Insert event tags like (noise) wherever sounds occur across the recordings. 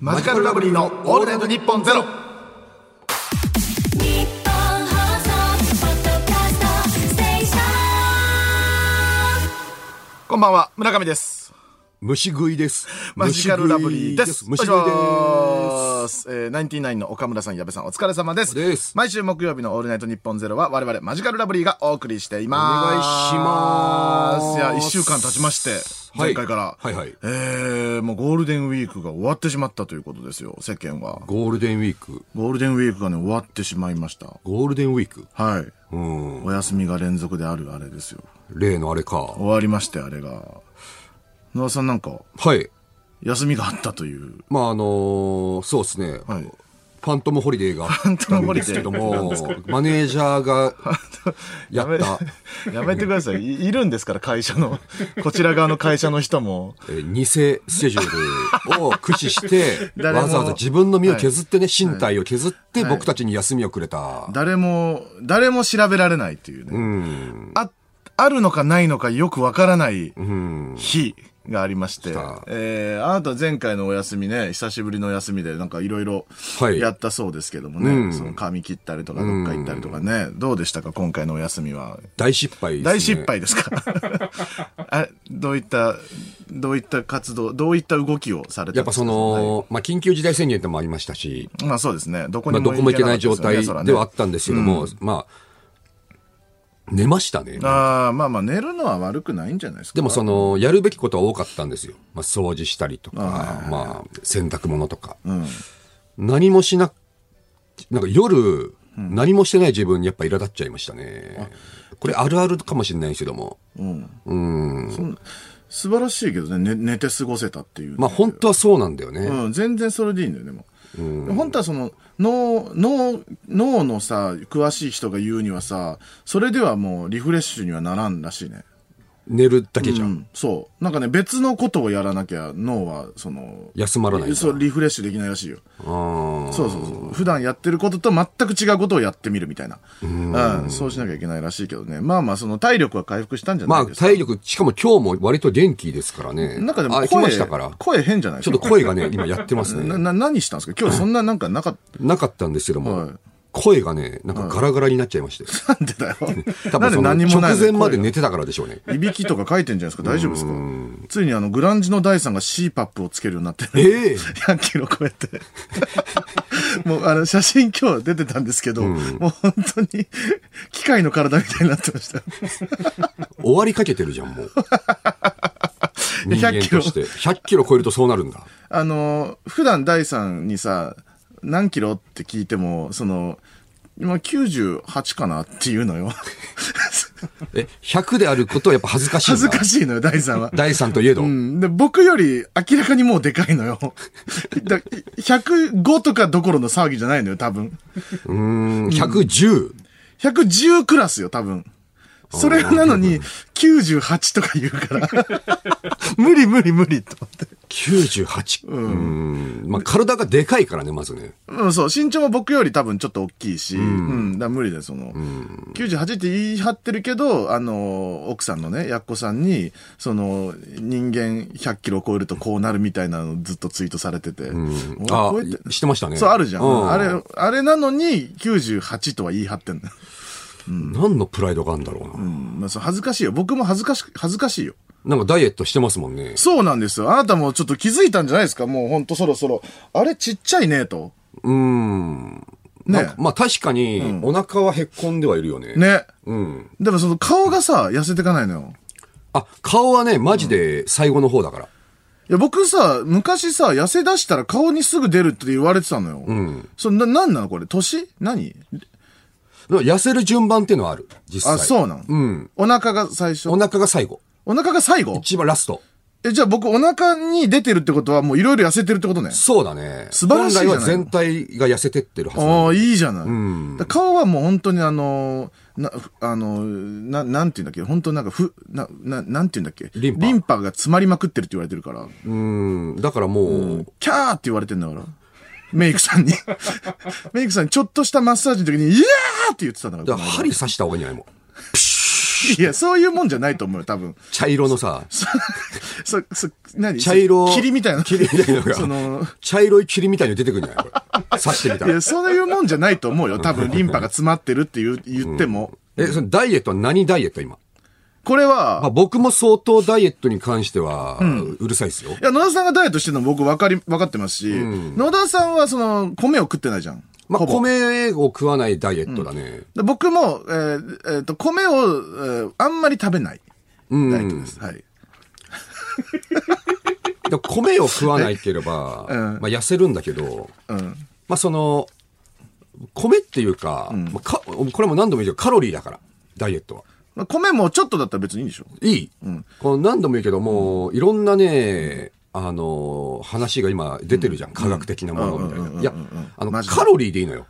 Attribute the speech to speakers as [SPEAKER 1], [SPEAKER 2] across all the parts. [SPEAKER 1] マジカルラブリーのオールナイトニッポンゼロ。
[SPEAKER 2] 日本放送ポッドキャストステーション
[SPEAKER 1] こんばんは、村上です。
[SPEAKER 3] 虫食いです。
[SPEAKER 1] マジカルラブリーです。
[SPEAKER 3] 虫食いで
[SPEAKER 1] い
[SPEAKER 3] す。
[SPEAKER 1] す。えー、ナインティナインの岡村さん、矢部さん、お疲れ様です。
[SPEAKER 3] です
[SPEAKER 1] 毎週木曜日のオールナイトニッポンゼロは、我々マジカルラブリーがお送りしています。
[SPEAKER 3] お願いします
[SPEAKER 1] いや、一週間経ちまして、
[SPEAKER 3] はい
[SPEAKER 1] 前回から。
[SPEAKER 3] はいはい
[SPEAKER 1] えー、もうゴールデンウィークが終わってしまったということですよ、世間は。
[SPEAKER 3] ゴールデンウィーク。
[SPEAKER 1] ゴールデンウィークがね、終わってしまいました。
[SPEAKER 3] ゴールデンウィーク。
[SPEAKER 1] はい。
[SPEAKER 3] うん。
[SPEAKER 1] お休みが連続であるあれですよ。
[SPEAKER 3] 例のあれか。
[SPEAKER 1] 終わりまして、あれが。野田さんなんか、
[SPEAKER 3] はい。
[SPEAKER 1] 休みがあったという。
[SPEAKER 3] まあ、あのーそうですね。
[SPEAKER 1] はい
[SPEAKER 3] ファントムホリデーがあったんですけ
[SPEAKER 1] (laughs)
[SPEAKER 3] ども、マネージャーがやっ
[SPEAKER 1] め
[SPEAKER 3] た、
[SPEAKER 1] やめてくださいい。いるんですから、会社
[SPEAKER 3] (laughs)
[SPEAKER 1] の。こちら側の会社の人も。
[SPEAKER 3] えー偽スケジュールを駆使して、
[SPEAKER 1] (laughs) 誰も
[SPEAKER 3] わざわざ自分の身を削ってね、身体を削って
[SPEAKER 1] はい
[SPEAKER 3] 僕たちに休みをくれた。
[SPEAKER 1] 誰も、誰も調べられないっていうね。
[SPEAKER 3] うん。
[SPEAKER 1] あ、あるのかないのかよくわからない
[SPEAKER 3] うん。
[SPEAKER 1] 日がありまして
[SPEAKER 3] た。
[SPEAKER 1] えー、あなた前回のお休みね、久しぶりのお休みでなんかいろいろ
[SPEAKER 3] はい
[SPEAKER 1] やったそうですけどもね。
[SPEAKER 3] うん
[SPEAKER 1] その髪切ったりとか、どっか行ったりとかね。どうでしたか、今回のお休みは。
[SPEAKER 3] 大失敗ですね。
[SPEAKER 1] 大失敗ですか
[SPEAKER 3] (laughs)
[SPEAKER 1] あどういった、どういった活動、どういった動きをされて
[SPEAKER 3] や
[SPEAKER 1] たんで
[SPEAKER 3] っぱ
[SPEAKER 1] すか
[SPEAKER 3] その、まあ、緊急事態宣言ってのもありましたし、
[SPEAKER 1] まあそうですね。どこ
[SPEAKER 3] ま
[SPEAKER 1] に
[SPEAKER 3] あ、
[SPEAKER 1] も
[SPEAKER 3] どこも行けな
[SPEAKER 1] か
[SPEAKER 3] い
[SPEAKER 1] っ
[SPEAKER 3] 状
[SPEAKER 1] た
[SPEAKER 3] 態
[SPEAKER 1] すよね
[SPEAKER 3] ではあったんですけど。も、
[SPEAKER 1] そ
[SPEAKER 3] まあ、寝ましたね。
[SPEAKER 1] らねああ、まあまあ寝るのは悪くないんじゃないですか。
[SPEAKER 3] でもその、やるべきことは多かったんですよ。まあ、掃除したりとか、まあ、洗濯物とか。
[SPEAKER 1] うん。
[SPEAKER 3] 何もしな、なんか夜、何もしてない自分にやっぱ苛立っちゃいましたね。これあるあるかもしれないですけども。
[SPEAKER 1] うん。
[SPEAKER 3] うん。
[SPEAKER 1] 素晴らしいけどね、寝寝て過ごせたっていうね、
[SPEAKER 3] まあ本当はそうなんだよね。
[SPEAKER 1] うん、全然それでいいんだよね、もう。本当はその、脳、脳、脳のさ、詳しい人が言うにはさ、それではもうリフレッシュにはならんらしいね。
[SPEAKER 3] 寝るだけじゃ。
[SPEAKER 1] うんん、そう。なんかね、別のことをやらなきゃ脳は、その、
[SPEAKER 3] 休まらないから
[SPEAKER 1] そう、リフレッシュできないらしいよ。
[SPEAKER 3] ああ。
[SPEAKER 1] そうそうそう。普段やってることと全く違うことをやってみるみたいな。うん,、そうしなきゃいけないらしいけどね。まあまあ、その体力は回復したんじゃ
[SPEAKER 3] ま
[SPEAKER 1] な
[SPEAKER 3] あ
[SPEAKER 1] いですか。
[SPEAKER 3] 体力、しかも今日も割と元気ですからね。
[SPEAKER 1] なんかでも
[SPEAKER 3] あ
[SPEAKER 1] 声、
[SPEAKER 3] 来ましたから。
[SPEAKER 1] 声変じゃないで
[SPEAKER 3] ち
[SPEAKER 1] す
[SPEAKER 3] ょっ
[SPEAKER 1] か。
[SPEAKER 3] と声が
[SPEAKER 1] (laughs)
[SPEAKER 3] ね、今やってます
[SPEAKER 1] な
[SPEAKER 3] ね。
[SPEAKER 1] な何したんですか今日そんななんかなかっ
[SPEAKER 3] なかったんですけども、
[SPEAKER 1] はい
[SPEAKER 3] 声がね、なんかガラガラになっちゃいまして。
[SPEAKER 1] たんでだよ。
[SPEAKER 3] 多
[SPEAKER 1] なん
[SPEAKER 3] 分
[SPEAKER 1] で
[SPEAKER 3] その
[SPEAKER 1] 何も
[SPEAKER 3] 直
[SPEAKER 1] ないの
[SPEAKER 3] 前まで寝
[SPEAKER 1] 声
[SPEAKER 3] てたからでしょうね。
[SPEAKER 1] がいびきとか書いてんじゃないですか大丈夫ですかついにあの、グランジの大さんが CPAP をつけるようになってる。
[SPEAKER 3] ええ
[SPEAKER 1] 100キロ超えて。もうあの写真今日出てたんですけど、もう本当に機械の体みたいになってました。
[SPEAKER 3] 終わりかけてるじゃん、もう。
[SPEAKER 1] (laughs)
[SPEAKER 3] 人間
[SPEAKER 1] 100キロ
[SPEAKER 3] として。100キロ超えるとそうなるんだ。
[SPEAKER 1] あの、普段大さんにさ、何キロって聞いても、その、今98かなっていうのよ。
[SPEAKER 3] え、100であることはやっぱ恥ずかしいんだ。
[SPEAKER 1] 恥ずかしいのよ、大さんは。
[SPEAKER 3] 第3といえど、
[SPEAKER 1] うん、で僕より明らかにもうでかいのよ。だ105とかどころの騒ぎじゃないのよ、多分。
[SPEAKER 3] うん、110。
[SPEAKER 1] 110クラスよ、多分。それなのに、98とか言うから。無理無理無理と思って。
[SPEAKER 3] 98。うん。まあ、体がでかいからね、まずね。
[SPEAKER 1] うん、そう。身長も僕より多分ちょっと大きいし、うん、だから無理だよ、その、98って言い張ってるけど、あの、奥さんのね、やっこさんに、その、人間100キロ超えるとこうなるみたいなのずっとツイートされてて、俺
[SPEAKER 3] あ
[SPEAKER 1] 超えて、
[SPEAKER 3] してましたね。
[SPEAKER 1] そう、あるじゃん。
[SPEAKER 3] う
[SPEAKER 1] あれ、あれなのに、98とは言い張ってんの。
[SPEAKER 3] 何のプライドがあるんだろうな。
[SPEAKER 1] うん。まあ、そう恥ずかしいよ。僕も恥ずかし、恥ずかしいよ。
[SPEAKER 3] なんかダイエットしてますもんね。
[SPEAKER 1] そうなんですよ。あなたもちょっと気づいたんじゃないですかもうほんとそろそろ。あれちっちゃいね、と。
[SPEAKER 3] うん。なんかまあ確かに、お腹はへっこんではいるよね。
[SPEAKER 1] ね。
[SPEAKER 3] うん。
[SPEAKER 1] でもその顔がさ、痩せてかないのよ。
[SPEAKER 3] あ、顔はね、マジで最後の方だから。
[SPEAKER 1] いや、僕さ、昔さ、痩せ出したら顔にすぐ出るって言われてたのよ。うん。そ、な、なんなのこれ年何
[SPEAKER 3] だから痩せる順番っていうのはある。実際。
[SPEAKER 1] あ、そうなの
[SPEAKER 3] うん。
[SPEAKER 1] お腹が最初。
[SPEAKER 3] お腹が最後。
[SPEAKER 1] お腹が最後
[SPEAKER 3] 一番ラスト。
[SPEAKER 1] え、じゃあ僕お腹に出てるってことはもういろいろ痩せてるってことね。
[SPEAKER 3] そうだね。
[SPEAKER 1] 素晴らしいじゃない
[SPEAKER 3] 本来は全体が痩せてってるはずなの。
[SPEAKER 1] ああ、いいじゃない。だから顔はもう本当にあのー、な、ふあのー、な、なんて言うんだっけ本当なんかふ、な、な、なんて言うんだっけ
[SPEAKER 3] リンパ
[SPEAKER 1] が詰まりまくってるって言われてるから、
[SPEAKER 3] うん。だからもう、
[SPEAKER 1] キャーって言われてんだから。メイク
[SPEAKER 3] (laughs)
[SPEAKER 1] さんに。メイクさんにちょっとしたマッサージの時に、イヤーって言ってたんだか
[SPEAKER 3] だ
[SPEAKER 1] ら。
[SPEAKER 3] から針刺した方がいいんじゃないもん。プシ
[SPEAKER 1] いや、そういうもんじゃないと思うよ、多分。
[SPEAKER 3] 茶色のさ、
[SPEAKER 1] そ、そ、何
[SPEAKER 3] 茶色。
[SPEAKER 1] 霧みたいな。
[SPEAKER 3] 霧みたいなのが
[SPEAKER 1] その、
[SPEAKER 3] 茶色い霧みたいに出てくるんじゃないこれ。刺してみた
[SPEAKER 1] いや、
[SPEAKER 3] ら。
[SPEAKER 1] そういうもんじゃないと思うよ。多分、リンパが詰まってるって言う言っても。
[SPEAKER 3] え、そのダイエットは何ダイエット今。
[SPEAKER 1] これ
[SPEAKER 3] まあ
[SPEAKER 1] は、
[SPEAKER 3] 僕も相当ダイエットに関しては、うるさいっすよ。
[SPEAKER 1] いや、野田さんがダイエットしてるの僕分かり、分かってますし、野田さんはその、米を食ってないじゃん。
[SPEAKER 3] まあ
[SPEAKER 1] ほぼ
[SPEAKER 3] 米を食わないダイエットだね。
[SPEAKER 1] で僕も、えーえーと、米を、えーあんまり食べない。ダイエットです。はい。
[SPEAKER 3] でも米を食わないければ、まあ痩せるんだけど、まあその、米っていうか、まあかこれも何度も言うけど、カロリーだから、ダイエットは。
[SPEAKER 1] まあ米もちょっとだったら別にいいんでしょ
[SPEAKER 3] いい、この何度も言うけど、もう、いろんなね、あの、話が今出てるじゃん。科学的なものみたいな。いや、あの、
[SPEAKER 1] マジで
[SPEAKER 3] カロリーでいいのよ。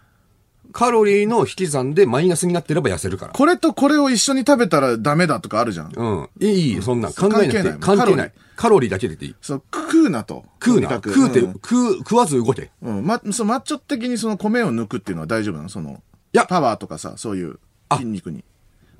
[SPEAKER 3] カロリーの引き算でマイナスになってれば痩せるから。
[SPEAKER 1] これとこれを一緒に食べたらダメだとかあるじゃん。
[SPEAKER 3] うん。いい、いい、そんなん考えなく
[SPEAKER 1] 関係
[SPEAKER 3] て、
[SPEAKER 1] ない
[SPEAKER 3] 関係ない。カロリーだけでいい。
[SPEAKER 1] その食うなと。
[SPEAKER 3] 食うな。
[SPEAKER 1] とにかく
[SPEAKER 3] 食うて、
[SPEAKER 1] ん
[SPEAKER 3] 食う、食わず動け。
[SPEAKER 1] うん、ま、そのマッチョ的にその米を抜くっていうのは大丈夫なのその、
[SPEAKER 3] いや
[SPEAKER 1] パワーとかさ、そういう筋肉に。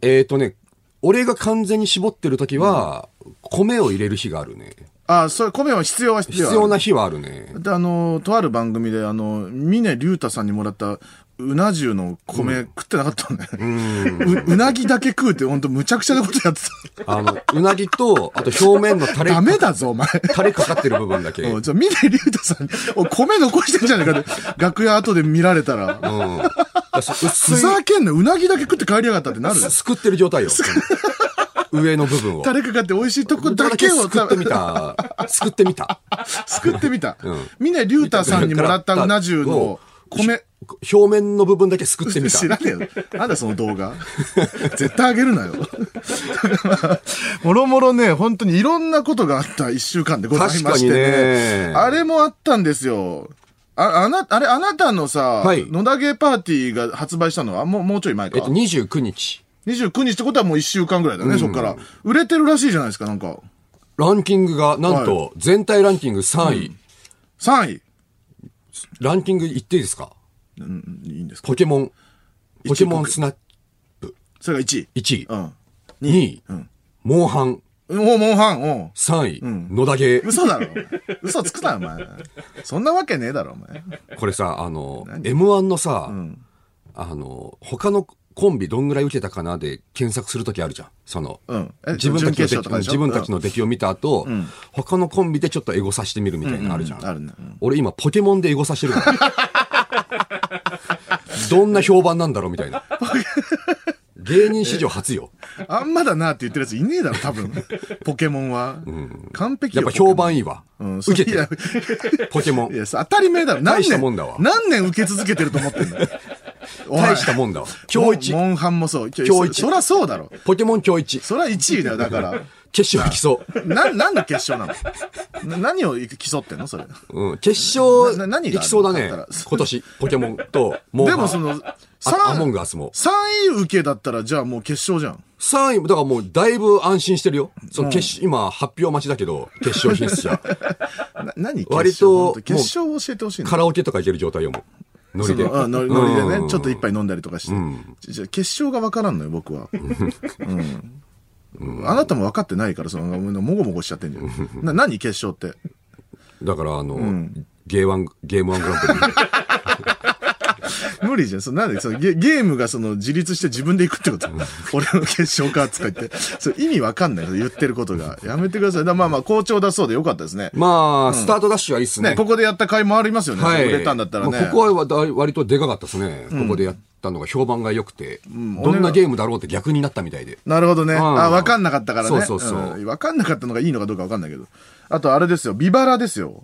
[SPEAKER 3] えっ、ー、とね、俺が完全に絞ってる時は、米を入れる日があるね。
[SPEAKER 1] ああ、それ、米は必要は必
[SPEAKER 3] 必
[SPEAKER 1] 要
[SPEAKER 3] 要な日はあるね。
[SPEAKER 1] で、あの、とある番組で、あの、峰竜太さんにもらった、うな重の米、食ってなかったんだよね。ううなぎだけ食うって、ほんとむちゃくちゃなことやって (laughs) た。
[SPEAKER 3] あの、うなぎと、あと表面のタレ
[SPEAKER 1] ダ、メだぞ、お前。
[SPEAKER 3] タレかかってる部分だけ。
[SPEAKER 1] おいじゃあ、峰竜太さんに、おい米残してんじゃねえかって、楽屋後で見られたら、
[SPEAKER 3] うん。だからそ
[SPEAKER 1] ふ
[SPEAKER 3] 薄い、
[SPEAKER 1] ざけんな、うなぎだけ食って帰りやがったってなるよ
[SPEAKER 3] すすくってる状態よ。上の部分を。
[SPEAKER 1] タレかかって美味しいとこだ
[SPEAKER 3] だ
[SPEAKER 1] け
[SPEAKER 3] け
[SPEAKER 1] を
[SPEAKER 3] すくってみた。すくってみた。
[SPEAKER 1] すくってみた
[SPEAKER 3] ん。
[SPEAKER 1] 峰竜太さんにもらったうな重の米。
[SPEAKER 3] 表面の部分だけすくってみた
[SPEAKER 1] 知。らねえよ。なんだその動画。絶対あげるなよ。 (laughs) もろもろね、本当にいろんなことがあった一週間でございまして
[SPEAKER 3] 確かにね
[SPEAKER 1] あれもあったんですよ。あ、あな、あれ、あなたのさ、
[SPEAKER 3] はい
[SPEAKER 1] 野田ゲーパーティーが発売したのは、もう、もうちょい前か。
[SPEAKER 3] えっと、29日。
[SPEAKER 1] 29日ってことはもう一週間ぐらいだね、そっから。売れてるらしいじゃないですか、なんか。
[SPEAKER 3] ランキングが、なんと、全体ランキング3位。
[SPEAKER 1] 3位。
[SPEAKER 3] ランキング言っていいですか
[SPEAKER 1] うん、いいんですか
[SPEAKER 3] ポケモン。ポケモンスナップ
[SPEAKER 1] それが1位。
[SPEAKER 3] 1位。
[SPEAKER 1] うん。
[SPEAKER 3] 2位、モンハン。
[SPEAKER 1] もう、モンハン、うん。
[SPEAKER 3] 3位、野田ゲー。
[SPEAKER 1] 嘘だろ。お前嘘つくな、お前。そんなわけねえだろ、お前。
[SPEAKER 3] これ
[SPEAKER 1] (laughs)
[SPEAKER 3] さ、あの、M1 のさ、あの、他のコンビどんぐらい受けたかなで検索するときあるじゃん。その、
[SPEAKER 1] うんえ
[SPEAKER 3] 自分たちの
[SPEAKER 1] 準決勝と
[SPEAKER 3] 出
[SPEAKER 1] かで
[SPEAKER 3] 来
[SPEAKER 1] しょ
[SPEAKER 3] 自分たちの出来を見た後、他のコンビでちょっとエゴさしてみるみたいなのあるじゃん。
[SPEAKER 1] うんうんあるねうん
[SPEAKER 3] 俺今ポケモンでエゴさして
[SPEAKER 1] (laughs)
[SPEAKER 3] るから。どんな評判なんだろうみたいな。芸人史上初よ。
[SPEAKER 1] あんまだなって言ってるやついねえだろ、多
[SPEAKER 3] (laughs)
[SPEAKER 1] 分。ポケモンは。完璧
[SPEAKER 3] や
[SPEAKER 1] よ
[SPEAKER 3] っぱ評判いいわ。
[SPEAKER 1] ポケモンうん、
[SPEAKER 3] 受けて
[SPEAKER 1] いや
[SPEAKER 3] る、ポケモ
[SPEAKER 1] い
[SPEAKER 3] ン。
[SPEAKER 1] や、そう当たり前だろ。何
[SPEAKER 3] 大した
[SPEAKER 1] 年、
[SPEAKER 3] もんだわ
[SPEAKER 1] 何年受け続けてると思ってん
[SPEAKER 3] (laughs)
[SPEAKER 1] だよ。おい
[SPEAKER 3] 大したもんだわ。今日一
[SPEAKER 1] モンモンハンもそう。今
[SPEAKER 3] 今日一
[SPEAKER 1] そらそうだろ。
[SPEAKER 3] ポケモン今日一
[SPEAKER 1] そら1位だよ、だから。 (laughs)
[SPEAKER 3] 決勝行きそう。
[SPEAKER 1] な、何の決勝なのな何を競ってんのそれ。
[SPEAKER 3] うん、決勝
[SPEAKER 1] な何がある
[SPEAKER 3] 行きそうだ
[SPEAKER 1] だ
[SPEAKER 3] ね
[SPEAKER 1] ったら。
[SPEAKER 3] 今年、ポケモンと、モンハ
[SPEAKER 1] (laughs) で
[SPEAKER 3] ン
[SPEAKER 1] もその、
[SPEAKER 3] あアモンガスも。
[SPEAKER 1] 3位受けだったら、じゃあもう決勝じゃん。
[SPEAKER 3] 3位、だからもうだいぶ安心してるよ。その決勝、今発表待ちだけど、決勝進出
[SPEAKER 1] (laughs)
[SPEAKER 3] 者。
[SPEAKER 1] な何決勝
[SPEAKER 3] 割と
[SPEAKER 1] 本当決勝を教えてほしいの
[SPEAKER 3] カラオケとか行ける状態よ、もう。ノリで。
[SPEAKER 1] そのうんノリノリで
[SPEAKER 3] う
[SPEAKER 1] ね、
[SPEAKER 3] ん
[SPEAKER 1] ちょっと一杯飲んだりとかして。じじゃあ決勝が分からんのよ、僕
[SPEAKER 3] (laughs)
[SPEAKER 1] は。うん。あなたも分かってないから、その、もごもごしちゃってんじゃん。な、何決勝って。
[SPEAKER 3] だから、あの、ゲーワン、ゲームワングランプ
[SPEAKER 1] (laughs)
[SPEAKER 3] リ。
[SPEAKER 1] 無理じゃん。そのなんでそのゲ、ゲームがその自立して自分で行くって
[SPEAKER 3] (laughs)
[SPEAKER 1] こと俺の決勝か、つか言って。それ意味分かんないよ言ってることが。やめてください。だまあまあ、好調だそうでよかったですね。
[SPEAKER 3] まあ、スタートダッシュはいいっすね。
[SPEAKER 1] ね、ここでやった回もありますよね。
[SPEAKER 3] はい。
[SPEAKER 1] そこ出たんだったら
[SPEAKER 3] まあ
[SPEAKER 1] ね。
[SPEAKER 3] ここはだ割とでかかったですね。ここでやったのが評判が良くて、どんなゲームだろうって逆になったみたいで。
[SPEAKER 1] なるほどね。
[SPEAKER 3] ん
[SPEAKER 1] あ、分かんなかったからね。
[SPEAKER 3] そうそうそうん
[SPEAKER 1] 分かんなかったのがいいのかどうか分かんないけど。あと、あれですよ。ビバラですよ。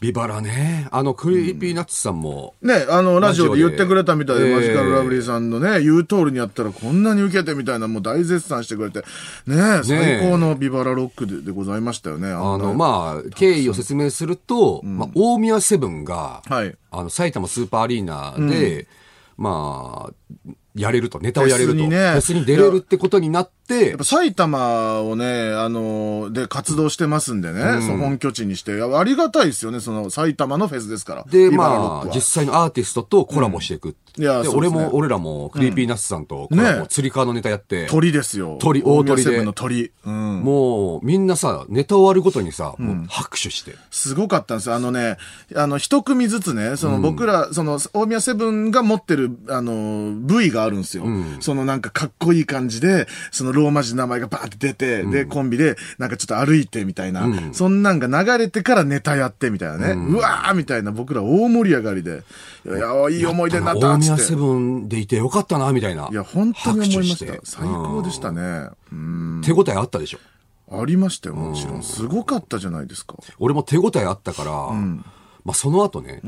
[SPEAKER 3] ビバラね。あの、クリーピーナッツさんも、
[SPEAKER 1] ね、あの、ラジオで
[SPEAKER 3] ラジ
[SPEAKER 1] 言
[SPEAKER 3] オで
[SPEAKER 1] ってくれたみたい
[SPEAKER 3] え
[SPEAKER 1] で、
[SPEAKER 3] え
[SPEAKER 1] マジカルラブリーさんのね、言う通りにやったらこんなに受けてみたいな、もう大絶賛してくれて、ねえ、最高のビバラロックででございましたよね。あ
[SPEAKER 3] あの、
[SPEAKER 1] の、
[SPEAKER 3] まあ、経緯を説明すると、まあ、大宮セブンが、
[SPEAKER 1] はい
[SPEAKER 3] あの、埼玉スーパーアリーナで、まあ、やれると、ネタをやれると、
[SPEAKER 1] フェスにね
[SPEAKER 3] フェスに出れるってことになっって
[SPEAKER 1] やっぱ、埼玉をね、あので活動してますんでね、その本拠地にして、いやありがたいですよね、その埼玉のフェスですから。
[SPEAKER 3] で、
[SPEAKER 1] 今のロッ
[SPEAKER 3] ま
[SPEAKER 1] ク
[SPEAKER 3] あ、
[SPEAKER 1] は
[SPEAKER 3] 実際のアーティストとコラボしていくって。
[SPEAKER 1] うんいや
[SPEAKER 3] で
[SPEAKER 1] そうで
[SPEAKER 3] 俺
[SPEAKER 1] すね
[SPEAKER 3] も、俺らも、クリーピーナッツさんとコラボ、
[SPEAKER 1] ね
[SPEAKER 3] 釣り革のネタやって、
[SPEAKER 1] 鳥ですよ。
[SPEAKER 3] 鳥大
[SPEAKER 1] 大
[SPEAKER 3] 鳥
[SPEAKER 1] 鳥
[SPEAKER 3] で
[SPEAKER 1] セブンの鳥。うん。
[SPEAKER 3] もう、みんなさ、ネタ終わるごとにさ、もう拍手して。
[SPEAKER 1] すごかったんですよ。あのね、あの、一組ずつね、その僕ら、その、大宮セブンが持ってる、あの、部位があるんですよ。そのなんかかっこいい感じで、そのローマ字の名前がバーって出て、で、コンビで、なんかちょっと歩いてみたいな、そんなんが流れてからネタやってみたいなね、うわーみたいな僕ら大盛り上がりで、いや、いい思い出になった
[SPEAKER 3] 大
[SPEAKER 1] っつ
[SPEAKER 3] 宮
[SPEAKER 1] って
[SPEAKER 3] セ。ブンでいてよかったな、みたいな。
[SPEAKER 1] いや、本当に思いまし
[SPEAKER 3] 拍
[SPEAKER 1] た。
[SPEAKER 3] 手
[SPEAKER 1] 最高でしたね。うん。
[SPEAKER 3] 手応えあったでしょ。
[SPEAKER 1] ありましたよ、もちろん。すごかったじゃないですか。
[SPEAKER 3] 俺も手応えあったから、まあその後ね、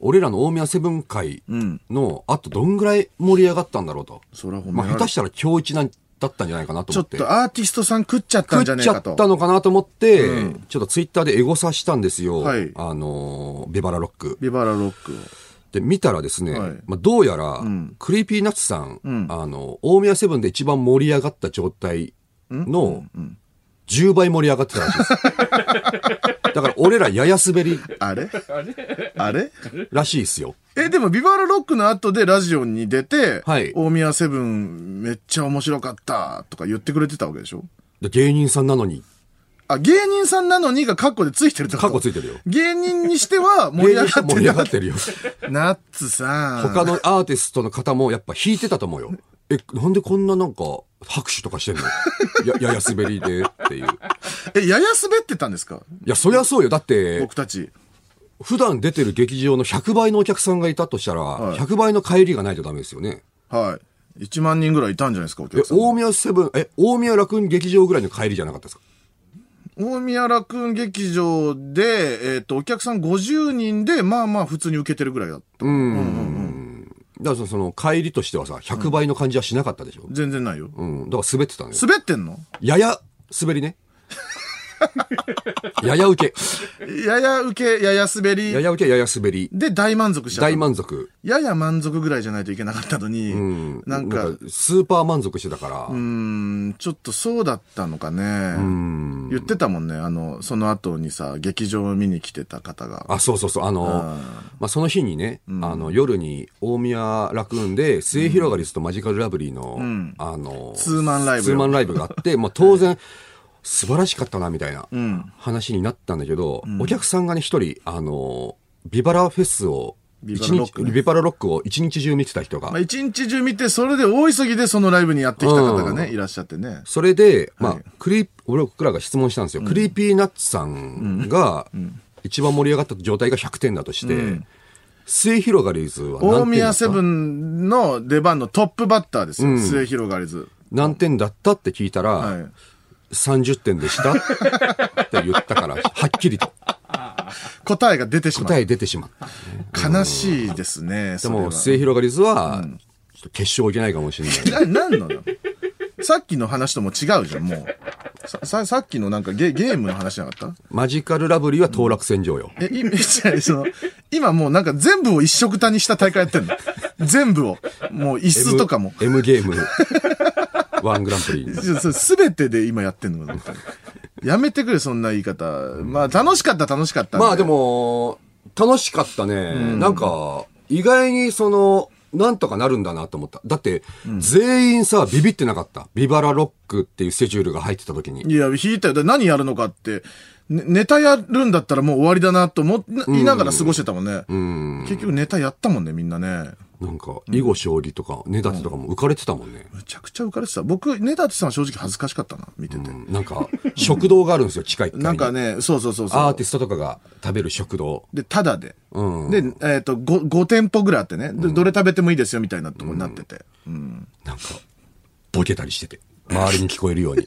[SPEAKER 3] 俺らの大宮セブン会の、あとどんぐらい盛り上がったんだろうと。
[SPEAKER 1] そら褒めら
[SPEAKER 3] ま
[SPEAKER 1] れ
[SPEAKER 3] あ
[SPEAKER 1] る
[SPEAKER 3] 下手したら今日一なんだったんじゃないかなと
[SPEAKER 1] ち
[SPEAKER 3] 思
[SPEAKER 1] ょ
[SPEAKER 3] っ。
[SPEAKER 1] ってとアーティストさん食っちゃったんじ
[SPEAKER 3] 食
[SPEAKER 1] ゃ
[SPEAKER 3] っ
[SPEAKER 1] ねえ
[SPEAKER 3] ちゃ
[SPEAKER 1] か
[SPEAKER 3] っ
[SPEAKER 1] と。
[SPEAKER 3] たのかなと思って、ちょっとツイッターでエゴサしたんですよ。
[SPEAKER 1] はい
[SPEAKER 3] あのー、ベバラロック。
[SPEAKER 1] ビバラロックを。
[SPEAKER 3] で、見たらですね、
[SPEAKER 1] はい
[SPEAKER 3] まあ、どうやら、クリーピーナッツさん、あの、大宮セブンで一番盛り上がった状態の、10倍盛り上がってたら
[SPEAKER 1] (laughs)
[SPEAKER 3] しいです。だから俺らやや滑り
[SPEAKER 1] あれあれ
[SPEAKER 3] らしいですよ。
[SPEAKER 1] え、でもビバラロックの後でラジオに出て、
[SPEAKER 3] はい
[SPEAKER 1] 大宮セブンめっちゃ面白かったとか言ってくれてたわけでしょ
[SPEAKER 3] で芸人さんなのに、
[SPEAKER 1] あ、芸人さんなのにがカッコでついてるってこと
[SPEAKER 3] カッコついてるよ
[SPEAKER 1] 芸人にしては盛
[SPEAKER 3] 盛
[SPEAKER 1] り
[SPEAKER 3] り
[SPEAKER 1] 上
[SPEAKER 3] 上
[SPEAKER 1] が
[SPEAKER 3] が
[SPEAKER 1] っ
[SPEAKER 3] っ
[SPEAKER 1] なかっ
[SPEAKER 3] てて
[SPEAKER 1] (laughs)
[SPEAKER 3] るよ。
[SPEAKER 1] た。ナッツさん。
[SPEAKER 3] 他のアーティストの方もやっぱ弾いてたと思うよ。え、なんでこんななんか拍手とかしてんの (laughs) や、やや滑りでっていう。い
[SPEAKER 1] え、やや滑ってたんですか
[SPEAKER 3] や、そりゃそうよ。だって
[SPEAKER 1] 僕、たち。
[SPEAKER 3] 普段出てる劇場の100倍のお客さんがいたとしたら、100倍の帰りがないとダメですよね。
[SPEAKER 1] はい。1万人ぐらいいたんじゃないですか、お
[SPEAKER 3] え
[SPEAKER 1] 客、さん。
[SPEAKER 3] 大宮セブン、え、大宮楽園劇場ぐらいの帰りじゃなかったですか
[SPEAKER 1] 大宮楽園劇場で、えっ、と、お客さん50人で、まあまあ普通に受けてるぐらいだった。
[SPEAKER 3] だからその帰りとしてはさ、100倍の感じはしなかったでしょ、
[SPEAKER 1] 全然ないよ。
[SPEAKER 3] うん、だから滑ってたのよ。
[SPEAKER 1] 滑ってんの
[SPEAKER 3] やや滑
[SPEAKER 1] (laughs)
[SPEAKER 3] りね。やや受け。
[SPEAKER 1] やや受け、やや滑り
[SPEAKER 3] やや受け、やや滑り。
[SPEAKER 1] で大満足しちゃっ
[SPEAKER 3] 大
[SPEAKER 1] た。
[SPEAKER 3] 満足。
[SPEAKER 1] やや満足ぐらいじゃないといけなかったのに、なんか、う
[SPEAKER 3] スーパー満足してたから、
[SPEAKER 1] ーん、ちょっとそうだったのかね。言ってたもんね、あの、その後にさ、劇場を見に来てた方が。
[SPEAKER 3] あ、そうそうそう、あの、まあ、その日にね、あの、夜に大宮楽園で、末広がりずとマジカルラブリーの、あの、
[SPEAKER 1] ツーマンライブ
[SPEAKER 3] ツーマンライブがあって、まあ、当然、素晴らしかったな、みたいな話になったんだけど、お客さんがね、一人、あの、ビバラフェスを、
[SPEAKER 1] ビ
[SPEAKER 3] 一
[SPEAKER 1] バラロッ
[SPEAKER 3] 日
[SPEAKER 1] クね
[SPEAKER 3] ビバラロックを一日中見てた人が
[SPEAKER 1] まあ、、一日中見て、それで大急ぎでそのライブにやってきた方がね、
[SPEAKER 3] う
[SPEAKER 1] いらっしゃってね。
[SPEAKER 3] それで、まあ、クリー俺らが質問したんですよ。クリーピーナッツさんが、一番盛り上がった状態が100点だとして、末広がりず
[SPEAKER 1] 大
[SPEAKER 3] は何点だ
[SPEAKER 1] 宮
[SPEAKER 3] っ
[SPEAKER 1] セ
[SPEAKER 3] た
[SPEAKER 1] ブンの出番のトップバッターですよ、末広がりず。
[SPEAKER 3] 何点だったって聞いたら、
[SPEAKER 1] はい。
[SPEAKER 3] 30点でしたって言ったから、はっきりと
[SPEAKER 1] 答えが出てしま
[SPEAKER 3] 答
[SPEAKER 1] う。
[SPEAKER 3] え出てしまった。
[SPEAKER 1] 悲しいですね、
[SPEAKER 3] で
[SPEAKER 1] それは
[SPEAKER 3] も、末広がりずは、ちょっと決勝行けないかもしれない。
[SPEAKER 1] な、なんのよ。さっきの話とも違うじゃん、もう。さ、ささっきのなんかゲゲームの話じゃなかっ
[SPEAKER 3] マジカルラブリーは当落戦場よ。
[SPEAKER 1] たえ、今、 (laughs) 違うその、今もうなんか全部を一色たにした大会やってんの。全部を。もう椅子とかも。
[SPEAKER 3] M, M ゲーム、ワングランプリ。
[SPEAKER 1] すべてで今やってんのかな本当にやめてくれ、そんな言い方。まあ、楽しかった、楽しかった。
[SPEAKER 3] まあで。も、楽しかったね。なんか、意外にその、なんとかなるんだなと思った。だって、全員さ、ビビってなかった。ビバラロックっていうスケジュールが入ってた時に。
[SPEAKER 1] いや、引いたよ。だ何やるのかって、ねネタやるんだったらもう終わりだなと思いながら過ごしてたもんね。結局ネタやったもんね、みんなね。
[SPEAKER 3] なんか、囲碁将棋とか、根立てとかも浮かれてたもんね。
[SPEAKER 1] むちゃくちゃ浮かれてた。僕、根立さんは正直恥ずかしかったな、見てて。
[SPEAKER 3] なんか、食堂があるんですよ、近い階に
[SPEAKER 1] なんかね、そうそうそうそう。
[SPEAKER 3] アーティストとかが食べる食堂。
[SPEAKER 1] で、ただで。
[SPEAKER 3] うん
[SPEAKER 1] で、えっ、と5、5店舗ぐらいあってね、でどれ食べてもいいですよみたいなとこになってて。
[SPEAKER 3] なんか、ボケたりしてて。周りに聞こえるよ
[SPEAKER 1] (laughs)
[SPEAKER 3] うに。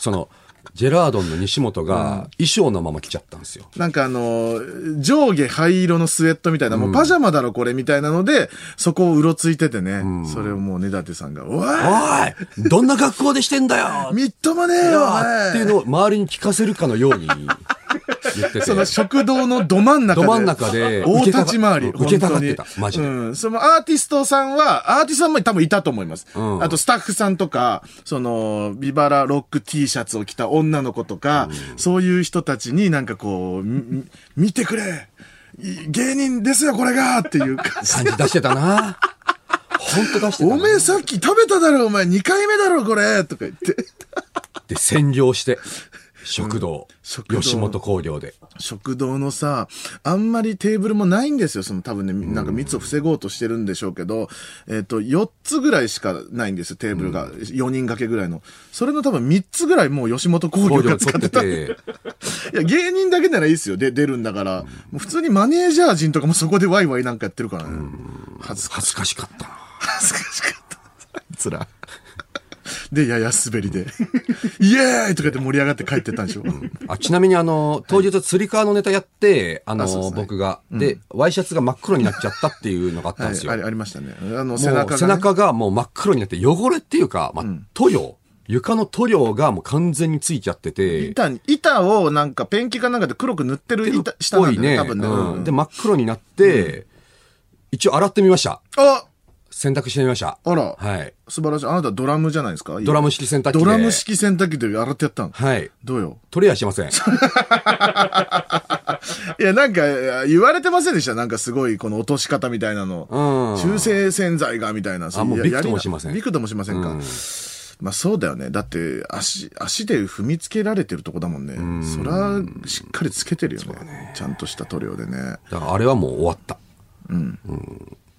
[SPEAKER 3] その、ジェラードンの西本が衣装のまま来ちゃったんですよ。
[SPEAKER 1] なんかあのー上下灰色のスウェットみたいな、もうパジャマだろこれみたいなので、そこをうろついててね、それをもう根立さんが、おい
[SPEAKER 3] おいどんな格好でしてんだよ
[SPEAKER 1] みっともねえよおい
[SPEAKER 3] っていうのを周りに聞かせるかのように、言ってて。
[SPEAKER 1] (laughs) その食堂のど真ん中で。
[SPEAKER 3] ど真ん中で
[SPEAKER 1] 大立ち回り。
[SPEAKER 3] 受けたがってた
[SPEAKER 1] 本当に
[SPEAKER 3] マジで
[SPEAKER 1] うん。そのアーティストさんは、アーティストさんも多分いたと思います。
[SPEAKER 3] うん
[SPEAKER 1] あとスタッフさんとか、その、ビバラロック T シャツを着た女の子とか、そういう人たちになんかこう、み見てくれい芸人ですよ、これがって
[SPEAKER 3] (laughs)
[SPEAKER 1] いう感じ。
[SPEAKER 3] 感じ出してたな。ほんと出してたな。
[SPEAKER 1] おめえさっき食べただろ、お前2回目だろ、これとか言って。
[SPEAKER 3] で、占領して、食堂、
[SPEAKER 1] 食堂
[SPEAKER 3] 吉本興業で。
[SPEAKER 1] 食堂のさ、あんまりテーブルもないんですよ。その多分ね、なんか密を防ごうとしてるんでしょうけど、えっ、と、4つぐらいしかないんですよ、テーブルが。4人掛けぐらいの。それの多分3つぐらいもう吉本興
[SPEAKER 3] 工
[SPEAKER 1] 業
[SPEAKER 3] 業
[SPEAKER 1] が
[SPEAKER 3] 取
[SPEAKER 1] 使っ
[SPEAKER 3] っ
[SPEAKER 1] て
[SPEAKER 3] て
[SPEAKER 1] た。い
[SPEAKER 3] て、
[SPEAKER 1] や、芸人だけならいいですよ。で、出るんだから。もう普通にマネージャー陣とかもそこでワイワイなんかやってるからね。恥ずか
[SPEAKER 3] 恥ずかしかったな。
[SPEAKER 1] 恥ずかしかった。あいつら。で、やや滑り (laughs) で。イエーイとか言って盛り上がって帰ってったんでしょ。
[SPEAKER 3] あちなみにあの、当日釣り革のネタやって、あの、
[SPEAKER 1] あそうですね
[SPEAKER 3] 僕が、で、ワイシャツが真っ黒になっちゃったっていうのがあったん
[SPEAKER 1] は
[SPEAKER 3] です
[SPEAKER 1] い、
[SPEAKER 3] よ。
[SPEAKER 1] ありありましたね。あの、
[SPEAKER 3] もう背
[SPEAKER 1] 背
[SPEAKER 3] 中
[SPEAKER 1] 中が、
[SPEAKER 3] が、
[SPEAKER 1] ね。
[SPEAKER 3] もう真っ黒になって、汚れっていうか、まあ、塗料、床の塗料がもう完全についちゃってて、
[SPEAKER 1] 板に、板をなんかペンキかなんかで黒く塗ってる板、下なんで、ね、多分ね。
[SPEAKER 3] うん
[SPEAKER 1] うん
[SPEAKER 3] で、真っ黒になって、一応洗ってみました。
[SPEAKER 1] あ
[SPEAKER 3] 洗濯してみました。
[SPEAKER 1] あら
[SPEAKER 3] はい。
[SPEAKER 1] 素晴らしい。あなたドラムじゃないですか
[SPEAKER 3] ドラム式洗濯機で。
[SPEAKER 1] ドラム式洗濯機で洗ってやったの。
[SPEAKER 3] はい。
[SPEAKER 1] どうよ。
[SPEAKER 3] 取り合いしてません。
[SPEAKER 1] いや、なんか、言われてませんでしたなんかすごい、この落とし方みたいなの。
[SPEAKER 3] うん。
[SPEAKER 1] 中性洗剤が、みたいな。
[SPEAKER 3] あもう
[SPEAKER 1] いや
[SPEAKER 3] びくと
[SPEAKER 1] やりな
[SPEAKER 3] もしません
[SPEAKER 1] びくともしませんか。まあそうだよね。だって、足、足で踏みつけられてるとこだもんね。そら、しっかりつけてるよね。ちゃんとした塗料でね。
[SPEAKER 3] だからあれはもう終わった。うん。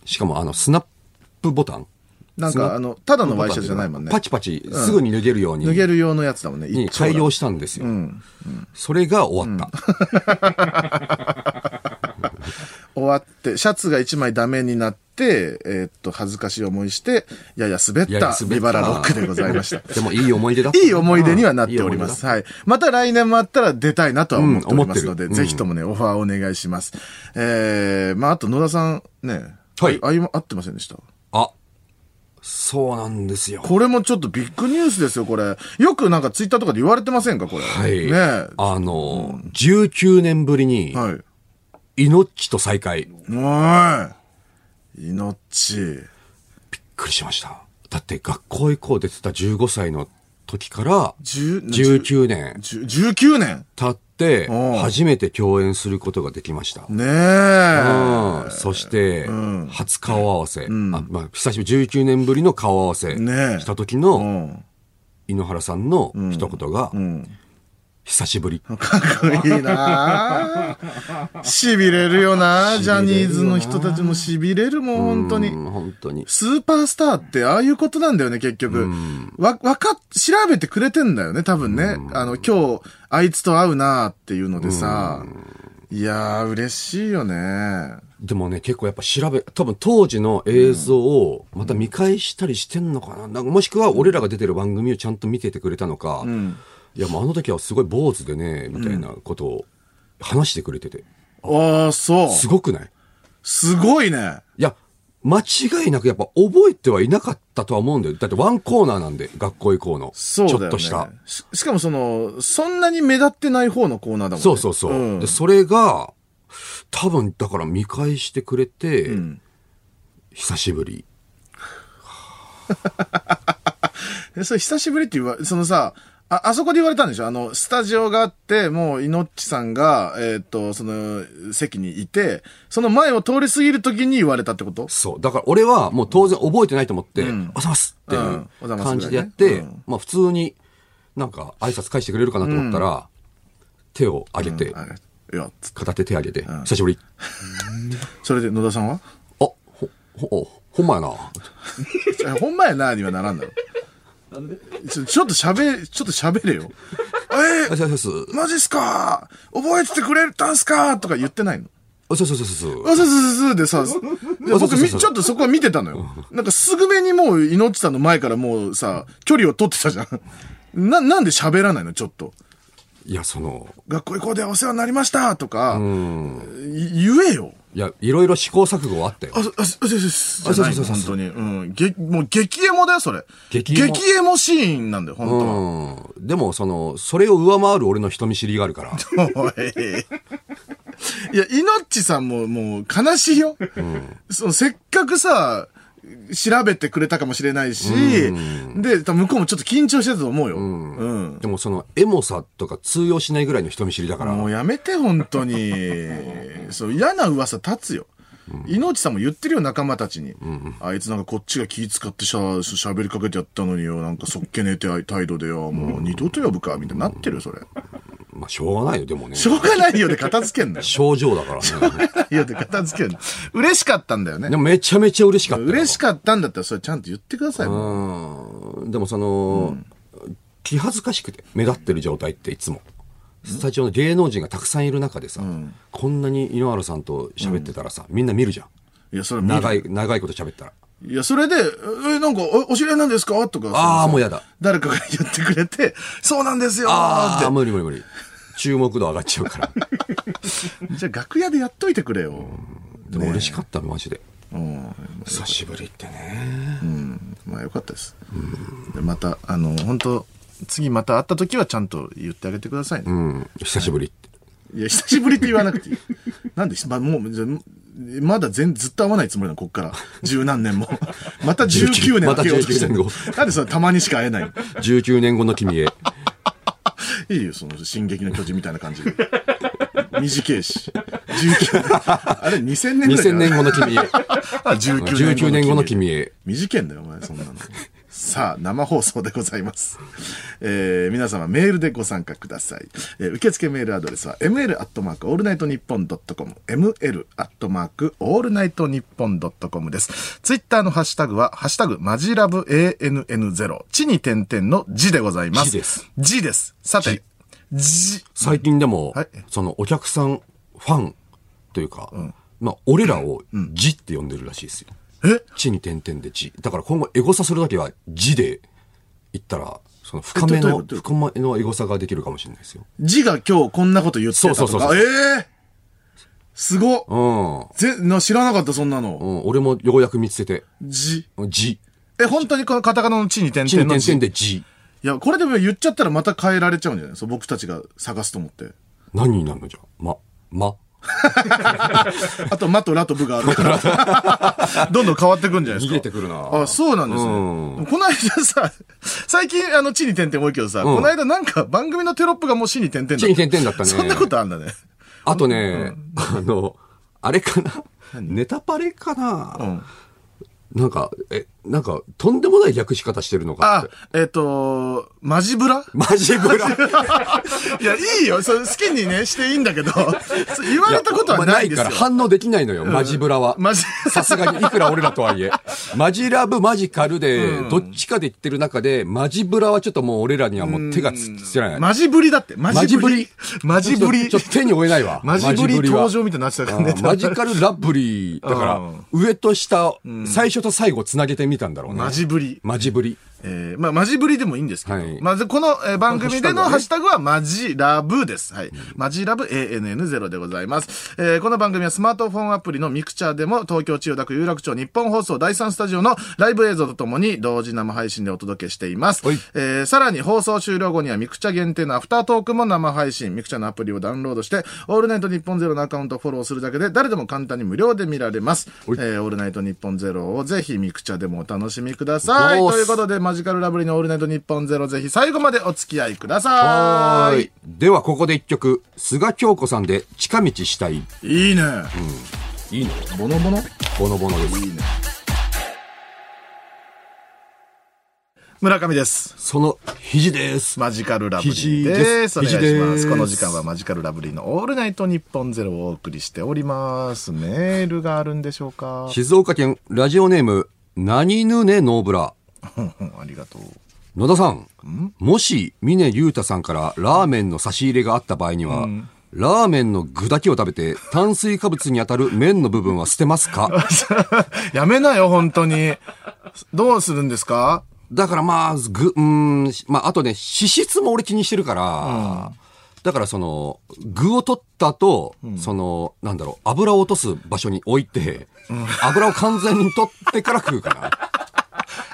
[SPEAKER 3] しかもあの、スナップボタン。
[SPEAKER 1] なん
[SPEAKER 3] スナッ
[SPEAKER 1] か、
[SPEAKER 3] プ
[SPEAKER 1] あの、ただのワイシャツじゃないもんね
[SPEAKER 3] パ。チパチ、すぐに脱げるように。
[SPEAKER 1] 脱げる用のやつだもんね。
[SPEAKER 3] に
[SPEAKER 1] 一丁だ
[SPEAKER 3] 改良したんですよ。それが終わった。
[SPEAKER 1] 終わって、シャツが一枚ダメになって、えーっと、恥ずかしい思いして、やや滑っ
[SPEAKER 3] やや
[SPEAKER 1] た
[SPEAKER 3] 滑った
[SPEAKER 1] ビバラロックでございました。
[SPEAKER 3] (laughs)
[SPEAKER 1] (laughs)
[SPEAKER 3] でもいい思い出だった。
[SPEAKER 1] いい思い出にはなっておりま
[SPEAKER 3] うんいい思い出
[SPEAKER 1] す。
[SPEAKER 3] だ
[SPEAKER 1] はい。また来年もあったら出たいなとは思っておりますので、
[SPEAKER 3] うん思ってる
[SPEAKER 1] ぜひともね、オファーお願いします。えー、まあ、あと野田さんね、
[SPEAKER 3] はい
[SPEAKER 1] あ今合ってませんでした。
[SPEAKER 3] あ、そうなんですよ。
[SPEAKER 1] これもちょっとビッグニュースですよ、これ。よくなんかツイッターとかで言われてませんか、これ。
[SPEAKER 3] はい。
[SPEAKER 1] ね
[SPEAKER 3] あの、19年ぶりに
[SPEAKER 1] え。、はい。
[SPEAKER 3] 命と再会。びっ
[SPEAKER 1] おい。命。
[SPEAKER 3] くりしました。だって学校以降出てた15歳の時から、
[SPEAKER 1] 十
[SPEAKER 3] 19年
[SPEAKER 1] 十19年。
[SPEAKER 3] 経って
[SPEAKER 1] うん、
[SPEAKER 3] 初めて共演することができました。
[SPEAKER 1] ねえ。
[SPEAKER 3] うんそして、初顔合わせ。あまあ、久しぶり、19年ぶりの顔合わせ
[SPEAKER 1] ねえ
[SPEAKER 3] した時
[SPEAKER 1] う
[SPEAKER 3] の、
[SPEAKER 1] ん。
[SPEAKER 3] 井ノ原さんの一言が、久しぶり。
[SPEAKER 1] かっこいいなしびれるよなジャニーズの人たちもしびれるもん、本当
[SPEAKER 3] う
[SPEAKER 1] に。
[SPEAKER 3] ん本当に。
[SPEAKER 1] スーパースターってああいうことなんだよね、結局。わ、わかっ、調べてくれてんだよね、多分ね。あの、今日、あいつと会うなっていうのでさ。いやー、嬉しいよね。
[SPEAKER 3] でもね、結構やっぱ調べ、多分当時の映像をまた見返したりしてんのかな,、なんかもしくは俺らが出てる番組をちゃんと見ててくれたのか、いや、もうあの時はすごい坊主でね、みたいなことを話してくれてて、
[SPEAKER 1] ああ、そう。
[SPEAKER 3] すごくない
[SPEAKER 1] すごいね。
[SPEAKER 3] いや、間違いなくやっぱ覚えてはいなかったとは思うんだよ。だってワンコーナーなんで、学校以降の。
[SPEAKER 1] そうだよ
[SPEAKER 3] ちょ
[SPEAKER 1] ね。
[SPEAKER 3] っとした。
[SPEAKER 1] し。しかもその、そんなに目立ってない方のコーナーだもんね。
[SPEAKER 3] そうそうそう。
[SPEAKER 1] うん
[SPEAKER 3] で、それが、多分だから見返してくれて、
[SPEAKER 1] ん
[SPEAKER 3] 久しぶり。
[SPEAKER 1] えそれ久しぶりって言わ、そのさ、あ、あそこで言われたんでしょあの、スタジオがあって、もう、いのっちさんが、えーっ、と、その、席にいて、その前を通り過ぎるときに言われたってこと
[SPEAKER 3] そう。だから俺はもう当然覚えてないと思って、おざますってい
[SPEAKER 1] うん
[SPEAKER 3] う
[SPEAKER 1] おざます
[SPEAKER 3] 感じでやっ
[SPEAKER 1] ぐら
[SPEAKER 3] て、
[SPEAKER 1] いねうん
[SPEAKER 3] まあ普通になんか挨拶返してくれるかなと思ったら、手を上げて、
[SPEAKER 1] あいや、つ
[SPEAKER 3] 片手手上げて、久しぶり。
[SPEAKER 1] それで野田さんは
[SPEAKER 3] あ、ほ、ほ、ほんまやな。
[SPEAKER 1] えほんまやな、にはならんだろ。ちょちょっと喋、ちょっと喋れよ。え
[SPEAKER 3] あ、
[SPEAKER 1] ー
[SPEAKER 3] そうそうそう。
[SPEAKER 1] マジっすか覚えててくれたんすかとか言ってないの
[SPEAKER 3] あ、そうそうそうそう。
[SPEAKER 1] あ、そうそうそうそうでさ、 (laughs) で
[SPEAKER 3] あそう
[SPEAKER 1] 僕
[SPEAKER 3] そうそう
[SPEAKER 1] み、ちょっとそこは見てたの
[SPEAKER 3] (laughs)
[SPEAKER 1] よ。なんかすぐめにもう、いのちさんの前からもうさ、距離を取ってたじゃん。な、なんで (laughs) 喋らないのちょっと。
[SPEAKER 3] いや、その、
[SPEAKER 1] 学校行こうでお世話になりましたとか、い言えよ。
[SPEAKER 3] いや、いろいろ試行錯誤はあったよ。
[SPEAKER 1] あ、そあ、そそうです。じゃない
[SPEAKER 3] そ
[SPEAKER 1] の
[SPEAKER 3] うそう
[SPEAKER 1] 本
[SPEAKER 3] そ
[SPEAKER 1] 当に。うん。げもう激エモだよ、それ。
[SPEAKER 3] 激エモ
[SPEAKER 1] 激エモシーンなんだよ、本当は。
[SPEAKER 3] うん。でも、その、それを上回る俺の人見知りがある
[SPEAKER 1] (laughs)
[SPEAKER 3] から。
[SPEAKER 1] おい。いや、いのっちさんももう悲しいよ。そのせっかくさ、調べてくれたかもしれないし、で、多分向こうもちょっと緊張してたと思うよ。うん。
[SPEAKER 3] でも、その、エモさとか通用しないぐらいの人見知りだから。
[SPEAKER 1] もうやめて、本当 (laughs) に。そう、嫌な噂立つよ。いのちさんも言ってるよ、仲間たちに。あいつなんかこっちが気使ってしゃ、喋りかけてやったのによ、なんかそっけねえって態度でよ、もう二度と呼ぶか、みたいになってるよ、それ。
[SPEAKER 3] まあ、しょうがないよ、でもね。
[SPEAKER 1] しょうがないよで片付けんなよ。
[SPEAKER 3] 症状だからね。
[SPEAKER 1] いや、で片付けるの。嬉しかったんだよね
[SPEAKER 3] で。も、めちゃめちゃ嬉しかったよ。
[SPEAKER 1] 嬉しかったんだったら、それちゃんと言ってください。もう
[SPEAKER 3] うんでもその、気恥ずかしくて目立ってる状態っていつもスタジオの芸能人がたくさんいる中でさ、こんなに井ノ原さんと喋ってたらさ、みんな見るじゃん
[SPEAKER 1] いや、それ見る
[SPEAKER 3] 長い長いこと喋ったら
[SPEAKER 1] いや、それで、え、なんか、お、お知り合いなんですかとか。
[SPEAKER 3] あー
[SPEAKER 1] そのさ
[SPEAKER 3] もうやだ。
[SPEAKER 1] 誰かが言ってくれて、そうなんですよー
[SPEAKER 3] あ
[SPEAKER 1] って
[SPEAKER 3] あ。無理無理無理注目度上がっちゃうから (laughs)
[SPEAKER 1] じゃあ楽屋でやっといてくれよ。
[SPEAKER 3] でも嬉しかったマジで
[SPEAKER 1] うん。
[SPEAKER 3] 久しぶりってね
[SPEAKER 1] まあよかったです。でまた、あの、本当次また会った時はちゃんと言ってあげてくださいね。
[SPEAKER 3] うん久しぶりって、
[SPEAKER 1] いや、久しぶりって言わなくていい。なんで、ま、もう、じゃまだ全、ずっと会わないつもりなの、こっから。十何年も。また19年
[SPEAKER 3] ま
[SPEAKER 1] 開
[SPEAKER 3] た
[SPEAKER 1] けようとしてる
[SPEAKER 3] 19年後
[SPEAKER 1] なんでそれたまにしか会えないの
[SPEAKER 3] 19年後の君 (laughs) へ
[SPEAKER 1] いいよ、その、進撃の巨人みたいな感じで。 (laughs) 短いし。19年。あ (laughs) れ、2000年ぐらいだ
[SPEAKER 3] 2000
[SPEAKER 1] よ
[SPEAKER 3] 年後の君へ
[SPEAKER 1] あ、19
[SPEAKER 3] 19年後の君
[SPEAKER 1] へ。
[SPEAKER 3] へ
[SPEAKER 1] 短いんだよ、お前、そんなの。さあ、生放送でございます。えー、皆様メールでご参加ください。えー受付メールアドレスは ml アットマークオールナイトニッポンドットコム ml アットマークオールナイトニッポンドットコムです。ツイッターのハッシュタグは、ハッシュタグマジラブ ANN0 地に点々の字でございます。
[SPEAKER 3] 字です。
[SPEAKER 1] 字です。さて、字。
[SPEAKER 3] 最近でも、
[SPEAKER 1] はい
[SPEAKER 3] そのお客さん、ファンというか、まあ、俺らを、ジって呼んでるらしいですよ。
[SPEAKER 1] え
[SPEAKER 3] 地に点々でジ。だから今後、エゴサするときは、ジで言ったら、その深め
[SPEAKER 1] えどうい
[SPEAKER 3] の、
[SPEAKER 1] うこと
[SPEAKER 3] 深めのエゴサができるかもしれないですよ。
[SPEAKER 1] 字が今日こんなこと言ってたとか。
[SPEAKER 3] そうそうそうそう
[SPEAKER 1] ええー、すごっ
[SPEAKER 3] うん。
[SPEAKER 1] ぜな知らなかった、そんなの。
[SPEAKER 3] うん、俺もようやく見つけて、
[SPEAKER 1] じ。
[SPEAKER 3] ジ。
[SPEAKER 1] え、本当にこのカタカナの地に点
[SPEAKER 3] 地
[SPEAKER 1] 々
[SPEAKER 3] に
[SPEAKER 1] の
[SPEAKER 3] 点
[SPEAKER 1] 字。
[SPEAKER 3] 々
[SPEAKER 1] い
[SPEAKER 3] でジ。
[SPEAKER 1] や、これでも言っちゃったらまた変えられちゃうんじゃないそう、僕たちが探すと思って。
[SPEAKER 3] 何になるのじゃあま、ま。
[SPEAKER 1] あと、マとラとブがある
[SPEAKER 3] (laughs)
[SPEAKER 1] から。どんどん変わってくんじゃないですか。
[SPEAKER 3] 逃げてくるな
[SPEAKER 1] あ、そうなんですね。
[SPEAKER 3] う
[SPEAKER 1] この間さ、最近、あの、地に点々多いけどさ、この間なんか番組のテロップがもう死に点々だった。
[SPEAKER 3] 地に点々だったね
[SPEAKER 1] そんなことあんだね。
[SPEAKER 3] あとね、あの、あれかなネタパレか
[SPEAKER 1] う
[SPEAKER 3] な、
[SPEAKER 1] ん。
[SPEAKER 3] なんか、え、なんか、とんでもない略し方してるのかっ
[SPEAKER 1] あ
[SPEAKER 3] て。、
[SPEAKER 1] えっ、とマジブラ
[SPEAKER 3] マジブラ。
[SPEAKER 1] いや、いいよ。それ好きにね、していいん
[SPEAKER 3] (laughs)
[SPEAKER 1] だけど、そう言われたことはないんですよ。
[SPEAKER 3] やお前から反応できないのよ、マジブラは。
[SPEAKER 1] マジ
[SPEAKER 3] さすがに、いくら俺らとはいえ。マジラブ、マジカルで、どっちかで言ってる中で、マジブラはちょっともう俺らにはもう手がつつけられない。
[SPEAKER 1] マジぶりだって。マ
[SPEAKER 3] マジブリ。
[SPEAKER 1] マジぶり
[SPEAKER 3] ちょ。っと手に負えないわ。
[SPEAKER 1] マジぶり
[SPEAKER 3] は
[SPEAKER 1] 登場みたいになってたからね
[SPEAKER 3] あ。ーマジカルラブリー。だか
[SPEAKER 1] う
[SPEAKER 3] ら
[SPEAKER 1] ん、
[SPEAKER 3] 上と下、最初と最後つなげてみたんだろうね。
[SPEAKER 1] マジぶり。
[SPEAKER 3] マジブリ。
[SPEAKER 1] えー、まあ、マジぶりでもいいんですけど。
[SPEAKER 3] はい
[SPEAKER 1] まず、この、えー番組での
[SPEAKER 3] ハ
[SPEAKER 1] ハッ
[SPEAKER 3] ッ
[SPEAKER 1] シュ
[SPEAKER 3] シ
[SPEAKER 1] タグは、マジラブです。はい。マジラブ ANN0 でございます。えー、この番組はスマートフォンアプリのミクチャーでも、東京千代田区有楽町日本放送第3スタジオのライブ映像とともに、同時生配信でお届けしています。
[SPEAKER 3] はい
[SPEAKER 1] えーさらに放送終了後にはミクチャ限定のアフタートークも生配信。ミクチャのアプリをダウンロードして、オールナイトニッポンゼロのアカウントをフォローするだけで、誰でも簡単に無料で見られます。えーオールナイトニッポンゼロをぜひミクチャでもお楽しみください。
[SPEAKER 3] どう
[SPEAKER 1] と
[SPEAKER 3] す
[SPEAKER 1] いうことで、マジカルラブリーのオールナイトニッポンゼロぜひ最後までお付き合いください。
[SPEAKER 3] はーい。では、ここで一曲、菅京子さんで、近道したい。
[SPEAKER 1] いいね。
[SPEAKER 3] いいの
[SPEAKER 1] ボノボノ
[SPEAKER 3] ボノボノです。
[SPEAKER 1] 村上です。
[SPEAKER 3] その肘です。
[SPEAKER 1] マジカルラブリーです。
[SPEAKER 3] 肘
[SPEAKER 1] お
[SPEAKER 3] です
[SPEAKER 1] 願いします。
[SPEAKER 3] 肘です
[SPEAKER 1] この時間はマジカルラブリーのオールナイトニッポンゼロをお送りしております。メールがあるんでしょうか
[SPEAKER 3] 静岡県ラジオネーム、何ぬねノーブラ。
[SPEAKER 1] うんありがとう。 (laughs)
[SPEAKER 3] 野田さん、もし峰竜太さんからラーメンの差し入れがあった場合には、ラーメンの具だけを食べて炭水化物に当たる麺の部分は捨てますか
[SPEAKER 1] やめなよ、本当に。どうするんですか
[SPEAKER 3] だからまあ、具、うーん、まああとね、脂質も俺気にしてるから、だからその、具を取ったと、その、なんだろう、油を落とす場所に置いて、油を完全に取ってから食うかな。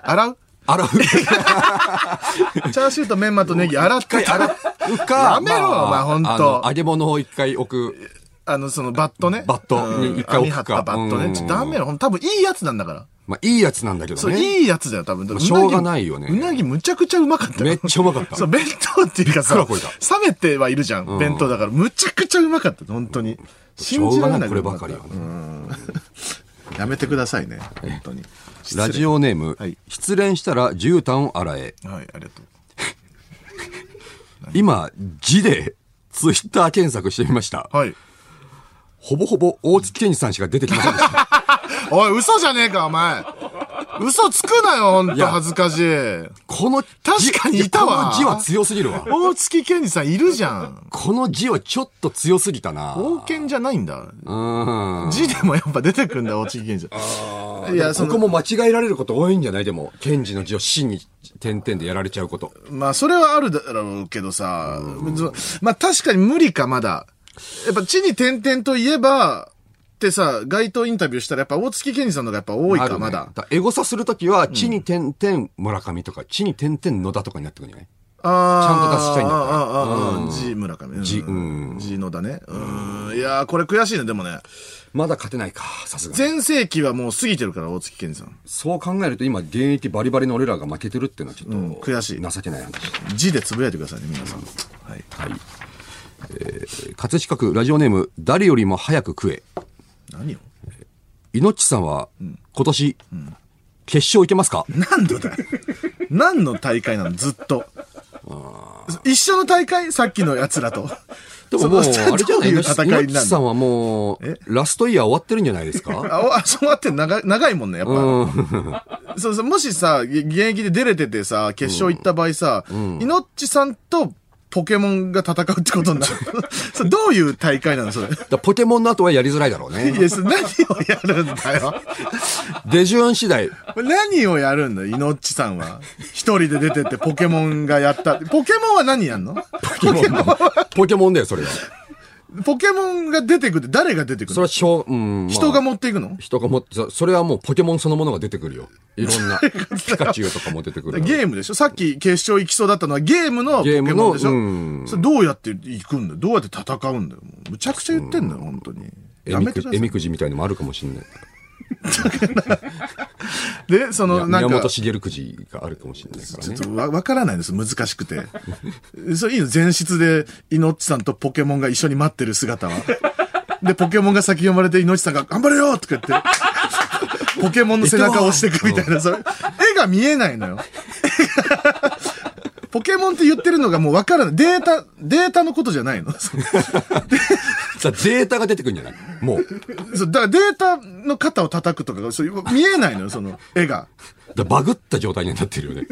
[SPEAKER 1] 洗う
[SPEAKER 3] 洗う。
[SPEAKER 1] チャーシューとメンマとネギ洗っ
[SPEAKER 3] 一回
[SPEAKER 1] て、
[SPEAKER 3] 洗うか。
[SPEAKER 1] やめろお前ほんと
[SPEAKER 3] あの揚げ物を一回置く。
[SPEAKER 1] あの、そのバットね。
[SPEAKER 3] バット
[SPEAKER 1] うん
[SPEAKER 3] に一回置
[SPEAKER 1] 網張
[SPEAKER 3] く
[SPEAKER 1] った
[SPEAKER 3] か
[SPEAKER 1] バット
[SPEAKER 3] う
[SPEAKER 1] ね。
[SPEAKER 3] ん
[SPEAKER 1] ちょっとダメよ。ほんと多分いいやつなんだから。
[SPEAKER 3] まあ、いいやつなんだけど
[SPEAKER 1] そう、
[SPEAKER 3] ね。
[SPEAKER 1] いいやつだよ、多分。
[SPEAKER 3] あしょうがないよね
[SPEAKER 1] うなぎむちゃくちゃうまかったよ
[SPEAKER 3] めっちゃうまかった
[SPEAKER 1] そう、弁当っていうかさ、
[SPEAKER 3] び
[SPEAKER 1] 冷
[SPEAKER 3] っくらこい
[SPEAKER 1] めてはいるじゃん、弁当だから。むちゃくちゃうまかった、本当に。
[SPEAKER 3] しょうがない、こればかりは、
[SPEAKER 1] うんやめてくださいね、本当に。
[SPEAKER 3] ラジオネーム、
[SPEAKER 1] はい
[SPEAKER 3] 失恋したら絨毯を洗え。
[SPEAKER 1] はい、ありがとう。
[SPEAKER 3] 今、字で、ツイッター検索してみました。
[SPEAKER 1] はい。
[SPEAKER 3] ほぼほぼ大月健二さんしか出てきませんでした。
[SPEAKER 1] おい、嘘じゃねえか、お前。嘘つくなよ、ほん
[SPEAKER 3] い
[SPEAKER 1] と、
[SPEAKER 3] や
[SPEAKER 1] 恥ずかしい。
[SPEAKER 3] この
[SPEAKER 1] (laughs)
[SPEAKER 3] 字、
[SPEAKER 1] 確かにいたわ
[SPEAKER 3] この字は強すぎるわ。
[SPEAKER 1] 大月健二さんいるじゃん。
[SPEAKER 3] この字はちょっと強すぎたな。
[SPEAKER 1] 王権じゃないんだ。
[SPEAKER 3] うん。
[SPEAKER 1] 字でもやっぱ出てくんだ、大月健二さん。いや、そ
[SPEAKER 3] こ
[SPEAKER 1] の
[SPEAKER 3] こも間違えられること多いんじゃないでも、健二の字を真に点々でやられちゃうこと。
[SPEAKER 1] まあ、それはあるだろうけどさ、そまあ、確かに無理か、まだ。やっぱ、地に点々といえば、ってさ、街頭インタビューしたら、やっぱ、大月健二さんのがやっぱ多い
[SPEAKER 3] あ
[SPEAKER 1] か、
[SPEAKER 3] るね
[SPEAKER 1] まだ。
[SPEAKER 3] からエゴサするときは、地に点々村上とか、地に点々野田とかになってくるんじゃない
[SPEAKER 1] あ
[SPEAKER 3] ちゃんと出したいんだ
[SPEAKER 1] あ
[SPEAKER 3] か
[SPEAKER 1] あああああ、G 村上。
[SPEAKER 3] G う
[SPEAKER 1] うん。G のだね。うん。いやー、これ悔しいね、でもね。
[SPEAKER 3] まだ勝てないか、さすがに。
[SPEAKER 1] 全盛期はもう過ぎてるから、大月健二さん。
[SPEAKER 3] そう考えると今、現役バリバリの俺らが負けてるっていうのはちょっと、
[SPEAKER 1] ん悔しい
[SPEAKER 3] 情けない話。
[SPEAKER 1] G でつぶやいてくださいね、皆さん。はい。
[SPEAKER 3] 葛飾区ラジオネーム、誰よりも早く食え。
[SPEAKER 1] 何を
[SPEAKER 3] いのっちさんは、今年、決勝行けますか
[SPEAKER 1] (laughs) 何度だよ。何の大会なのずっと。一緒の大会さっきの奴らと。
[SPEAKER 3] でももう、あ
[SPEAKER 1] そ
[SPEAKER 3] れ
[SPEAKER 1] の
[SPEAKER 3] じゃな
[SPEAKER 1] どう
[SPEAKER 3] い
[SPEAKER 1] い
[SPEAKER 3] の
[SPEAKER 1] う
[SPEAKER 3] い
[SPEAKER 1] 戦い
[SPEAKER 3] のっ
[SPEAKER 1] に
[SPEAKER 3] ち
[SPEAKER 1] なる
[SPEAKER 3] さん
[SPEAKER 1] の
[SPEAKER 3] はもう、ラストイヤー終わってるんじゃないですか
[SPEAKER 1] あ、おあそうやって長い長いもんね、やっぱ。そうそう、もしさ、げ現役で出れててさ、決勝行った場合さ、いのっちさんとポケモンが戦うってことになる。 (laughs) それどういう大会なの、それ。い
[SPEAKER 3] だポケモンの後はやりづらいだろうね。
[SPEAKER 1] や、それ何をやるんだよ。
[SPEAKER 3] 出順次第、
[SPEAKER 1] 何をやるんだよ、いのっちさんは。一人で出てってポケモンがやった。ポケモンは何やんの
[SPEAKER 3] ポケモン
[SPEAKER 1] (laughs)
[SPEAKER 3] のポケモンだよ、それは。
[SPEAKER 1] ポケモンが出てくって誰が出てくるの
[SPEAKER 3] それはしょう、うん。まあ
[SPEAKER 1] 人が持っていくの
[SPEAKER 3] 人がもそそれはもうポケモンそのものが出てく
[SPEAKER 1] (laughs)
[SPEAKER 3] るよ。いろんな。ピカチュウとかも出てくる。
[SPEAKER 1] ゲームでしょさっき決勝行きそうだったのはゲームのポケモンでしょ
[SPEAKER 3] ゲームのうん
[SPEAKER 1] それどうやって行くんだよどうやって戦うんだよもうむちゃくちゃ言ってんだよ、本当に。
[SPEAKER 3] え
[SPEAKER 1] や
[SPEAKER 3] み
[SPEAKER 1] め
[SPEAKER 3] く
[SPEAKER 1] てく
[SPEAKER 3] じ
[SPEAKER 1] ださ
[SPEAKER 3] え
[SPEAKER 1] い
[SPEAKER 3] み。くじみたいのもあるかもしれない。
[SPEAKER 1] で、その、な
[SPEAKER 3] 宮
[SPEAKER 1] んか
[SPEAKER 3] 本、茂くじがあるかもしれないから
[SPEAKER 1] ちょっ
[SPEAKER 3] ね。
[SPEAKER 1] とわわからないんです、難しくて。 (laughs) それいいの前室で、いのっちさんとポケモンが一緒に待ってる姿は。で、ポケモンが先読まれて、いのっちさんが、頑張れよとか言って、 (laughs) ポケモンの背中を押していくみたいな、それ、絵が見えないのよ。 (laughs) ポケモンって言ってるのがもうわからない。データ、データのことじゃないの。そう
[SPEAKER 3] さデータが出てくるんじゃないもう。
[SPEAKER 1] そうだからデータの肩を叩くとかが、そういう見えないのよ、その絵が。
[SPEAKER 3] だバグった状態になってるよね。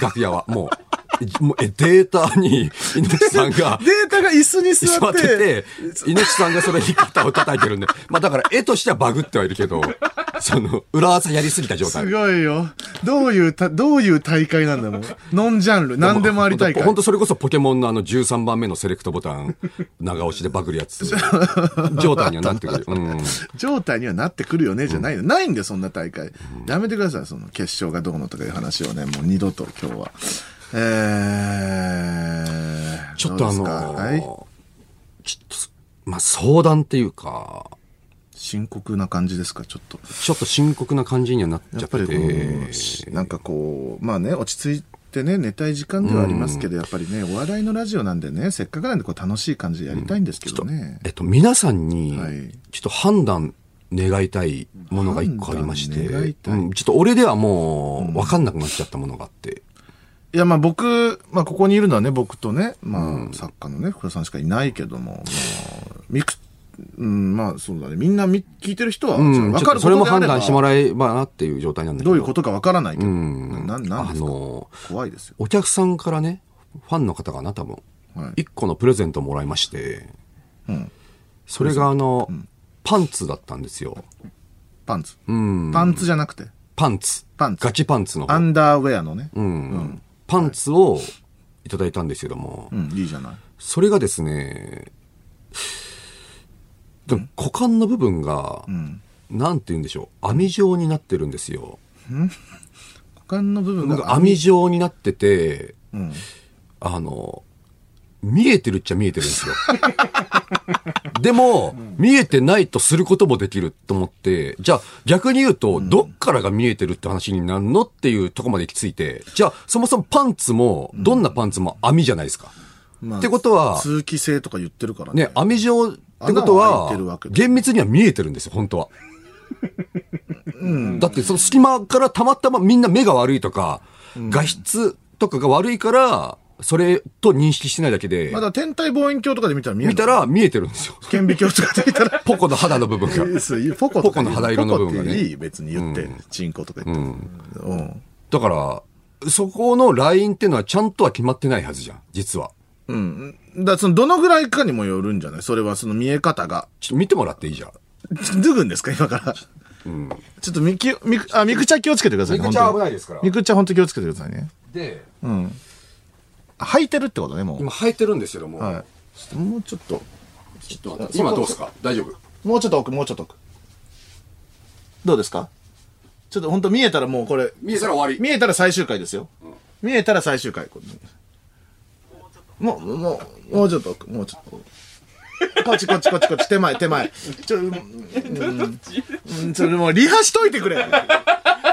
[SPEAKER 3] 楽屋は。もう。もうえ、データに、猪木さん
[SPEAKER 1] (laughs)
[SPEAKER 3] が
[SPEAKER 1] データが椅子に座
[SPEAKER 3] 座
[SPEAKER 1] っ
[SPEAKER 3] って
[SPEAKER 1] て、
[SPEAKER 3] て、猪木さんがそれに肩を叩いてるんで。まあだから絵としてはバグってはいるけど、その、裏技やりすぎた状態
[SPEAKER 1] す。ごいよ。どういうた、どういう大会なんだもん。ノンジャンル、何でもあり大会。
[SPEAKER 3] 本当それこそポケモンのあの13番目のセレクトボタン、 (laughs) 長押しでバグるやつ。
[SPEAKER 1] (laughs)
[SPEAKER 3] 状態にはなってくる。うん。
[SPEAKER 1] 状態にはなってくるよね、じゃないの。ないんだよ、そんな大会。やめてください、その決勝がどうのとかいう話をね、もう二度と今日は。えー、
[SPEAKER 3] ちょっとあ
[SPEAKER 1] どう
[SPEAKER 3] の
[SPEAKER 1] ですかはい。
[SPEAKER 3] ちょっとす、まあ相談っていうか、
[SPEAKER 1] 深刻な感じですか、ちょっと。
[SPEAKER 3] ちょっと深刻な感じにはなっちゃ
[SPEAKER 1] やっ
[SPEAKER 3] って
[SPEAKER 1] ぱりこ
[SPEAKER 3] て
[SPEAKER 1] う、しなんかこう、まあね、落ち着いてね、寝たい時間ではありますけど、やっぱりね、お笑いのラジオなんでね、せっかくなんでこう楽しい感じでやりたいんですけどね。
[SPEAKER 3] えっと、皆さんに
[SPEAKER 1] はい、
[SPEAKER 3] ちょっと判断願いたいものが一個ありまして、
[SPEAKER 1] 判断願いたい
[SPEAKER 3] うんちょっと俺ではもう、分かんなくなっちゃったものがあって、
[SPEAKER 1] いや、まあ僕、まあここにいるのはね、僕とね、まあ作家のね、福田さんしかいないけども、まあ、みく、うん、まあそうだね、みんなみ聞いてる人は、
[SPEAKER 3] うん
[SPEAKER 1] 分
[SPEAKER 3] ちょ
[SPEAKER 1] かる
[SPEAKER 3] っと
[SPEAKER 1] こ
[SPEAKER 3] それ
[SPEAKER 1] と
[SPEAKER 3] も
[SPEAKER 1] であ
[SPEAKER 3] 判
[SPEAKER 1] れば
[SPEAKER 3] 断してもらえばなっていう状態なんだけど、
[SPEAKER 1] どういうことかわからないけど、
[SPEAKER 3] ん
[SPEAKER 1] ななんです
[SPEAKER 3] あ
[SPEAKER 1] か
[SPEAKER 3] の
[SPEAKER 1] 怖いですよ。
[SPEAKER 3] お客さんからね、ファンの方かな、多分。
[SPEAKER 1] はい
[SPEAKER 3] 一個のプレゼントをもらいまして、
[SPEAKER 1] うん
[SPEAKER 3] それがあの、パンツだったんですよ。
[SPEAKER 1] パンツ。
[SPEAKER 3] うん。
[SPEAKER 1] パンツじゃなくて、
[SPEAKER 3] パンツ。
[SPEAKER 1] パンツ
[SPEAKER 3] ガチパンツの方
[SPEAKER 1] アンダーウェアのね。
[SPEAKER 3] うん。パンツをいただいたんですけども、
[SPEAKER 1] うん、いいじゃない。
[SPEAKER 3] それがですね、でも股間の部分が、なんて言うんでしょう、網状になってるんですよ。
[SPEAKER 1] 股間の部分
[SPEAKER 3] なん
[SPEAKER 1] が
[SPEAKER 3] か網状になってて、
[SPEAKER 1] うん。
[SPEAKER 3] あの、見えてるっちゃ見えてるんですよ。 (laughs) でも、見えてないとすることもできると思って、じゃあ逆に言うと、どっからが見えてるって話になるのっていうとこまで行き着いて、じゃあそもそもパンツも、どんなパンツも網じゃないですか。
[SPEAKER 1] まあ
[SPEAKER 3] ってことは
[SPEAKER 1] 通気性とか言ってるからね。
[SPEAKER 3] ね、網状ってこと
[SPEAKER 1] 穴は
[SPEAKER 3] は
[SPEAKER 1] 開いてるわけ、だ
[SPEAKER 3] 厳密には見えてるんですよ、本当は。だってその隙間からたまたまみんな目が悪いとか、画質とかが悪いから、それと認識してないだけで、
[SPEAKER 1] まだ天体望遠鏡とかで見たら見える
[SPEAKER 3] 見
[SPEAKER 1] のか
[SPEAKER 3] た
[SPEAKER 1] な。
[SPEAKER 3] ら見えてるんですよ。
[SPEAKER 1] 顕微鏡とかで見たら。
[SPEAKER 3] ポコの肌の部分が。 (laughs)
[SPEAKER 1] ポコとか
[SPEAKER 3] ポコの肌色の部分が
[SPEAKER 1] ポ
[SPEAKER 3] ね
[SPEAKER 1] コっていい、別に言って。チンコとか言って。うん。
[SPEAKER 3] だから、そこのラインってのはちゃんとは決まってないはずじゃん、実は。
[SPEAKER 1] うん。だからその、どのぐらいかにもよるんじゃないそれはその見え方が。 (laughs)
[SPEAKER 3] ちょっと見てもらっていいじゃん。
[SPEAKER 1] 脱ぐんですか今から。ちょっとみき、みく、あ、みくちゃ気をつけてくださいね。
[SPEAKER 3] みくちゃ
[SPEAKER 1] 本当に
[SPEAKER 3] 危ないですから
[SPEAKER 1] みくちゃ本当気をつけてくださいね。
[SPEAKER 3] で、
[SPEAKER 1] 履いてるってことね、もう。
[SPEAKER 3] 今履いてるんですけども、
[SPEAKER 1] はい。ちょっともうちょっと、
[SPEAKER 3] ちょっと待って今どうですか大丈夫
[SPEAKER 1] もうちょっと奥、もうちょっと奥。どうですかちょっと本当見えたらもうこれ、
[SPEAKER 3] 見えたら終わり。
[SPEAKER 1] 見えたら最終回ですよ。見えたら最終回。こうもう、もう、もうちょっと奥、もうちょっと奥。こっちこっちこっちこっち、手前手前。ちょ、うん、うん、ちょ、もうリハしといてくれ。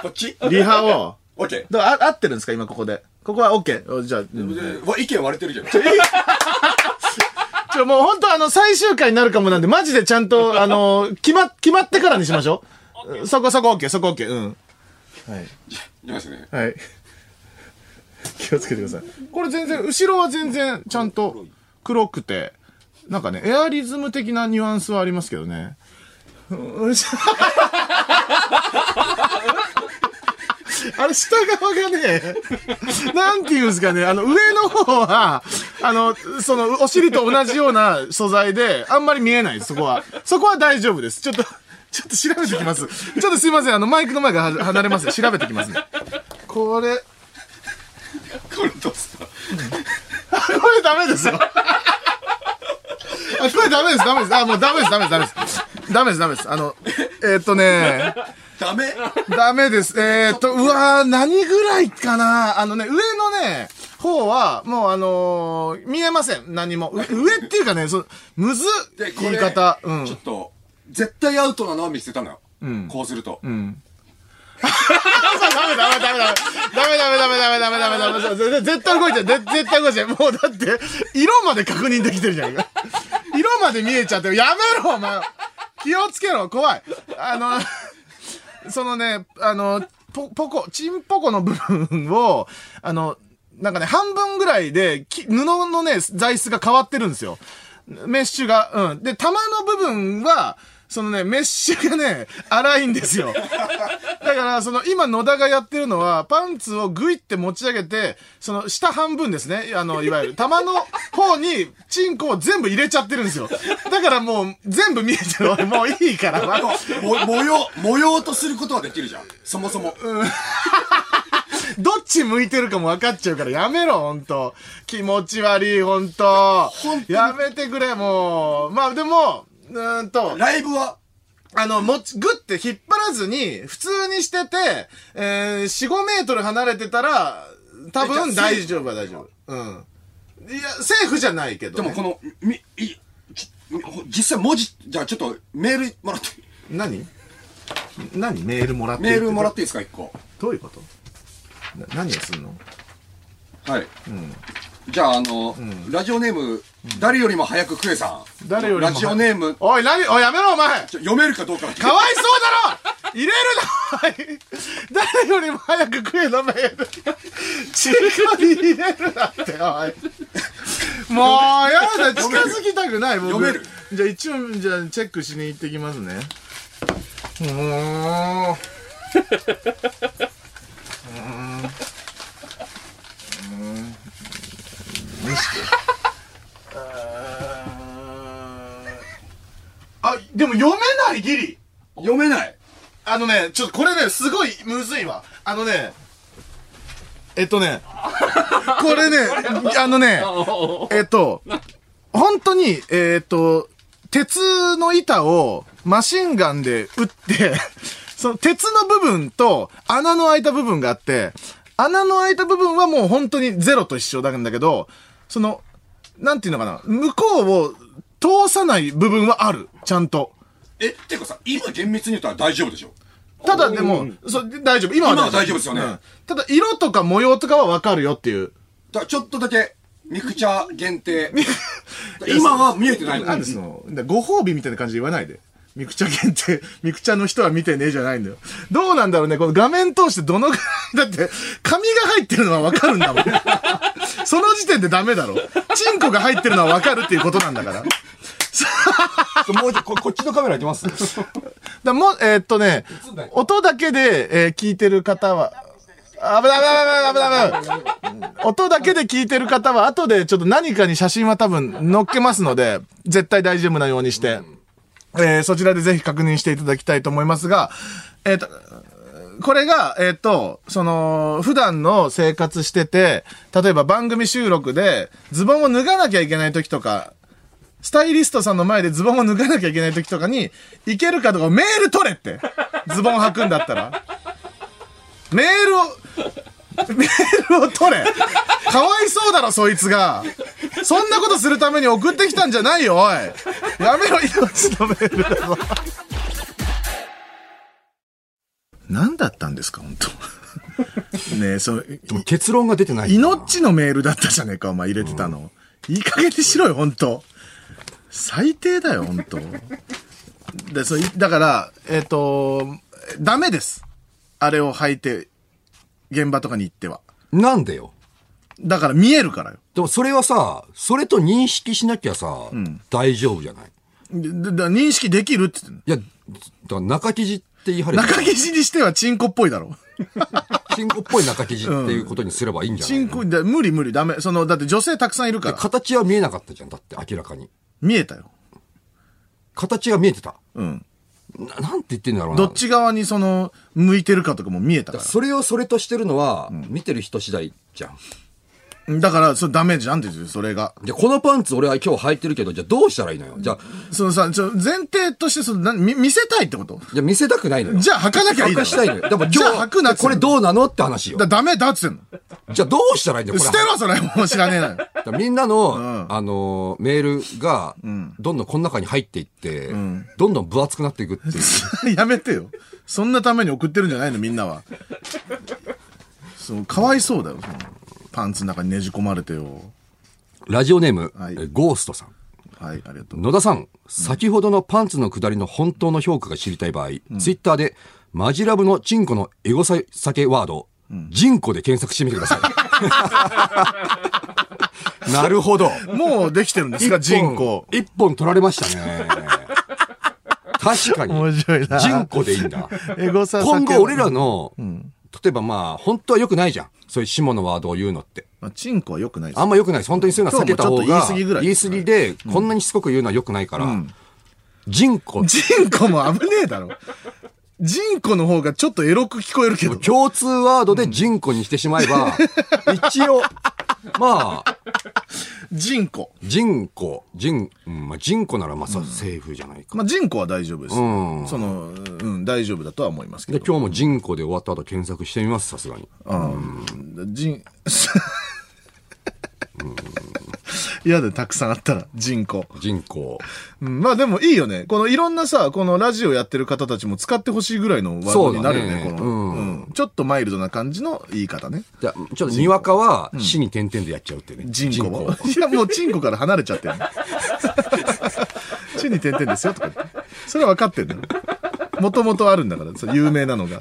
[SPEAKER 3] こっち
[SPEAKER 1] リハを。
[SPEAKER 3] オッケ
[SPEAKER 1] どうあ合ってるんですか今ここで。ここは OK。おじゃあ、うん
[SPEAKER 3] ー。わ、意見割れてるじゃん。
[SPEAKER 1] ちょ、もう本当あの、最終回になるかもなんで、マジでちゃんと、あの、決ま、決まってからにしましょう。そこそこ OK、そこ OK、うん。はい。
[SPEAKER 3] いきますね。
[SPEAKER 1] はい。気をつけてください。これ全然、後ろは全然ちゃんと黒くて、なんかね、エアリズム的なニュアンスはありますけどね。 (laughs) うんあれ、下側がね、なんていうんですかね、あの、上の方は、あの、その、お尻と同じような素材で、あんまり見えないです、そこは。そこは大丈夫です。ちょっと、ちょっと調べてきます。ちょっとすいません、あの、マイクの前が離れます。調べてきますね。これ、
[SPEAKER 3] これどうすか
[SPEAKER 1] あこれダメですよ。あ、これダメです、ダメです。あ、もうダメです、ダメです、ダメです。ダメです、ダメです。あの、えーっとね、
[SPEAKER 3] ダメ
[SPEAKER 1] ダメです。えー、っと、うわー、何ぐらいかなあのね、上のね、方は、もうあのー見えません。何も。う上っていうかね、そのむず
[SPEAKER 3] で、、こ
[SPEAKER 1] 言い
[SPEAKER 3] れ、
[SPEAKER 1] 方。うん
[SPEAKER 3] ちょ。っと、絶対アウトなのは見せたのよ。こうすると。
[SPEAKER 1] ダメダメダメダメダメダメダメダメダメダメダメダメダメ絶対動いちゃう絶絶対動いちゃうもうだって色まで確認できてるじゃん色まで見えちゃってるやめろお前気をつけろ怖いあのそのねあのポポコチンポコの部分をあのなんかね半分ぐらいでき布のね材質が変わってるんですよメッシュがうんで玉の部分はそのね、メッシュがね、荒いんですよ。だから、その、今、野田がやってるのは、パンツをグイって持ち上げて、その、下半分ですね。あの、いわゆる、玉の方に、チンコを全部入れちゃってるんですよ。だからもう、全部見えてる。俺、もういいから。
[SPEAKER 3] あの、も模様、模様とすることはできるじゃん。そもそも。
[SPEAKER 1] どっち向いてるかも分かっちゃうから、やめろ、ほんと。気持ち悪い、ほんと
[SPEAKER 3] 本。当に
[SPEAKER 1] やめてくれ、もう。まあ、でも、うーんと。
[SPEAKER 3] ライブは、
[SPEAKER 1] あの、もち、ぐって引っ張らずに、普通にしてて、えー、4、5メートル離れてたら、多分
[SPEAKER 3] えじゃあ
[SPEAKER 1] 大丈夫は大丈夫。うん。いや、セーフじゃないけど、
[SPEAKER 3] で
[SPEAKER 1] ね。
[SPEAKER 3] もこの、み、い、ちほ実際文字、じゃあちょっとメールもらって、
[SPEAKER 1] 何何メールもらって。
[SPEAKER 3] メールもらってていいですか、一個。
[SPEAKER 1] どういうことな何をすんの
[SPEAKER 3] はい。じゃあ、あの、ラジオネーム、誰よりも早くクエさん。
[SPEAKER 1] 誰よりも
[SPEAKER 3] ラジオネーム、
[SPEAKER 1] おい、何おい、やめろ、お前
[SPEAKER 3] ちょ読めるかどうか。
[SPEAKER 1] かわいそうだろ入れるなおい誰よりも早く食えのメールチンコに入れるなっておいもうやだ近づきたくない僕
[SPEAKER 3] 読める
[SPEAKER 1] じゃあ一応じゃあチェックしに行ってきますねうーんあでも読めないギリ
[SPEAKER 3] 読めない。
[SPEAKER 1] あのね、ちょっとこれね、すごいむずいわ。あのね、えっとね、これね、あのね、えっと、本当に、えっと、鉄の板をマシンガンで打って、 (laughs) その鉄の部分と穴の開いた部分があって、穴の開いた部分はもう本当にゼロと一緒なんだけど、その、なんていうのかな、向こうを通さない部分はある、ちゃんと。
[SPEAKER 4] え、てかさ、今厳密に言ったら大丈夫でしょ
[SPEAKER 1] ただでも、そう大丈夫。今は
[SPEAKER 4] 今は大丈夫ですよね
[SPEAKER 1] うんただ、色とか模様とかはわかるよっていう。
[SPEAKER 4] だからちょっとだけ、ミクチャ限
[SPEAKER 3] (laughs)
[SPEAKER 4] 定。今は見えてないの
[SPEAKER 1] なんでその、だご褒美みたいな感じで言わないで。ミクチャ限定、 (laughs) ミクチャの人は見てねえじゃないんだよ。どうなんだろうね、この画面通してどのぐらい、だって、紙が入ってるのはわかるんだもん。 (laughs) その時点でダメだろ。チンコが入ってるのはわかるっていうことなんだから。
[SPEAKER 3] もうちょここっちのカメラいき (laughs) ます
[SPEAKER 1] だもう、えーっとね
[SPEAKER 3] んない、
[SPEAKER 1] 音だけで、えー聞いてる方は、あ危ない危ない危ない危ない危ない。音だけで聞いてる方は、後でちょっと何かに写真は多分載っけますので、絶対大丈夫なようにして、えーそちらでぜひ確認していただきたいと思いますが、えーっと、これが、えっ、と、その、普段の生活してて、例えば番組収録で、ズボンを脱がなきゃいけない時とか、スタイリストさんの前でズボンを脱がなきゃいけない時とかに、いけるかとかメール取れって。ズボン履くんだったら。メールを、メールを取れ。かわいそうだろ、そいつが。そんなことするために送ってきたんじゃないよ、おい。やめろ、命のメールだぞ。何だったんですか、本当ねえ、その、
[SPEAKER 3] 結論が出てない
[SPEAKER 1] 命のメールだったじゃねえか、お前入れてたの。いい加減にしろよ、ほんと。最低だよ、ほんと。で、そうい、だから、えっ、と、ダメです。あれを履いて、現場とかに行っては。
[SPEAKER 3] なんでよ
[SPEAKER 1] だから見えるからよ。
[SPEAKER 3] でもそれはさそれと認識しなきゃさ、大丈夫じゃない
[SPEAKER 1] ででだ認識できるって言ってんの
[SPEAKER 3] いやだから中生地って言い張れば
[SPEAKER 1] 中生地にしてはチンコっぽいだろ。
[SPEAKER 3] チンコっぽい中生地っていうことにすればいいんじゃない
[SPEAKER 1] チ、ンコ、だ無理無理、ダメ。その、だって女性たくさんいるから。
[SPEAKER 3] 形は見えなかったじゃんだって明らかに
[SPEAKER 1] 見えたよ。
[SPEAKER 3] 形は見えてた
[SPEAKER 1] うん。
[SPEAKER 3] ななんて言ってんだろうな
[SPEAKER 1] どっち側にその、向いてるかとかも見えたから。
[SPEAKER 3] それをそれとしてるのは、見てる人次第じゃん
[SPEAKER 1] だから、それダメじゃんって言ってるそれが。
[SPEAKER 3] じゃあこのパンツ俺は今日履いてるけど、じゃあどうしたらいいのよ。じゃあ、
[SPEAKER 1] そのさ、ちょ、前提として、その、な見、見せたいってこと
[SPEAKER 3] じゃあ見せたくないのよ。
[SPEAKER 1] じゃあ履かなきゃいいだ
[SPEAKER 3] 履か
[SPEAKER 1] ろ
[SPEAKER 3] したいのよ。でも今日、
[SPEAKER 1] じゃあ履くなっつってんの
[SPEAKER 3] これどうなのって話よ
[SPEAKER 1] だ、。ダメだっつってんの。
[SPEAKER 3] じゃあどうしたらいいのよ、こ
[SPEAKER 1] 捨
[SPEAKER 3] れ
[SPEAKER 1] て。ろ、それ。もう知らねえなよ。 (laughs)
[SPEAKER 3] だからみんなの、あのーメールが、どんどんこの中に入っていって、どんどん分厚くなっていくっていう。
[SPEAKER 1] やめてよ。そんなために送ってるんじゃないの、みんなは。そう、かわいそうだよ、そのパンツの中にねじ込まれてよ。
[SPEAKER 3] ラジオネーム、
[SPEAKER 1] はい
[SPEAKER 3] えゴーストさん。
[SPEAKER 1] はい、ありがとう。
[SPEAKER 3] 野田さん、先ほどのパンツの下りの本当の評価が知りたい場合、ツイッターで、マジラブのチンコのエゴサ酒ワード、ジンコで検索してみてくださ
[SPEAKER 1] (laughs)
[SPEAKER 3] い。なるほど。
[SPEAKER 1] もうできてるんですか、人口。
[SPEAKER 3] 一本取られましたね。確かに。
[SPEAKER 1] 面白いな
[SPEAKER 3] 人口でいいんだ。
[SPEAKER 1] エゴサ
[SPEAKER 3] 今後俺ら
[SPEAKER 1] の。
[SPEAKER 3] の、例えばまあ、本当は良くないじゃん。そういう下のワードを言うのって。
[SPEAKER 1] まあ、チンコは良くないです
[SPEAKER 3] あんま良くないです。本当にそういうのは避けた方が。
[SPEAKER 1] 今日もちょっと言い過ぎぐらい
[SPEAKER 3] 言い過ぎで、こんなにしつこく言うのは良くないから、人口。
[SPEAKER 1] 人口も危ねえだろ。人口の方がちょっとエロく聞こえるけど。
[SPEAKER 3] 共通ワードで人口にしてしま
[SPEAKER 1] (laughs)
[SPEAKER 3] えば、一応、まあ、
[SPEAKER 1] 人口。
[SPEAKER 3] 人口、人、うんまあ、人口ならまあ、さセーフじゃないか。
[SPEAKER 1] まあ、人口は大丈夫です。
[SPEAKER 3] うん
[SPEAKER 1] その、うん、大丈夫だとは思いますけ
[SPEAKER 3] で、
[SPEAKER 1] ど。
[SPEAKER 3] 今日も人口で終わった後検索してみます、さすがに。
[SPEAKER 1] うん。人、嫌でたくさんあったら、人口。
[SPEAKER 3] 人口。
[SPEAKER 1] うん、まあでもいいよね。このいろんなさ、このラジオやってる方たちも使ってほしいぐらいのワードになるよね、
[SPEAKER 3] そうだね
[SPEAKER 1] この、
[SPEAKER 3] うん
[SPEAKER 1] うんちょっとマイルドな感じの言い方ね。
[SPEAKER 3] じゃあちょっとにわかは、死に点々でやっちゃうってね。
[SPEAKER 1] 人口を。 (laughs) いや、もうチンコから離れちゃってる。地に点々ですよ、とか言って。それは分かってんのよ。もともとあるんだから、そう有名なのが。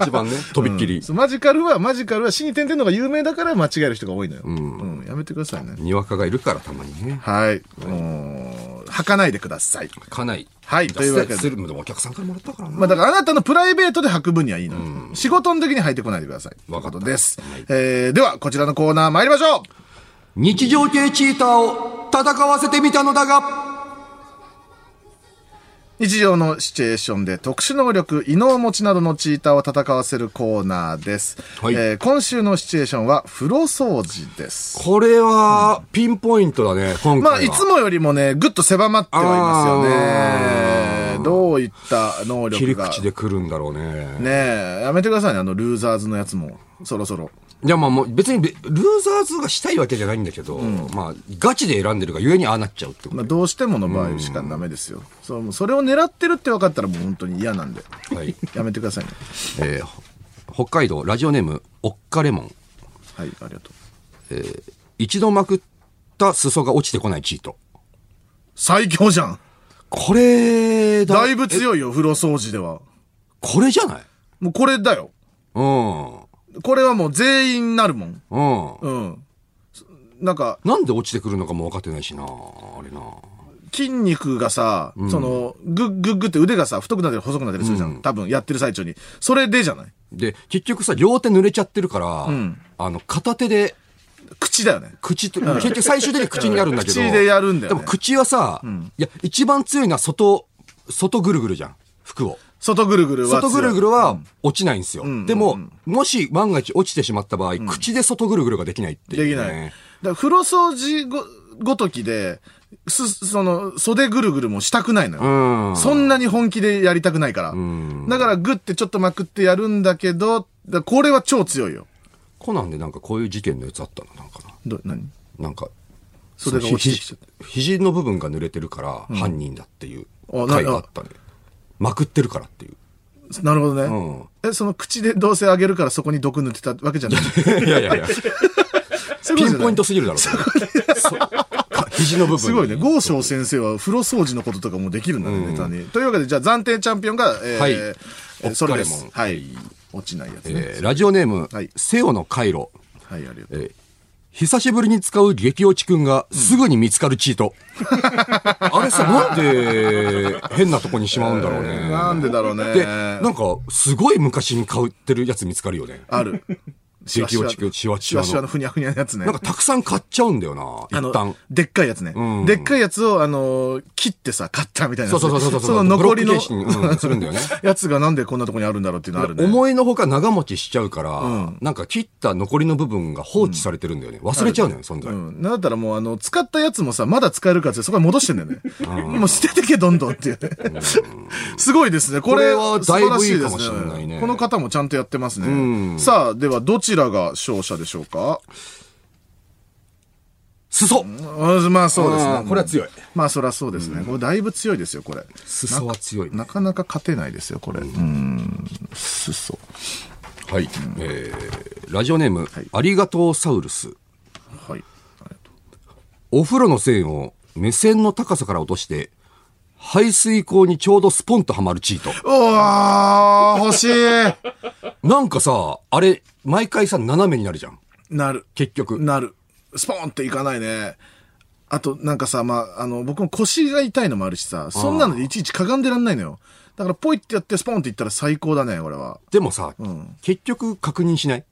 [SPEAKER 3] 一番ね、とびっきり。
[SPEAKER 1] (laughs) そうマジカルは、マジカルは死に点々のが有名だから間違える人が多いのよ。うん、やめてくださいね。
[SPEAKER 3] にわかがいるからたまにね。
[SPEAKER 1] はい。もう、吐かないでください。
[SPEAKER 3] かない。
[SPEAKER 1] はい
[SPEAKER 3] じゃあ
[SPEAKER 1] というわけで
[SPEAKER 3] スルムでもお客さんからもらったからな。
[SPEAKER 1] まあだからあなたのプライベートで履く分にはいいのよ、仕事の時に履いてこないでください。
[SPEAKER 3] わかっ
[SPEAKER 1] とい
[SPEAKER 3] た
[SPEAKER 1] うことです。
[SPEAKER 3] はい
[SPEAKER 1] えー、では、こちらのコーナー参りましょう
[SPEAKER 3] 日常系チーターを戦わせてみたのだが、
[SPEAKER 1] 日常のシチュエーションで特殊能力、異能持ちなどのチーターを戦わせるコーナーです。
[SPEAKER 3] はい
[SPEAKER 1] えー今週のシチュエーションは風呂掃除です。
[SPEAKER 3] これは、ピンポイントだね、今回は。
[SPEAKER 1] まあ、いつもよりもね、ぐっと狭まってはいますよね。どういった能
[SPEAKER 3] 切
[SPEAKER 1] 力
[SPEAKER 3] り
[SPEAKER 1] が。
[SPEAKER 3] 口で来るんだろうね。
[SPEAKER 1] ねえ、やめてくださいね、あの、ルーザーズのやつも。そろそろ。
[SPEAKER 3] いや、まあもう別にルルーザーズがしたいわけじゃないんだけど、まあ、ガチで選んでるがゆえにああなっちゃうってこと
[SPEAKER 1] まあ、
[SPEAKER 3] ね。
[SPEAKER 1] どうしてもの場合しかダメですよ。そう、もうそれを狙ってるって分かったらもう本当に嫌なんで。 (laughs)
[SPEAKER 3] はい。
[SPEAKER 1] やめてくださいね。
[SPEAKER 3] えー北海道ラジオネーム、おっかレモン。
[SPEAKER 1] はい、ありがとう。
[SPEAKER 3] 一度まくった裾が落ちてこないチート。
[SPEAKER 1] 最強じゃん
[SPEAKER 3] これだ、
[SPEAKER 1] だいぶ強いよ、風呂掃除では。
[SPEAKER 3] これじゃない
[SPEAKER 1] もうこれだよ。
[SPEAKER 3] うん。
[SPEAKER 1] これはもう全員なるもん。
[SPEAKER 3] う
[SPEAKER 1] うん。なんか、
[SPEAKER 3] ん。なんで落ちてくるのかも分かってないしな、あれな。
[SPEAKER 1] 筋肉がさ、その、グッグッグって腕がさ、太くなったり細くなったりするじゃん。多分、やってる最中に。それでじゃない
[SPEAKER 3] で、結局さ、両手濡れちゃってるから、あの、片手で、
[SPEAKER 1] 口だよね。
[SPEAKER 3] 口と、結局最終的に口になるんだけど。
[SPEAKER 1] 口でやるんだよね
[SPEAKER 3] でも口はさ、いや、一番強いのは外、外ぐるぐるじゃん。服を。
[SPEAKER 1] 外ぐるぐるは強
[SPEAKER 3] 外
[SPEAKER 1] い。
[SPEAKER 3] ぐるぐるは落ちないんですよ。でも、もし万が一落ちてしまった場合、口で外ぐるぐるができないっていう、
[SPEAKER 1] で
[SPEAKER 3] ね。
[SPEAKER 1] きない。だから風呂掃除ご、ごときで、す、その、袖ぐるぐるもしたくないのよ。
[SPEAKER 3] うん。
[SPEAKER 1] そんなに本気でやりたくないから。だからグってちょっとまくってやるんだけど、だからこれは超強いよ。
[SPEAKER 3] コナンでなんかこういう事件のやつあったのなんかな。
[SPEAKER 1] ど、何
[SPEAKER 3] なんか、
[SPEAKER 1] 袖が落ちてきちゃった
[SPEAKER 3] ひひ肘の部分が濡れてるから犯人だっていう
[SPEAKER 1] あな
[SPEAKER 3] 回があったね。まくってるからっていう。
[SPEAKER 1] なるほどね。
[SPEAKER 3] う
[SPEAKER 1] え、その口でどうせあげるからそこに毒塗ってたわけじゃない。
[SPEAKER 3] いやいやいや、
[SPEAKER 1] そういうことじ
[SPEAKER 3] (laughs) ピ
[SPEAKER 1] ゃ
[SPEAKER 3] ン
[SPEAKER 1] ない
[SPEAKER 3] ポイントすぎるだろ、それそうか肘の部分。
[SPEAKER 1] すごいね。豪昌先生は風呂掃除のこととかもできるんだね、ネタに。というわけで、じゃあ暫定チャンピオンが、えー
[SPEAKER 3] はい
[SPEAKER 1] えー
[SPEAKER 3] お疲れ
[SPEAKER 1] それです
[SPEAKER 3] もん。
[SPEAKER 1] はい。落ちないやつね。
[SPEAKER 3] えーラジオネーム、
[SPEAKER 1] はい
[SPEAKER 3] セオの回路。
[SPEAKER 1] はい、ありがとう。
[SPEAKER 3] えー久しぶりに使う激落ちくんがすぐに見つかるチー
[SPEAKER 1] (laughs)
[SPEAKER 3] ト。あれさ、なんで変なとこにしまうんだろうね。
[SPEAKER 1] なんでだろう
[SPEAKER 3] で、
[SPEAKER 1] ね。
[SPEAKER 3] なんか、すごい昔に買ってるやつ見つかるよね。
[SPEAKER 1] ある。
[SPEAKER 3] (laughs) 激落ちくん、シワシワ
[SPEAKER 1] シワの
[SPEAKER 3] の。
[SPEAKER 1] ふにゃふにゃのやつね。
[SPEAKER 3] なんかたくさん買っちゃうんだよな、
[SPEAKER 1] あ
[SPEAKER 3] 一
[SPEAKER 1] の
[SPEAKER 3] 旦。
[SPEAKER 1] でっかいやつね。
[SPEAKER 3] うん
[SPEAKER 1] でっかいやつを、あのー切ってさ、買ったみたいな
[SPEAKER 3] そ
[SPEAKER 1] や
[SPEAKER 3] う
[SPEAKER 1] つ
[SPEAKER 3] そ
[SPEAKER 1] ね、
[SPEAKER 3] うそうそう。
[SPEAKER 1] その残りの
[SPEAKER 3] ブロック形式にうんする
[SPEAKER 1] (laughs)
[SPEAKER 3] んだよね。
[SPEAKER 1] やつがなんでこんなとこにあるんだろうっていうのあるね。
[SPEAKER 3] 思いのほか長持ちしちゃうから、なんか切った残りの部分が放置されてるんだよね。忘れちゃうのよ、存在。
[SPEAKER 1] うん。なんだったらもう、あの、使ったやつもさ、まだ使えるからって、そこに戻してんだよね。もう捨ててけ、どんどんっていうね。すごいですね。これ、
[SPEAKER 3] これは
[SPEAKER 1] 素晴らし
[SPEAKER 3] だいぶいいか
[SPEAKER 1] で
[SPEAKER 3] もし
[SPEAKER 1] す
[SPEAKER 3] れないね
[SPEAKER 1] この方もちゃんとやってます
[SPEAKER 3] う
[SPEAKER 1] ね。さあ、では、どちらが勝者でしょうか
[SPEAKER 3] 裾
[SPEAKER 1] うんまあ、そうです
[SPEAKER 3] あ
[SPEAKER 1] ね
[SPEAKER 3] ー。これは強い。
[SPEAKER 1] まあ、そりゃそうですね。これ、だいぶ強いですよ、これ。
[SPEAKER 3] 裾は強い。
[SPEAKER 1] なかなか勝てないですよ、これ。うん。すそ。
[SPEAKER 3] はい。えー、ラジオネーム、
[SPEAKER 1] い
[SPEAKER 3] ありがとうサウルス。
[SPEAKER 1] はい。
[SPEAKER 3] お風呂の線を目線の高さから落として、排水口にちょうどスポンとはまるチート。
[SPEAKER 1] おー、欲しい
[SPEAKER 3] なんかさ、あれ、毎回さ、斜めになるじゃん。
[SPEAKER 1] なる。
[SPEAKER 3] 結局。
[SPEAKER 1] なる。スポーンっていかないね。あと、なんかさ、まあ、あの、僕も腰が痛いのもあるしさ、そんなのでいちいちかがんでらんないのよ。だから、ポイってやってスポーンっていったら最高だね、これは。
[SPEAKER 3] でもさ、結局確認しない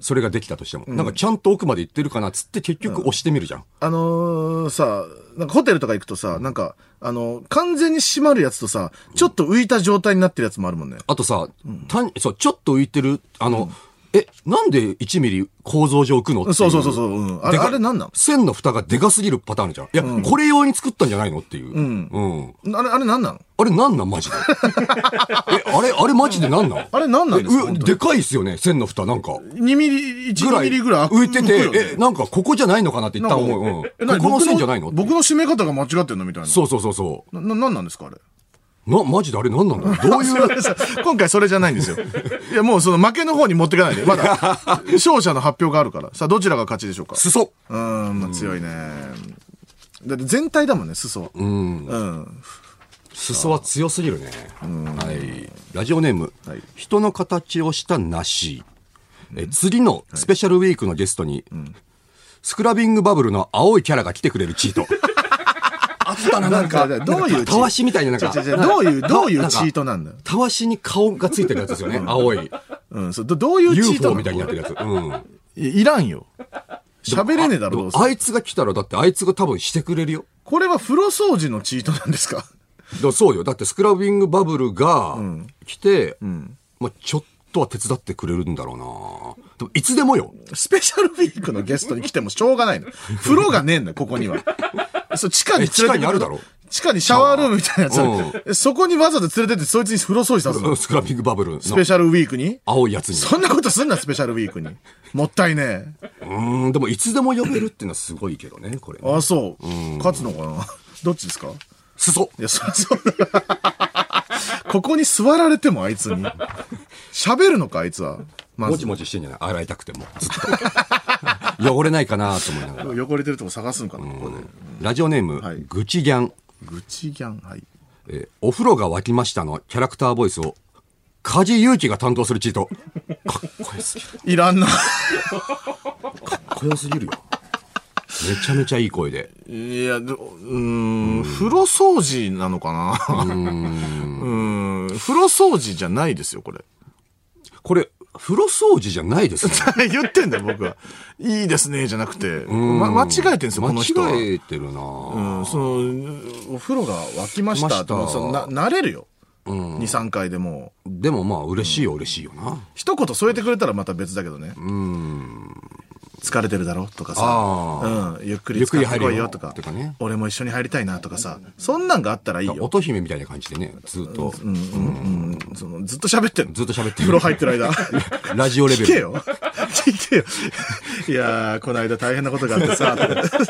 [SPEAKER 3] それができたとしても。なんかちゃんと奥まで行ってるかなっつって結局押してみるじゃん。
[SPEAKER 1] あのー、さ、なんかホテルとか行くとさ、なんか、あの、完全に閉まるやつとさ、ちょっと浮いた状態になってるやつもあるもんね。
[SPEAKER 3] あとさ、単そう、ちょっと浮いてる、あの、え、なんで1ミリ構造上浮くのってい
[SPEAKER 1] そうそうそうそううんあれ
[SPEAKER 3] でか
[SPEAKER 1] あれなんなの
[SPEAKER 3] 線の蓋がでかすぎるパターンあるじゃん。いや、これ用に作ったんじゃないのっていう。うん。
[SPEAKER 1] あれ、あれなんなの
[SPEAKER 3] あれなんなんマ
[SPEAKER 1] (laughs)
[SPEAKER 3] ジで。え、あれ、あれマジでなんなん
[SPEAKER 1] あれなんなん
[SPEAKER 3] え
[SPEAKER 1] ですか本
[SPEAKER 3] う
[SPEAKER 1] 当
[SPEAKER 3] でかいっすよね、線の蓋なんか。
[SPEAKER 1] ?2 ミリ、1ミリぐらい
[SPEAKER 3] 浮いて
[SPEAKER 1] くよね
[SPEAKER 3] て、え、なんかここじゃないのかなって一旦思う。うん。こ
[SPEAKER 1] え何
[SPEAKER 3] この線じゃないの
[SPEAKER 1] 僕の締め方が間違ってんのみたいな。
[SPEAKER 3] そうそうそうそう。
[SPEAKER 1] な、な、なんなんですかあれ。
[SPEAKER 3] な、マジであれ何なんだろうど
[SPEAKER 1] (laughs)
[SPEAKER 3] ういう、
[SPEAKER 1] 今回それじゃないんですよ。いや、もうその負けの方に持ってかないで。まだ、勝者の発表があるから。さあ、どちらが勝ちでしょうか
[SPEAKER 3] 裾
[SPEAKER 1] うーん、まあ、強いね。だって全体だもんね、裾は。うん。
[SPEAKER 3] 裾は強すぎるね。はい。ラジオネーム、
[SPEAKER 1] はい
[SPEAKER 3] 人の形をした梨。え次のスペシャルウィークのゲストに、スクラビングバブルの青いキャラが来てくれるチー
[SPEAKER 1] (laughs)
[SPEAKER 3] ト。あったな、なんか。
[SPEAKER 1] なんかどういうチート
[SPEAKER 3] たわしみたいな、なんか。
[SPEAKER 1] 違う違うどういう、どういうチート
[SPEAKER 3] な
[SPEAKER 1] なんだよ
[SPEAKER 3] んか。たわしに顔がついてるやつですよね。青い。
[SPEAKER 1] うん、そう、どどういうチート
[SPEAKER 3] UFO
[SPEAKER 1] な
[SPEAKER 3] みたいになっ
[SPEAKER 1] の
[SPEAKER 3] てるやつ。うん。
[SPEAKER 1] いいらんよ。喋れねえだろ、
[SPEAKER 3] で
[SPEAKER 1] どう
[SPEAKER 3] も
[SPEAKER 1] せ。
[SPEAKER 3] あいつが来たら、だってあいつが多分してくれるよ。
[SPEAKER 1] これは風呂掃除のチートなんですか
[SPEAKER 3] らそうよ。だってスクラビングバブルが来て、まあ、ちょっとは手伝ってくれるんだろうなでもいつでもよ。
[SPEAKER 1] スペシャルウィークのゲストに来てもしょうが
[SPEAKER 3] (laughs)
[SPEAKER 1] ないの。風呂がねえんだよ、ここには。そう地下に連れてく
[SPEAKER 3] 地下にあるだろ
[SPEAKER 1] 地下にシャワールームみたいなやつあるそこにわざと連れてって、そいつに風呂掃除さすの。
[SPEAKER 3] スクラビングバブルの
[SPEAKER 1] スペシャルウィークに
[SPEAKER 3] 青いやつに。
[SPEAKER 1] そんなことすんな、スペシャルウィー
[SPEAKER 3] (laughs)
[SPEAKER 1] クに。もったいねえ。
[SPEAKER 3] うーん、でもいつでも呼べるっていうのはすごいけどね、これね、
[SPEAKER 1] ああ、そう。勝つのかなどっちですかい
[SPEAKER 3] 裾
[SPEAKER 1] や、そりゃそうだ。ここに座られても、あいつに。喋るのか、あいつは。ま
[SPEAKER 3] も
[SPEAKER 1] ず
[SPEAKER 3] ち。もちしてんじゃない洗いたくても。ずっと。汚 (laughs) れないかなと思いながら。
[SPEAKER 1] 汚れてるとこ探すのかな、ここで。
[SPEAKER 3] ラジオネーム、
[SPEAKER 1] はい
[SPEAKER 3] ぐちギャン、
[SPEAKER 1] 愚痴ギャン、はい。
[SPEAKER 3] えーお風呂が沸きましたのキャラクターボイスを、梶裕貴が担当するチート。かっこよすぎる。
[SPEAKER 1] いらんな。
[SPEAKER 3] かっこよすぎるよ。めちゃめちゃいい声で。
[SPEAKER 1] いや、でうーん、風呂掃除なのかなう (laughs) ん。風呂掃除じゃないですよ、これ。 (laughs)
[SPEAKER 3] これ、風呂掃除じゃないですね。
[SPEAKER 1] 言ってんだよ、僕は。いいですね、じゃなくて。 (laughs) ま、間違えてるんですよ、この人は。
[SPEAKER 3] 間違えてるなぁ
[SPEAKER 1] うんその、お風呂が沸きましたって。
[SPEAKER 3] 沸き
[SPEAKER 1] も
[SPEAKER 3] ま
[SPEAKER 1] う
[SPEAKER 3] した
[SPEAKER 1] そのな、慣れるよ。2、3回でもう。
[SPEAKER 3] でもまあ、嬉しいよ、嬉しいよな。
[SPEAKER 1] 一言添えてくれたらまた別だけどね。疲れてるだろとかさ
[SPEAKER 3] あ。
[SPEAKER 1] うん。ゆっくり使ってこいよと
[SPEAKER 3] ゆ
[SPEAKER 1] か
[SPEAKER 3] っくり入れよとかね。
[SPEAKER 1] 俺も一緒に入りたいなとかさ。そんなんがあったらいいよ。
[SPEAKER 3] 乙姫みたいな感じでね、ずっと、
[SPEAKER 1] そのずっと喋ってんの
[SPEAKER 3] ずっと喋って
[SPEAKER 1] 風呂入ってる間。
[SPEAKER 3] ラジオレベ
[SPEAKER 1] 聞け
[SPEAKER 3] ル。
[SPEAKER 1] よ。聞けよ。いやー、この間大変なことがあってさ、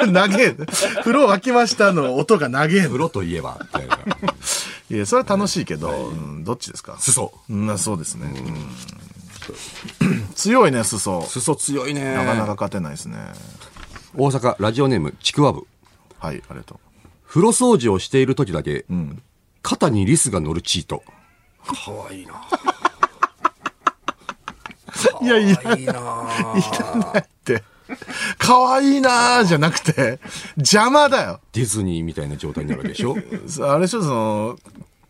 [SPEAKER 1] 長え。風呂沸きましたの音が長え
[SPEAKER 3] 風呂といえば、みたいな。
[SPEAKER 1] (laughs) いや、それは楽しいけど、うんどっちですか
[SPEAKER 3] 裾。
[SPEAKER 1] うんあそうですね。うん強いね、裾。
[SPEAKER 3] 裾強いね。
[SPEAKER 1] なかなか勝てないですね。
[SPEAKER 3] 大阪、ラジオネーム、ちくわぶ。
[SPEAKER 1] はい、ありがと
[SPEAKER 3] 風呂掃除をしている時だけ、肩にリスが乗るチート。かわいいな。
[SPEAKER 1] う。いや、いや、
[SPEAKER 3] いいな。
[SPEAKER 1] って。かわいいなーじゃなくて、邪魔だよ。
[SPEAKER 3] (laughs) ディズニーみたいな状態になるわけでしょ
[SPEAKER 1] あれでしょ、その、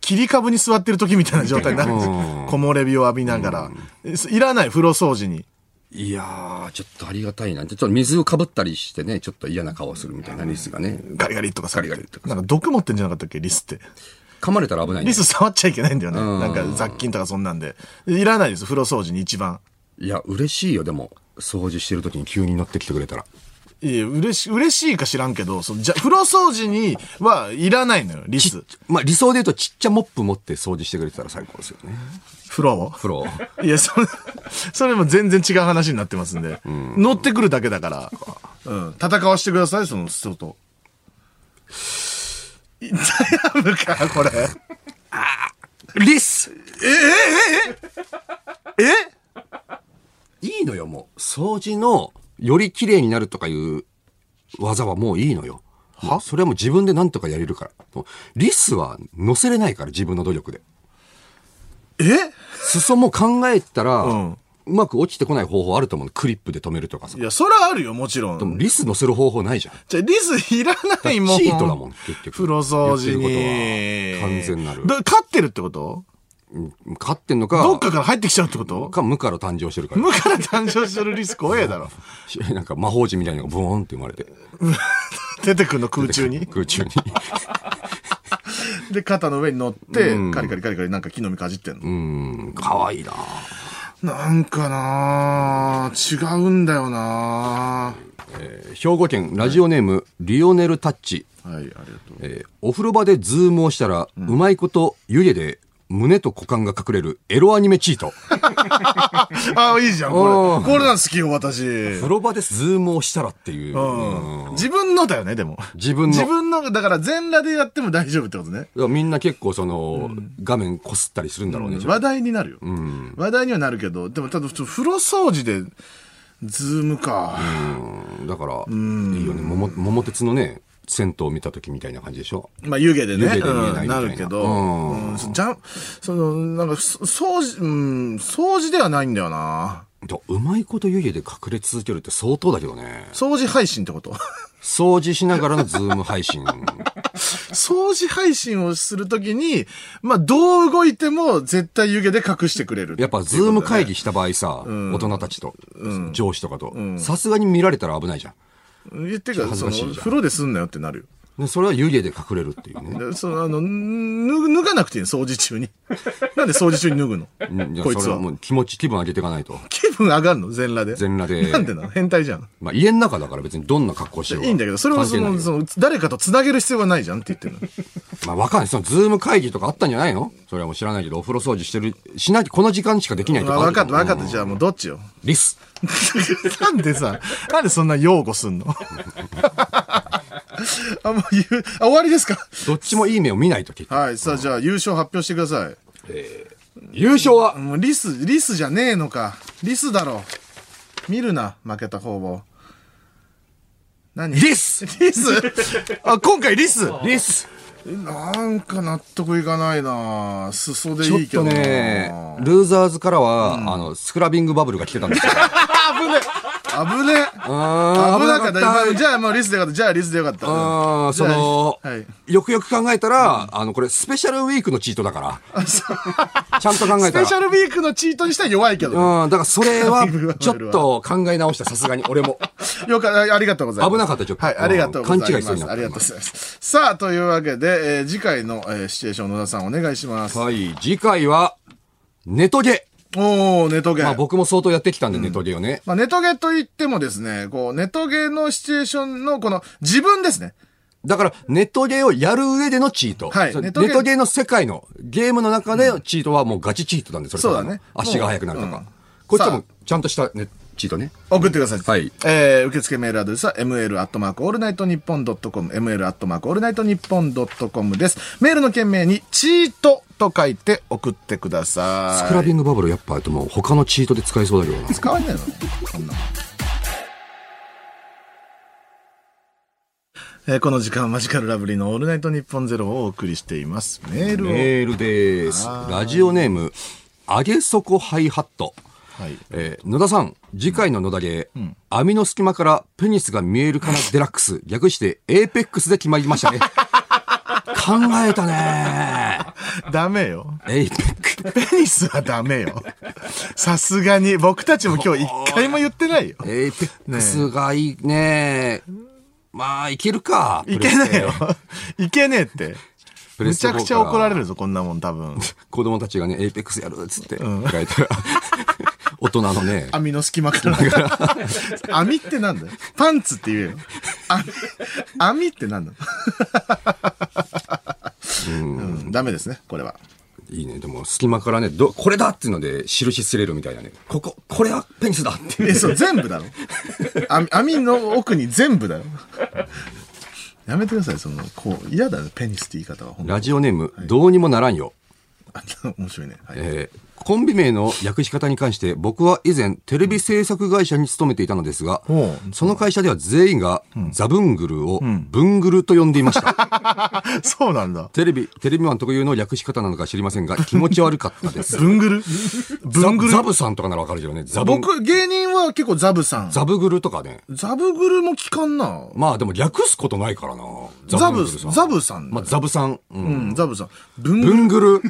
[SPEAKER 1] 切り株に座ってる時みたいな状態になるんですよ
[SPEAKER 3] うん
[SPEAKER 1] 木漏れ日を浴びながら。いらない、風呂掃除に。
[SPEAKER 3] いやー、ちょっとありがたいな。ちょっと水をかぶったりしてね、ちょっと嫌な顔をするみたいなリスがね。
[SPEAKER 1] ガリガリとかされて
[SPEAKER 3] ガリガリとか
[SPEAKER 1] なんか毒持ってんじゃなかったっけリスって。
[SPEAKER 3] 噛まれたら危ないね
[SPEAKER 1] リス触っちゃいけないんだよね。
[SPEAKER 3] ん
[SPEAKER 1] なんか雑菌とかそんなんで。いらないです。風呂掃除に一番。
[SPEAKER 3] いや、嬉しいよ、でも。掃除してる時に急に乗ってきてくれたら。
[SPEAKER 1] いや、嬉し、嬉しいか知らんけど、そのじゃ、風呂掃除にはいらないのよ、リス。
[SPEAKER 3] まあ理想で言うとちっちゃモップ持って掃除してくれてたら最高ですよね。
[SPEAKER 1] 風呂を。
[SPEAKER 3] 風呂。
[SPEAKER 1] いや、それ、それも全然違う話になってますんで。乗ってくるだけだから。うん。戦わしてください、その人
[SPEAKER 3] (laughs)
[SPEAKER 1] と。悩むか、これ。
[SPEAKER 3] リス
[SPEAKER 1] え
[SPEAKER 3] いいのよ、もう。掃除の、より綺麗になるとかいう技はもういいのよ。はそれはもう自分で何とかやれるから。もうリスは乗せれないから、自分の努力で。
[SPEAKER 1] え
[SPEAKER 3] 裾も考えたら、
[SPEAKER 1] ん
[SPEAKER 3] うまく落ちてこない方法あると思う。クリップで止めるとかさ
[SPEAKER 1] い。や、それはあるよ、もちろん。
[SPEAKER 3] でもリス乗せる方法ないじゃん。
[SPEAKER 1] じゃあ、リスいらないもん。
[SPEAKER 3] チートだもん結局
[SPEAKER 1] 風呂掃除
[SPEAKER 3] 言って
[SPEAKER 1] に。
[SPEAKER 3] ることは完全なる
[SPEAKER 1] ど飼ってるってこと
[SPEAKER 3] うん飼ってんのか、
[SPEAKER 1] どっかから入ってきちゃうってこと
[SPEAKER 3] か無から誕生してるから。
[SPEAKER 1] 無から誕生してるリス怖え
[SPEAKER 3] (laughs)
[SPEAKER 1] だろ。
[SPEAKER 3] し (laughs) なんか魔法陣みたいなのがブーンって生まれて。
[SPEAKER 1] 出てくんの空中に。
[SPEAKER 3] 空中に。 (laughs)
[SPEAKER 1] で、肩の上に乗って、カリカリカリカリなんか木の実かじってんの。
[SPEAKER 3] うん、かわいいな
[SPEAKER 1] なんかなぁ、違うんだよな
[SPEAKER 3] 兵庫県ラジオネーム、リオネルタッチ。
[SPEAKER 1] ぁ。はい、ありがとう。
[SPEAKER 3] えーお風呂場でズームをしたら、うまいこと湯気で胸と股間が隠れるエロアニメチート。
[SPEAKER 1] あ、いいじゃん、
[SPEAKER 3] お
[SPEAKER 1] こ
[SPEAKER 3] ー
[SPEAKER 1] れ。これなん好きよ、私。
[SPEAKER 3] 風呂場でズームをしたらっていう。
[SPEAKER 1] うん。自分のだよね、でも。
[SPEAKER 3] 自分の
[SPEAKER 1] 自分の、だから全裸でやっても大丈夫ってことね。
[SPEAKER 3] だからみんな結構その、画面こすったりするんだろうね。じゃあ
[SPEAKER 1] 話題になるよ、話題にはなるけどでもただちょ風呂掃除でズームか、
[SPEAKER 3] うんだから、いいよね。桃桃鉄のね、銭湯見た時みたいな感じでしょ。
[SPEAKER 1] まあ湯気でね
[SPEAKER 3] 湯気で見えないみ
[SPEAKER 1] う
[SPEAKER 3] た
[SPEAKER 1] ん
[SPEAKER 3] い
[SPEAKER 1] な
[SPEAKER 3] な
[SPEAKER 1] るけど、う
[SPEAKER 3] うんん
[SPEAKER 1] じゃんそのなんかそ掃除、うん、掃除ではないんだよな
[SPEAKER 3] だうまいこと湯気で隠れ続けるって相当だけどね。
[SPEAKER 1] 掃除配信ってこと
[SPEAKER 3] 掃除しながらのズーム
[SPEAKER 1] (laughs)
[SPEAKER 3] 配信。
[SPEAKER 1] 掃除配信をするときに、まあ、どう動いても絶対湯気で隠してくれる。
[SPEAKER 3] やっぱ、ズーム会議した場合さ、大人たちと、上司とかと、さすがに見られたら危ないじゃん。
[SPEAKER 1] 言ってか、
[SPEAKER 3] 恥ず
[SPEAKER 1] その、
[SPEAKER 3] かしいじゃん
[SPEAKER 1] 風呂ですんなよってなるよ。
[SPEAKER 3] でそれは湯気で隠れるっていう
[SPEAKER 1] (laughs)
[SPEAKER 3] ね。
[SPEAKER 1] そのあの、ぬ脱がなくていいの、掃除中に。 (laughs) なんで掃除中に脱ぐの
[SPEAKER 3] うんいや
[SPEAKER 1] こいつ
[SPEAKER 3] それ
[SPEAKER 1] は。
[SPEAKER 3] もう気持ち、気分上げていかないと。
[SPEAKER 1] 気分上がるの全裸で。
[SPEAKER 3] 全裸で
[SPEAKER 1] なんでなの変態じゃん。
[SPEAKER 3] まあ家の中だから別にどんな格好しようが。
[SPEAKER 1] いいんだけど、それをそ
[SPEAKER 3] 関係な
[SPEAKER 1] の、
[SPEAKER 3] い
[SPEAKER 1] その、誰かと繋げる必要はないじゃんって言ってるの。
[SPEAKER 3] まあわ (laughs) かんない。そのズーム会議とかあったんじゃないのそれはもう知らないけど、お風呂掃除してる、しない、この時間しかできないと
[SPEAKER 1] まあ
[SPEAKER 3] かあ
[SPEAKER 1] わ
[SPEAKER 3] る
[SPEAKER 1] か
[SPEAKER 3] け
[SPEAKER 1] っ
[SPEAKER 3] ど
[SPEAKER 1] たわかった。じゃあもうどっちよ。 (laughs)
[SPEAKER 3] リス。
[SPEAKER 1] なんでさ、なんでそんな擁護すんの (laughs) あ、もう言う、あ、終わりですか
[SPEAKER 3] どっちもいい目を見ないと結局
[SPEAKER 1] はい、さあじゃあ優勝発表してください。
[SPEAKER 3] 優勝は、
[SPEAKER 1] もうリス、リスじゃねえのか。リスだろ。見るな、負けた方を。何
[SPEAKER 3] リス
[SPEAKER 1] リスあ、今回リス
[SPEAKER 3] リス
[SPEAKER 1] なんか納得いかないな裾で
[SPEAKER 3] ちょ
[SPEAKER 1] い
[SPEAKER 3] っ
[SPEAKER 1] いけど
[SPEAKER 3] と
[SPEAKER 1] な
[SPEAKER 3] ね、ルーザーズからは、あの、スクラビングバブルが来てたんですよ。
[SPEAKER 1] 危ねえ。
[SPEAKER 3] あー
[SPEAKER 1] 危なかった。
[SPEAKER 3] 危
[SPEAKER 1] まあ
[SPEAKER 3] な
[SPEAKER 1] じゃあもうリスでよかった。じゃあリスでよかった。
[SPEAKER 3] あーその、
[SPEAKER 1] じゃあはい
[SPEAKER 3] よくよく考えたら、あの、これスペシャルウィークのチートだから。ちゃんと考え
[SPEAKER 1] ス
[SPEAKER 3] た
[SPEAKER 1] ペ
[SPEAKER 3] ら
[SPEAKER 1] シ。ャルウィークのチートにしては弱いけど。
[SPEAKER 3] うん、だからそれは
[SPEAKER 1] スクラビングバブルは、
[SPEAKER 3] ちょっと考え直した、さすがに、俺も。
[SPEAKER 1] よかありがとうございます。
[SPEAKER 3] 危なかったちょっと
[SPEAKER 1] はい、ありがとうございます。
[SPEAKER 3] 勘違いしそうになった
[SPEAKER 1] ありがとうございます。さあ、というわけで、えー次回の、えーシチュエーション野田さんお願いします。
[SPEAKER 3] はい、次回は、ネトゲ。
[SPEAKER 1] おー、ネトゲ。
[SPEAKER 3] まあ僕も相当やってきたんで、ネトゲをね。
[SPEAKER 1] まあ、ネトゲと言ってもですね、こう、ネトゲのシチュエーションのこの自分ですね。
[SPEAKER 3] だから、ネトゲをやる上でのチート。
[SPEAKER 1] はい
[SPEAKER 3] そう
[SPEAKER 1] ネ
[SPEAKER 3] ネ
[SPEAKER 1] ト
[SPEAKER 3] ト
[SPEAKER 1] ゲ
[SPEAKER 3] ゲの世界の、ゲームの中でチートはもうガチチートなんで、それたの
[SPEAKER 1] そうだね
[SPEAKER 3] 足が速くなるとか。
[SPEAKER 1] うん
[SPEAKER 3] こっちはも
[SPEAKER 1] さ
[SPEAKER 3] うちゃんとした、ね、チートね。
[SPEAKER 1] 送ってください。
[SPEAKER 3] はい
[SPEAKER 1] えー、受付メールアドレスは ml アットマークオールナイトニッポンドットコム、ml アットマークオールナイトニッポンドットコムです。メールの件名にチートと書いて送ってください。
[SPEAKER 3] スクラビングバブルやっぱ、でも他のチートで使えそうだけどな。
[SPEAKER 1] 使わねえのこんなのえーこの時間はマジカルラブリーのオールナイトニッポンゼロをお送りしています。メールを。
[SPEAKER 3] メールです。ラジオネーム、あげそこハイハット。
[SPEAKER 1] はい。
[SPEAKER 3] えー野田さん、次回の野田芸、網の隙間からペニスが見えるかなデラックス、 (laughs) 略してエーペックスで決まりましたね。考えたね
[SPEAKER 1] ダメよ。
[SPEAKER 3] エイペックス。
[SPEAKER 1] ペニスはダメよ。さすがに、僕たちも今日一回も言ってないよ。
[SPEAKER 3] エイペックスがいいねまあ、いけるか。
[SPEAKER 1] いけねえよ。いけねえって。
[SPEAKER 3] プレ
[SPEAKER 1] め
[SPEAKER 3] ス
[SPEAKER 1] ち
[SPEAKER 3] テ
[SPEAKER 1] ゃ
[SPEAKER 3] 4
[SPEAKER 1] くちゃ怒られ
[SPEAKER 3] か
[SPEAKER 1] るぞ、こんなもん多分。
[SPEAKER 3] ら。子供たちがね、エイペックスやるっつって、書いた
[SPEAKER 1] (laughs)
[SPEAKER 3] ら、大人のね、
[SPEAKER 1] 網の隙間から。 (laughs) 網ってなんだよ。パンツって言えよ。網、網ってなんだうん、ダメですね、これは。
[SPEAKER 3] いいね。でも、隙間からね、ど、これだっていうので、印すれるみたいなね。ここ、これはペニスだっていう
[SPEAKER 1] え、そう、全部だろ。網網の奥に全部だよ。やめてください、その、こう、嫌だよ、ペニスって言い方は。本当
[SPEAKER 3] ラジオネーム、どうにもならんよ。
[SPEAKER 1] に面白いね。はい。
[SPEAKER 3] えーコンビ名の訳し方に関して僕は以前テレビ制作会社に勤めていたのですが
[SPEAKER 1] ほう
[SPEAKER 3] その会社では全員がザブングルをブングルと呼んでいました、
[SPEAKER 1] そうなんだ。
[SPEAKER 3] テレビテレビマン特有の略し方なのか知りませんが気持ち悪かったです
[SPEAKER 1] ブングル (laughs) ブングル
[SPEAKER 3] ザザブさんとかならわかるけどねザブン
[SPEAKER 1] 僕、芸人は結構ザブさん。
[SPEAKER 3] ザブグルとかね
[SPEAKER 1] ザブグルも聞かんな。
[SPEAKER 3] まあでも略すことないからな
[SPEAKER 1] ザ
[SPEAKER 3] ン
[SPEAKER 1] ブ、
[SPEAKER 3] グルさん
[SPEAKER 1] ザブさん。
[SPEAKER 3] まあ、ザブさん、うん
[SPEAKER 1] うん、ザブさん。ブング
[SPEAKER 3] ブングル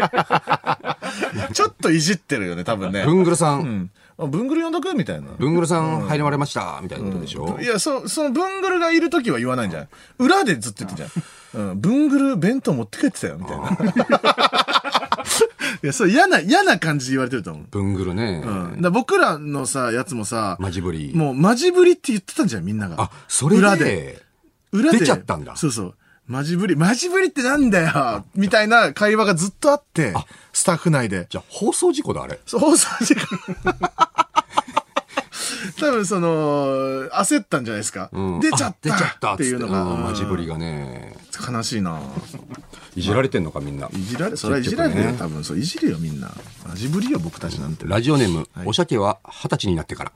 [SPEAKER 1] ル、ちょっといじってるよね、多分ね
[SPEAKER 3] ブ。ングルさん、
[SPEAKER 1] うん。あブングル呼んどくみたいな。
[SPEAKER 3] ブングルさん入られましたみたいなことでしょ、
[SPEAKER 1] いや、そ、そのブングルがいるときは言わないんじゃない裏でずっと言ってんじゃん。うん、ブングル弁当持って帰ってたよ、みたい
[SPEAKER 3] (laughs)
[SPEAKER 1] な。いや、そう嫌な、嫌な感じで言われてると思う。
[SPEAKER 3] ブングルね、
[SPEAKER 1] うん。だから僕らのさ、やつもさ、
[SPEAKER 3] マジブリ
[SPEAKER 1] もう、マジぶりって言ってたんじゃん、みんなが。
[SPEAKER 3] あそれで
[SPEAKER 1] 裏で。裏で。
[SPEAKER 3] 出ちゃったんだ
[SPEAKER 1] そうそう。マジぶり、マジぶりってなんだよみたいな会話がずっとあって、スタッフ内で。
[SPEAKER 3] じゃあ放送事故だあれ
[SPEAKER 1] そう放送事故。多分その、焦ったんじゃないですか。
[SPEAKER 3] うん
[SPEAKER 1] 出ちゃっ
[SPEAKER 3] あ出ちゃった
[SPEAKER 1] たっていうのが、
[SPEAKER 3] んマジぶり
[SPEAKER 1] が。
[SPEAKER 3] がね。
[SPEAKER 1] 悲しいな。
[SPEAKER 3] いじられてんのか、みんな。
[SPEAKER 1] いじられ、それはいじられてるよ、
[SPEAKER 3] 結
[SPEAKER 1] 多分。そう、いじるよ、みんな。マジぶりよ、僕たちなんて。
[SPEAKER 3] ラジオネーム、おしゃけは二十歳になってから。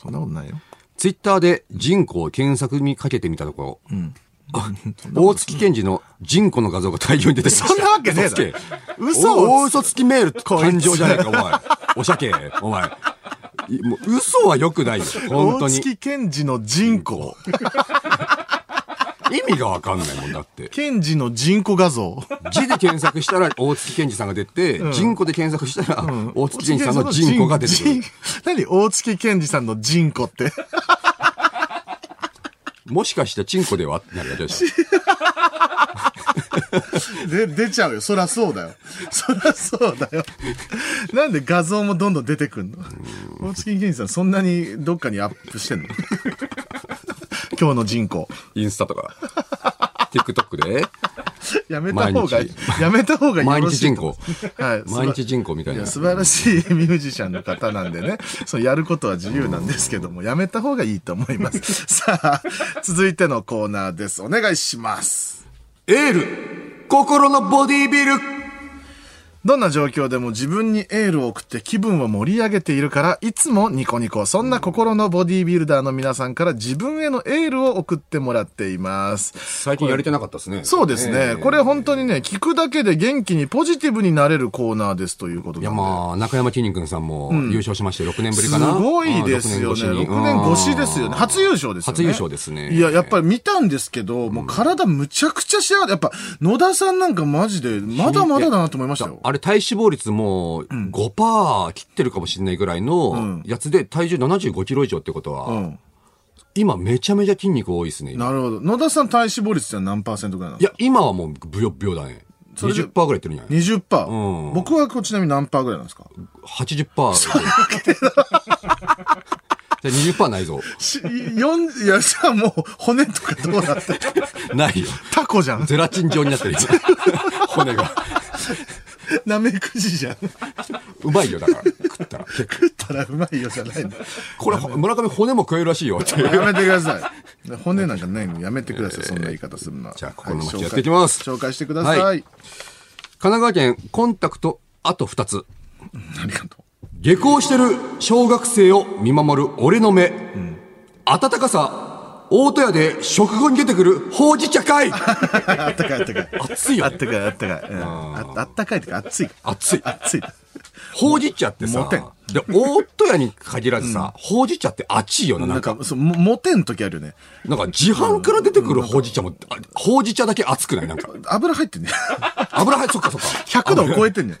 [SPEAKER 1] そんなことないよ。
[SPEAKER 3] ツイッターで人口を検索にかけてみたところ、あ大月健二の人口の画像が大量に出てきました。
[SPEAKER 1] そんなわけねえだろ嘘
[SPEAKER 3] 嘘
[SPEAKER 1] を
[SPEAKER 3] 大嘘つきメール誕生じゃないか、お前。おしゃけ、お前。いもう嘘は良くないよ、本当
[SPEAKER 1] 大
[SPEAKER 3] に。
[SPEAKER 1] 月健二の人口。
[SPEAKER 3] 意味がわかんないもんだって。
[SPEAKER 1] 健二の人口画像。
[SPEAKER 3] 字で検索したら大月健二さんが出て、人口で検索したら大月健二さんの人口が出てくる。
[SPEAKER 1] 人。何大月健二さんの人口って。
[SPEAKER 3] もしかしてチンコではってなるだけでしょ。
[SPEAKER 1] で、出ちゃうよ。そらそうだよ。そらそうだよ。なんで画像もどんどん出てくんの大月健二さん、そんなにどっかにアップしてんの今日の人口。
[SPEAKER 3] インスタ
[SPEAKER 1] (laughs)
[SPEAKER 3] とか。TikTok で。
[SPEAKER 1] やめた方がいい
[SPEAKER 3] 毎。
[SPEAKER 1] やめた方がいい。
[SPEAKER 3] 毎日人口。
[SPEAKER 1] はい。
[SPEAKER 3] 毎日人口みたい
[SPEAKER 1] い
[SPEAKER 3] な
[SPEAKER 1] や。素晴らしいミュージシャンの方なんでね、そうやることは自由なんですけども、やめた方がいいと思います。さあ、続いてのコーナーです。お願いします。
[SPEAKER 3] エール心のボディビル
[SPEAKER 1] どんな状況でも自分にエールを送って気分を盛り上げているから、いつもニコニコ。そんな心のボディービルダーの皆さんから自分へのエールを送ってもらっています。
[SPEAKER 3] 最近やれてなかったですね。
[SPEAKER 1] そうですね。これ本当にね、聞くだけで元気にポジティブになれるコーナーですということ
[SPEAKER 3] い
[SPEAKER 1] な
[SPEAKER 3] や
[SPEAKER 1] んで。
[SPEAKER 3] まあ、中山きんに君さんも優勝しまして6年ぶりかな。
[SPEAKER 1] すごいですよね。
[SPEAKER 3] うん
[SPEAKER 1] 6年越しですよね。。初優勝ですよね。
[SPEAKER 3] 初優勝ですね
[SPEAKER 1] いや、やっぱり見たんですけど、もう体むちゃくちゃ仕上がって、やっぱ野田さんなんかマジで、まだまだだなと思いましたよ。
[SPEAKER 3] あれ体脂肪率もう5%切ってるかもしれないぐらいのやつで体重75キロ以上ってこと
[SPEAKER 1] う
[SPEAKER 3] は、
[SPEAKER 1] ん。
[SPEAKER 3] 今めちゃめちゃ筋肉多いですね。今
[SPEAKER 1] なるほど。野田さん体脂肪率って何パーセントぐらいなの
[SPEAKER 3] いや、今はもうブヨブヨだね。
[SPEAKER 1] それで
[SPEAKER 3] 20%ぐらいいってるんじゃない
[SPEAKER 1] ?20%、
[SPEAKER 3] うん
[SPEAKER 1] 僕はこうちなみに何パーぐらいなんですか
[SPEAKER 3] ?80%。じゃあ20%ないぞ。
[SPEAKER 1] し四いや、じゃあもう骨とかどうなってる
[SPEAKER 3] ないよ。
[SPEAKER 1] (laughs) タコじゃん。
[SPEAKER 3] ゼラチン状に
[SPEAKER 1] (laughs)
[SPEAKER 3] なってる。骨が。
[SPEAKER 1] なめくじじゃん。食
[SPEAKER 3] うまいよ、だから。食ったら。
[SPEAKER 1] ったらうまいよじゃ (laughs) ないの。
[SPEAKER 3] これ、村上骨も食えるらしいよって。
[SPEAKER 1] やめてください。骨なんかないのやめてください。そんな言い方するのは。
[SPEAKER 3] じゃあ心の
[SPEAKER 1] はい
[SPEAKER 3] 持ちやっていきます
[SPEAKER 1] 紹介紹介してください。
[SPEAKER 3] はい神奈川県コンタクトあと2つ
[SPEAKER 1] ありがと
[SPEAKER 3] 下校してる小学生を見守る俺の目、温かさ大戸屋で食後に出てくるほうじ茶会
[SPEAKER 1] う。あったかいあったかい。
[SPEAKER 3] 熱いよ
[SPEAKER 1] あ (laughs) ったかいあったかい。うんああったかいってか熱い。
[SPEAKER 3] 熱い
[SPEAKER 1] 熱い。
[SPEAKER 3] ほうじ茶って
[SPEAKER 1] モ
[SPEAKER 3] さ
[SPEAKER 1] テん
[SPEAKER 3] で大戸屋に限らずさ、ほうじ茶って熱いよなな
[SPEAKER 1] なん
[SPEAKER 3] んか
[SPEAKER 1] か、そう、もモテん時あるよね。
[SPEAKER 3] なんか自販から出てくるほうじ茶も、あほうじ茶だけ熱くないなんか
[SPEAKER 1] 油入 (laughs) ってんね。
[SPEAKER 3] 油入っそっかそっか
[SPEAKER 1] 100度を超えてんね。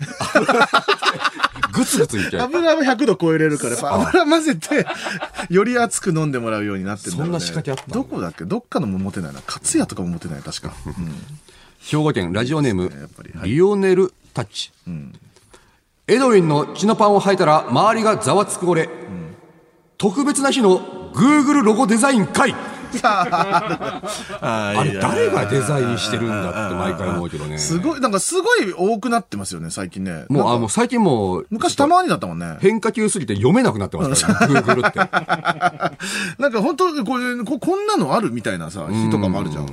[SPEAKER 3] グツグツいっちゃう
[SPEAKER 1] 油は100度超えれるから、やっぱ油混ぜて、より熱く飲んでもらうようになってんだろうね
[SPEAKER 3] そんな仕掛けあったんだ
[SPEAKER 1] どこだっけどっかのもモテないな。勝ツヤとかもモテない、確か。
[SPEAKER 3] 兵庫県ラジオネーム、
[SPEAKER 1] やっぱり
[SPEAKER 3] リオネルタッチ、エドウィンの血のパンを履いたら周りがざわつく俺、特別な日の Google ロゴデザイン会
[SPEAKER 1] あ
[SPEAKER 3] あれ誰がデザインしてるんだって毎回思うけどね
[SPEAKER 1] すごい、なんかすごい多くなってますよね、最近ね。
[SPEAKER 3] も
[SPEAKER 1] な
[SPEAKER 3] う
[SPEAKER 1] ん
[SPEAKER 3] あ
[SPEAKER 1] か
[SPEAKER 3] もう最近もう
[SPEAKER 1] 昔たまにだったもんね。
[SPEAKER 3] 変化球すぎて読めなくなってますか
[SPEAKER 1] (laughs)
[SPEAKER 3] らね Google ってや
[SPEAKER 1] なんか本当これこ、こんなのあるみたいなさ、日とかもあるじゃん。う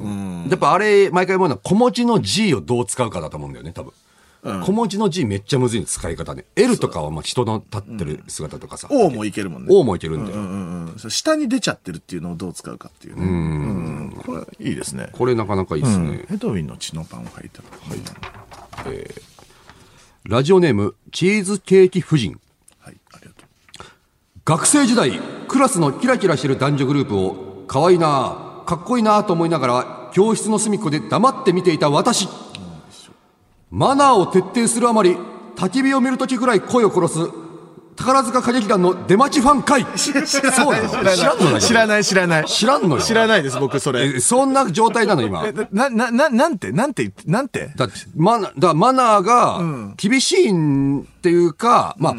[SPEAKER 1] ん
[SPEAKER 3] っぱあれ毎回思うのは小文字の G をどう使うかだと思うんだよね多分小文字の G めっちゃむずいの使い方ね L とかはまあ人の立ってる姿とかさ、
[SPEAKER 1] 王もいけるもんね。
[SPEAKER 3] O もいけるんだよ、
[SPEAKER 1] うんうん。下に出ちゃってるっていうのをどう使うかっていうね。うん。これ、いいですね。
[SPEAKER 3] これなかなかいいですね、
[SPEAKER 1] ヘドウィンの血のパンを履いたと。はい。
[SPEAKER 3] ラジオネーム、チーズケーキ夫人。
[SPEAKER 1] はい、ありがと
[SPEAKER 3] 学生時代、クラスのキラキラしてる男女グループを、可愛いなあかっこいいなあと思いながら、教室の隅っこで黙って見ていた私。マナーを徹底するあまり、焚き火を見るときぐらい声を殺す、宝塚歌劇団の出待ちファン会。そうなの知らん
[SPEAKER 1] う。
[SPEAKER 3] のだけど
[SPEAKER 1] ない、知らない
[SPEAKER 3] 知らんのよ
[SPEAKER 1] 知らないです、僕、それ。
[SPEAKER 3] えそんな状態なの、今。
[SPEAKER 1] な、な、な、なんて、なんて言って、なんて
[SPEAKER 3] だってマナー、だからマナーが厳しいんっていうか、まあ、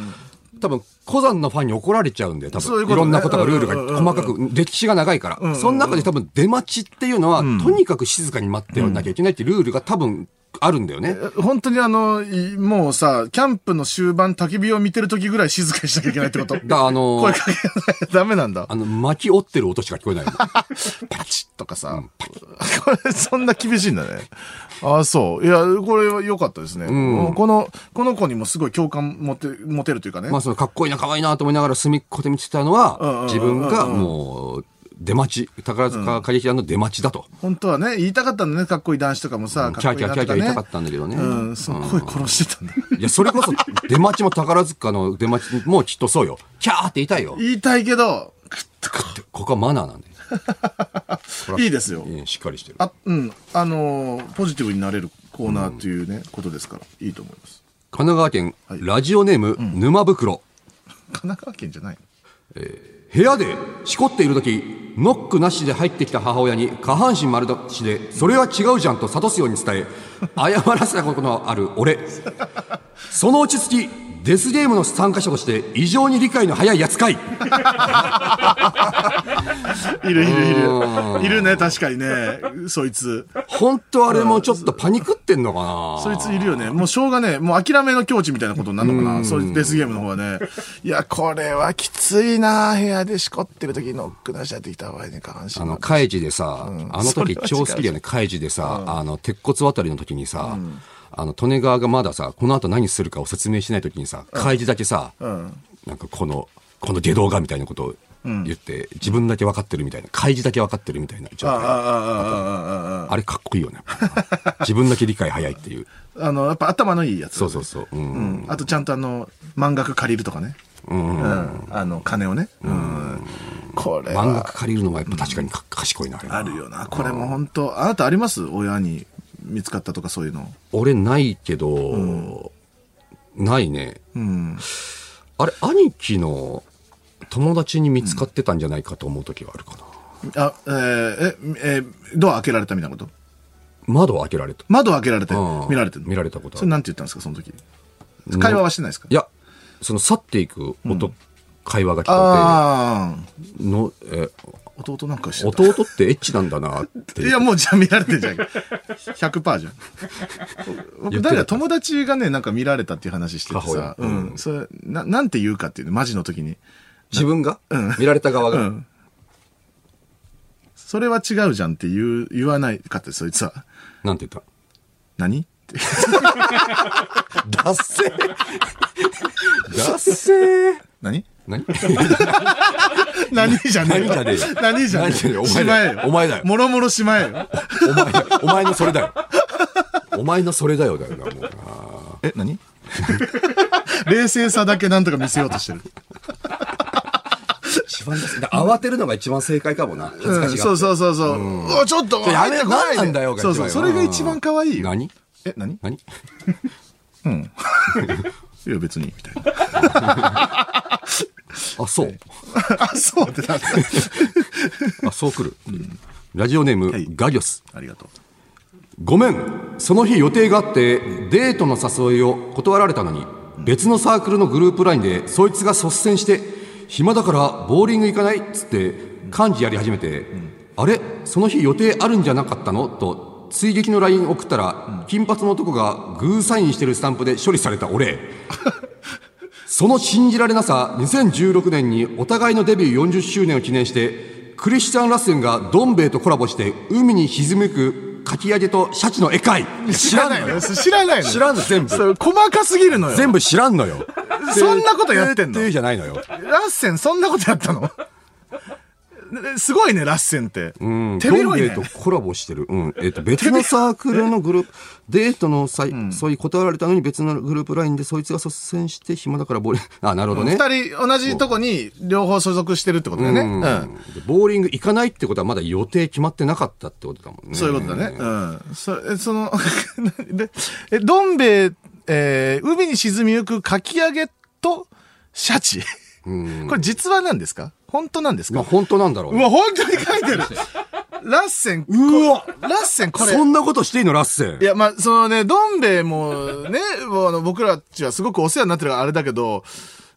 [SPEAKER 3] 多分、古山のファンに怒られちゃうんだよ、多
[SPEAKER 1] そういう
[SPEAKER 3] 分。い
[SPEAKER 1] ことね
[SPEAKER 3] ろんなことが、ルールが
[SPEAKER 1] うんうんうん
[SPEAKER 3] 細かく、歴史が長いから。その中で多分、出待ちっていうのは、とにかく静かに待ってなきゃいけないっていうルールが多分、あるんだよね。
[SPEAKER 1] 本当にあの、いもうさ、キャンプの終盤、焚き火を見てる時ぐらい静かにしなきゃいけないってこと。
[SPEAKER 3] (laughs) だからあの
[SPEAKER 1] (laughs) 声かけないとダメなんだ。
[SPEAKER 3] あの、巻き折ってる音しか聞こえ
[SPEAKER 1] (laughs)
[SPEAKER 3] ないの。
[SPEAKER 1] パチッとかさ、これそんな厳しいんだね。ああ、そう。いや、これは良かったですね、この、この子にもすごい共感持て、持てるというかね。
[SPEAKER 3] まあ、その、かっこいいな、可愛いなと思いながら隅っこで見てたのは、自分がもう、出待ち、宝塚歌劇団の出待ちだと。
[SPEAKER 1] 本当はね、言いたかったんだね、かっこいい男子とかもさ、
[SPEAKER 3] キ
[SPEAKER 1] か
[SPEAKER 3] ャ
[SPEAKER 1] っこ
[SPEAKER 3] ー
[SPEAKER 1] いい
[SPEAKER 3] キャー
[SPEAKER 1] な
[SPEAKER 3] キャ
[SPEAKER 1] と
[SPEAKER 3] ーキャ
[SPEAKER 1] か
[SPEAKER 3] ー言い
[SPEAKER 1] ね
[SPEAKER 3] たか。ったんだけどね。
[SPEAKER 1] うん、その声殺してたんだ。
[SPEAKER 3] いや、それこそ、出待ちも宝塚の出待ちもきっとそうよ。キャーって言いたいよ。
[SPEAKER 1] 言いたいけど、くっとこ
[SPEAKER 3] ここはマナーなんで。
[SPEAKER 1] ういいですよ。
[SPEAKER 3] ええしっかりしてる。
[SPEAKER 1] あ、うん、あのーポジティブになれるコーナーというね、ことですから、いいと思います。
[SPEAKER 3] 神奈川県、ラジオネーム、沼袋。
[SPEAKER 1] 神奈川県じゃない
[SPEAKER 3] 部屋でしこっているとき、ノックなしで入ってきた母親に下半身丸出しで、それは違うじゃんと諭すように伝え、謝らせたことのある俺。その落ち着き、デスゲームの参加者として異常に理解の早いやつかい。
[SPEAKER 1] いるいるいる。いるね、確かにね。そいつ。
[SPEAKER 3] 本当あれもちょっとパニクってんのかな
[SPEAKER 1] そいついるよね。もうしょうがねえ。もう諦めの境地みたいなことになるのかな。そういうデスゲームの方はね。いや、これはきついな部屋でしこってる時にノックなしやってきた場合に下半身
[SPEAKER 3] あの、
[SPEAKER 1] の。
[SPEAKER 3] カイジでさ、あの
[SPEAKER 1] それ
[SPEAKER 3] 時
[SPEAKER 1] は
[SPEAKER 3] 超好きだよね、カイジでさ、あの、鉄骨渡りの時にさ、あの、利根川がまださ、この後何するかを説明しない時にさ、カイジだけさ、なんかこの、この下道がみたいなことを言って、自分だけ分かってるみたいな、カイジだけ分かってるみたいな状
[SPEAKER 1] ああ、あ
[SPEAKER 3] 態。
[SPEAKER 1] あ、ああ、あ
[SPEAKER 3] あれかっこいいよね。自分だけ理解早いっていう。
[SPEAKER 1] あ。あの、やっぱ頭のいいやつ。
[SPEAKER 3] そうそうそう。うん
[SPEAKER 1] うんあとちゃんとあの、満額借りるとかね。うんあの、金をね。うんこれ
[SPEAKER 3] 漫
[SPEAKER 1] は
[SPEAKER 3] 画家借りるのがやっぱ確かにか賢いな、あれな
[SPEAKER 1] あるよな。これも本当あなたあります親に見つかったとかそういうの。
[SPEAKER 3] 俺ないけど、ないね、あれ兄貴の友達に見つかってたんじゃないかと思う時はあるかな、
[SPEAKER 1] あ、えーえ、えードア開けられたみたいなこと
[SPEAKER 3] 窓を開けられた
[SPEAKER 1] 窓開けられて
[SPEAKER 3] うん
[SPEAKER 1] 見られてるの
[SPEAKER 3] 見られたことある
[SPEAKER 1] それなんて言ったんですかその時会話はしてないですか
[SPEAKER 3] いやその去っていく音、会話が聞こ
[SPEAKER 1] あ
[SPEAKER 3] えてのえ
[SPEAKER 1] あ弟なんかしてた
[SPEAKER 3] 弟ってエッチなんだなって
[SPEAKER 1] いやもうじゃあ見られてんじゃん100%じゃん
[SPEAKER 3] (laughs) 言
[SPEAKER 1] 僕
[SPEAKER 3] って
[SPEAKER 1] 誰
[SPEAKER 3] た
[SPEAKER 1] か友達がねなんか見られたっていう話してて
[SPEAKER 3] 母親
[SPEAKER 1] さ、うん、それななんて言うかっていうねマジの時に
[SPEAKER 3] 自分が、見られた側が、
[SPEAKER 1] うんそれは違うじゃんって言う言わないかってそいつは
[SPEAKER 3] なんて言っ
[SPEAKER 1] 何 (laughs) って
[SPEAKER 3] たダッセーダッセー
[SPEAKER 1] 何
[SPEAKER 3] 何
[SPEAKER 1] 何じゃねえよ
[SPEAKER 3] 何じゃねえよ
[SPEAKER 1] 何じゃねえ
[SPEAKER 3] 何じゃねえよお前
[SPEAKER 1] しま
[SPEAKER 3] だよ
[SPEAKER 1] えよ
[SPEAKER 3] お前だよ
[SPEAKER 1] もろもろしまえよ
[SPEAKER 3] お前お前のそれだよお前のそれだよだよなもうな
[SPEAKER 1] え、何 (laughs) 冷静さだけなんとか見せようとして
[SPEAKER 3] (laughs)
[SPEAKER 1] る。
[SPEAKER 3] 一番ですだから慌てるのが一番正解かもな。恥ずかしがっ
[SPEAKER 1] う
[SPEAKER 3] て
[SPEAKER 1] んそうそうそうそう。うわちょっと
[SPEAKER 3] ちょやめ
[SPEAKER 1] 入っ
[SPEAKER 3] ろ
[SPEAKER 1] てこないで
[SPEAKER 3] 何なんだよが一
[SPEAKER 1] そ
[SPEAKER 3] 番
[SPEAKER 1] うそう。それが一番可愛いよ。
[SPEAKER 3] 何
[SPEAKER 1] え、何い
[SPEAKER 3] 何
[SPEAKER 1] や、別に。みたいな。
[SPEAKER 3] (laughs) あ、そう。
[SPEAKER 1] あ、そうってなって。
[SPEAKER 3] あ、そう来る。ラジオネーム、
[SPEAKER 1] い
[SPEAKER 3] ガギョス。
[SPEAKER 1] (laughs) ありがとう。
[SPEAKER 3] ごめん。その日予定があって、デートの誘いを断られたのに、別のサークルのグループラインで、そいつが率先して、暇だからボーリング行かないっつって、幹事やり始めて、あれその日予定あるんじゃなかったのと、追撃の LINE 送ったら、金髪の男がグーサインしてるスタンプで処理された俺。その信じられなさ、2016年にお互いのデビュー40周年を記念して、クリスチャン・ラッセンがどん兵衛とコラボして、海に沈むくかき揚げとシャチの絵かい知らんのよ。
[SPEAKER 1] 知らないのよ。
[SPEAKER 3] 知らんの全
[SPEAKER 1] そ
[SPEAKER 3] 部。
[SPEAKER 1] れ細かすぎるのよ。
[SPEAKER 3] 全部知らんのよ。
[SPEAKER 1] そんなことやってんの
[SPEAKER 3] っていうじゃないのよ。
[SPEAKER 1] ラッセン、そんなことやったのすごいね、ラッセンって。手
[SPEAKER 3] どん
[SPEAKER 1] 広
[SPEAKER 3] 兵
[SPEAKER 1] い
[SPEAKER 3] 衛
[SPEAKER 1] ね
[SPEAKER 3] と。コラボしてる。うん。えっ、と、別のサークルのグループ、デートの際、そういう断られたのに別のグループラインで、そいつが率先して暇だからボーリング。あ、なるほどね。
[SPEAKER 1] 二人同じとこに両方所属してるってことだよね。
[SPEAKER 3] う
[SPEAKER 1] うんん。
[SPEAKER 3] でボーリング行かないってことはまだ予定決まってなかったってことだもんね。
[SPEAKER 1] そういうことだね。うん。そえその、 (laughs) でえ、どん兵衛、えー海に沈みゆくかき揚げとシャチ。これ実話なんですか本当なんです
[SPEAKER 3] ま
[SPEAKER 1] か、
[SPEAKER 3] あ本当なんだろう
[SPEAKER 1] う
[SPEAKER 3] ね。
[SPEAKER 1] わ、本当に書いてるラッセン、
[SPEAKER 3] うわ
[SPEAKER 1] こラッセンこれ
[SPEAKER 3] そ。んなことしていいのラッセン
[SPEAKER 1] い。や、まあ、そのね、どん兵衛もね、 (laughs) もうあの僕らっちはすごくお世話になってるからあれだけど、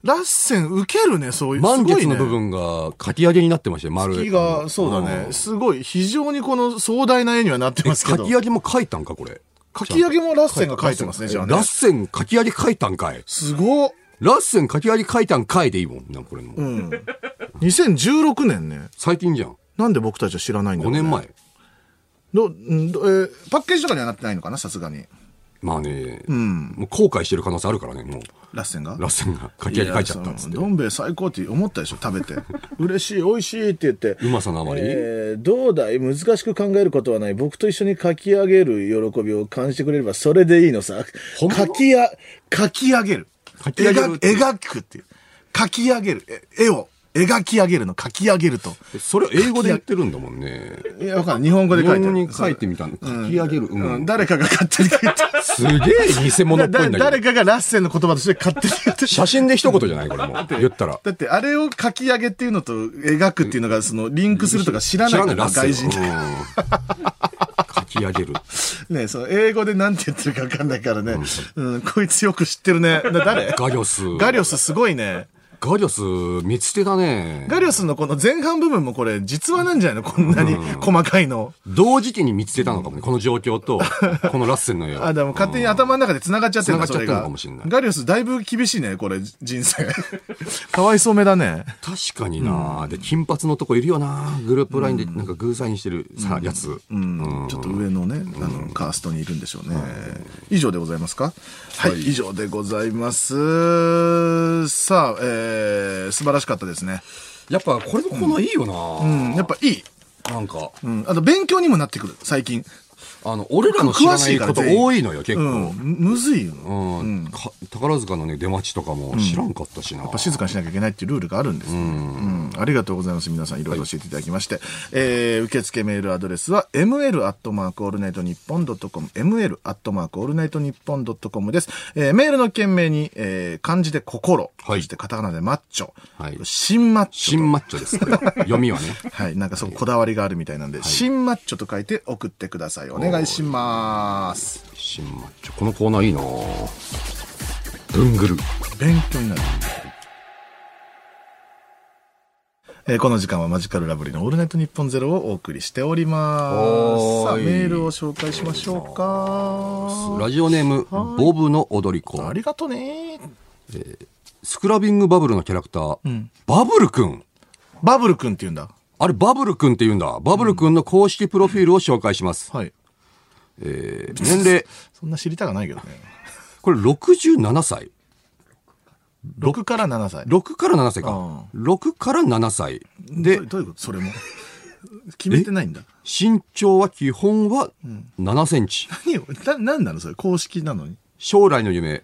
[SPEAKER 1] ラッセン受けるね、そういう。
[SPEAKER 3] 満
[SPEAKER 1] すごい
[SPEAKER 3] 月
[SPEAKER 1] ね
[SPEAKER 3] の部分がかき揚げになってましたよ、丸。
[SPEAKER 1] 月が、そうだね。すごい、非常にこの壮大な絵にはなって
[SPEAKER 3] うん。
[SPEAKER 1] ますけ
[SPEAKER 3] か
[SPEAKER 1] ど
[SPEAKER 3] き。揚げも書いたんか、これ。
[SPEAKER 1] かき揚げもラッセンが書いてますね、じゃあね
[SPEAKER 3] ラッ。センかき揚げ書いたんかい。
[SPEAKER 1] すごっ。
[SPEAKER 3] ラッセンかき揚げ書いたんかいでいいもん。なんかこれも。
[SPEAKER 1] 2016年ね。
[SPEAKER 3] 最近じゃん。
[SPEAKER 1] なんで僕たちは知らないんだ
[SPEAKER 3] 5
[SPEAKER 1] ろう、ね。
[SPEAKER 3] 年。前。
[SPEAKER 1] ど、んどえーパッケージとかにはなってないのかな、さすがに。
[SPEAKER 3] まあね、もう後悔してる可能性あるからね、もう。
[SPEAKER 1] ラッセンが。
[SPEAKER 3] ラッセンがかき揚げ書いちゃったんです
[SPEAKER 1] い
[SPEAKER 3] っ
[SPEAKER 1] や
[SPEAKER 3] て
[SPEAKER 1] そ。のどん兵衛最高って思ったでしょ、食べ
[SPEAKER 3] (laughs)
[SPEAKER 1] て。嬉しい、美味しいって言って。
[SPEAKER 3] うまさのあまり
[SPEAKER 1] えーどうだい難しく考えることはない。僕と一緒にかき上げる喜びを感じてくれればそれでいいのさ。
[SPEAKER 3] ほんま
[SPEAKER 1] かきや、かき上げる。
[SPEAKER 3] かき上げる
[SPEAKER 1] 描く描くっていう。かき上げる。え絵を。描き上げるの、書き上げると。
[SPEAKER 3] それを英語でやってるんだもんね。
[SPEAKER 1] いや、わかんない。日本語で
[SPEAKER 3] 日
[SPEAKER 1] 書い
[SPEAKER 3] 本
[SPEAKER 1] て
[SPEAKER 3] 語
[SPEAKER 1] ある。
[SPEAKER 3] に書いてみたの。書き上げる。う
[SPEAKER 1] うん
[SPEAKER 3] ん。
[SPEAKER 1] 誰かが勝手に書いてある
[SPEAKER 3] すげえ偽 (laughs) 物っぽい
[SPEAKER 1] だ
[SPEAKER 3] んだけ
[SPEAKER 1] 誰
[SPEAKER 3] ど。
[SPEAKER 1] かがラッセンの言葉として勝手に言ってる
[SPEAKER 3] 写真で一言じゃないこれもう。言ったら。
[SPEAKER 1] だって、あれを書き上げっていうのと描くっていうのが、その、リンクするとか知らない
[SPEAKER 3] 知
[SPEAKER 1] から
[SPEAKER 3] な
[SPEAKER 1] ら、
[SPEAKER 3] いラッ
[SPEAKER 1] 外
[SPEAKER 3] セ
[SPEAKER 1] 人
[SPEAKER 3] ン。うん書き上げる。
[SPEAKER 1] ねその、英語でなんて言ってるかわかんないからね。うん、こいつよく知ってるね。な誰
[SPEAKER 3] ガリョス。
[SPEAKER 1] ガリョスすごいね。
[SPEAKER 3] ガリョス、見つけだね。
[SPEAKER 1] ガリョスのこの前半部分もこれ、実話なんじゃないのこんなに細かいの。
[SPEAKER 3] 同時期に見つけたのかもね。この状
[SPEAKER 1] (laughs)
[SPEAKER 3] 況と、このラッセンの絵を。
[SPEAKER 1] あ、でも勝手に頭の中で繋がっちゃってるんだ
[SPEAKER 3] 繋がっちゃってるのかも
[SPEAKER 1] そ
[SPEAKER 3] し
[SPEAKER 1] れ
[SPEAKER 3] ん
[SPEAKER 1] が
[SPEAKER 3] ない
[SPEAKER 1] ガリオスだいぶ厳しいね、これ、人生。 (laughs) かわいそうめだね。
[SPEAKER 3] 確かにな、で、金髪のとこいるよなグループラインでなんかグーサインしてるさ、やつ。
[SPEAKER 1] うん、ちょっと上のね、あの、カーストにいるんでしょうね。以上でございますかはい、以上でございます。さあ、えー、素晴らしかったですね。
[SPEAKER 3] やっぱこれのこのいいよな、
[SPEAKER 1] うん、やっぱいい。
[SPEAKER 3] なんか、
[SPEAKER 1] うん、あと勉強にもなってくる、最近。
[SPEAKER 3] あの、俺らの知ら
[SPEAKER 1] 詳
[SPEAKER 3] な
[SPEAKER 1] しい
[SPEAKER 3] い
[SPEAKER 1] から
[SPEAKER 3] こと
[SPEAKER 1] 全員
[SPEAKER 3] 多いのよ、結
[SPEAKER 1] う
[SPEAKER 3] 構。
[SPEAKER 1] ん、むむずいよ。や
[SPEAKER 3] うんか宝塚のね、出待ちとかも知らんかったしな。
[SPEAKER 1] っぱ静かにしなきゃいけないっていうルールがあるんですね、うんありがとうございます。皆さんいろいろ教えていただきまして。えー、受付メールアドレスは ml アットマークオールナイトニッポンドットコム ml アットマークオールナイトニッポンドットコムです。えー、メールの件名に、えー、漢字で心、
[SPEAKER 3] はい
[SPEAKER 1] そしてカタカナでマッチョ、
[SPEAKER 3] はい
[SPEAKER 1] 新マッチョと
[SPEAKER 3] 新マッチョです。
[SPEAKER 1] (laughs)
[SPEAKER 3] 読みはね。
[SPEAKER 1] はい、なんかそここだわりがあるみたいなんで、新マッチョと書いて送ってください。お願いします。
[SPEAKER 3] 新マッチョ。このコーナーいいなブングル。
[SPEAKER 1] 勉強になる。えーこの時間はマジカルラブリーのオールナイトニッポンゼロをお送りしております。
[SPEAKER 3] は
[SPEAKER 1] さあ、
[SPEAKER 3] ーい
[SPEAKER 1] メールを紹介しましょうか。
[SPEAKER 3] ラジオネーム、ボブの踊り子
[SPEAKER 1] あ。りがとね。
[SPEAKER 3] スクラビングバブルのキャラクター、バブルくん。
[SPEAKER 1] バブルくんって言うんだ。
[SPEAKER 3] あれ、バブルくんって言うんだ。バブルくんの公式プロフィールを紹介します。
[SPEAKER 1] はい。
[SPEAKER 3] えー年齢、
[SPEAKER 1] そんな知りたがないけどね。
[SPEAKER 3] これ67歳。
[SPEAKER 1] 6から7歳。
[SPEAKER 3] 6から7歳
[SPEAKER 1] あ
[SPEAKER 3] か。6から7歳。で
[SPEAKER 1] ど、どういうことそれも。決めてないんだ。
[SPEAKER 3] 身長は基本は7センチ。
[SPEAKER 1] 何を、な、なんなのそれ公式なのに。
[SPEAKER 3] 将来の夢、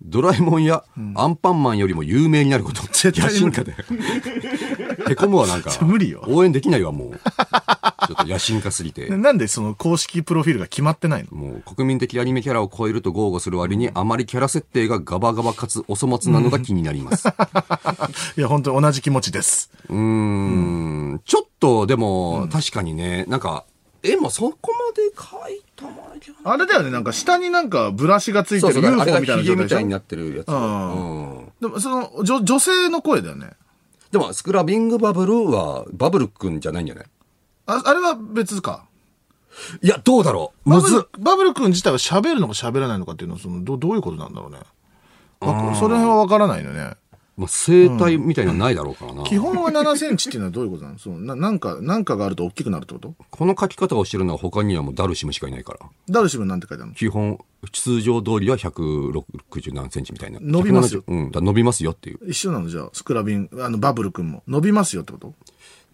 [SPEAKER 3] ドラえもんやアンパンマンよりも有名になること。
[SPEAKER 1] 絶対
[SPEAKER 3] いや進化だよ。へこむわ、なんか。
[SPEAKER 1] (laughs) 無理よ
[SPEAKER 3] 応援できないわ、もう。ちょっと野心家すぎて
[SPEAKER 1] で。なんでその公式プロフィールが決まってないの
[SPEAKER 3] もう国民的アニメキャラを超えると豪語する割に、あまりキャラ設定がガバガバかつお粗末なのが気になり
[SPEAKER 1] (laughs)
[SPEAKER 3] ます。
[SPEAKER 1] いや、本当に同じ気持ちです。
[SPEAKER 3] うーんちょっと、でも、確かにね、なんか、絵もそこまで描いたもんじゃない
[SPEAKER 1] あれだよね、なんか下になんかブラシがついて
[SPEAKER 3] そう
[SPEAKER 1] る
[SPEAKER 3] そう、あれ
[SPEAKER 1] UFO
[SPEAKER 3] が
[SPEAKER 1] みたいな
[SPEAKER 3] ヒ
[SPEAKER 1] 状
[SPEAKER 3] ゲ
[SPEAKER 1] 態
[SPEAKER 3] み
[SPEAKER 1] でした
[SPEAKER 3] い
[SPEAKER 1] ょ
[SPEAKER 3] になってるやつ。
[SPEAKER 1] ん
[SPEAKER 3] うん
[SPEAKER 1] でもその、女、女性の声だよね。
[SPEAKER 3] でも、スクラビングバブルは、バブル君じゃないんじゃない
[SPEAKER 1] あ、あれは別か。
[SPEAKER 3] いや、どうだろう
[SPEAKER 1] バ
[SPEAKER 3] む
[SPEAKER 1] ブ
[SPEAKER 3] ず
[SPEAKER 1] ル、バブル君自体は喋るのか喋らないのかっていうのは、その、ど、どういうことなんだろうね。わそれはわからないのね。
[SPEAKER 3] まあ、生態みたいなのないだろうからな。
[SPEAKER 1] 基本は7センチっていうのはどういうことなの (laughs) その、な、なんか、なんかがあると大きくなるってこと
[SPEAKER 3] この書き方をしてるのは他にはもうダルシムしかいないから。
[SPEAKER 1] ダルシムなんて書いてあるの
[SPEAKER 3] 基本、通常通りは160何センチみたいな。
[SPEAKER 1] 伸びますよ
[SPEAKER 3] 170うん、だから伸びますよっていう。
[SPEAKER 1] 一緒なのじゃあ、スクラビン、あの、バブル君も。伸びますよってこと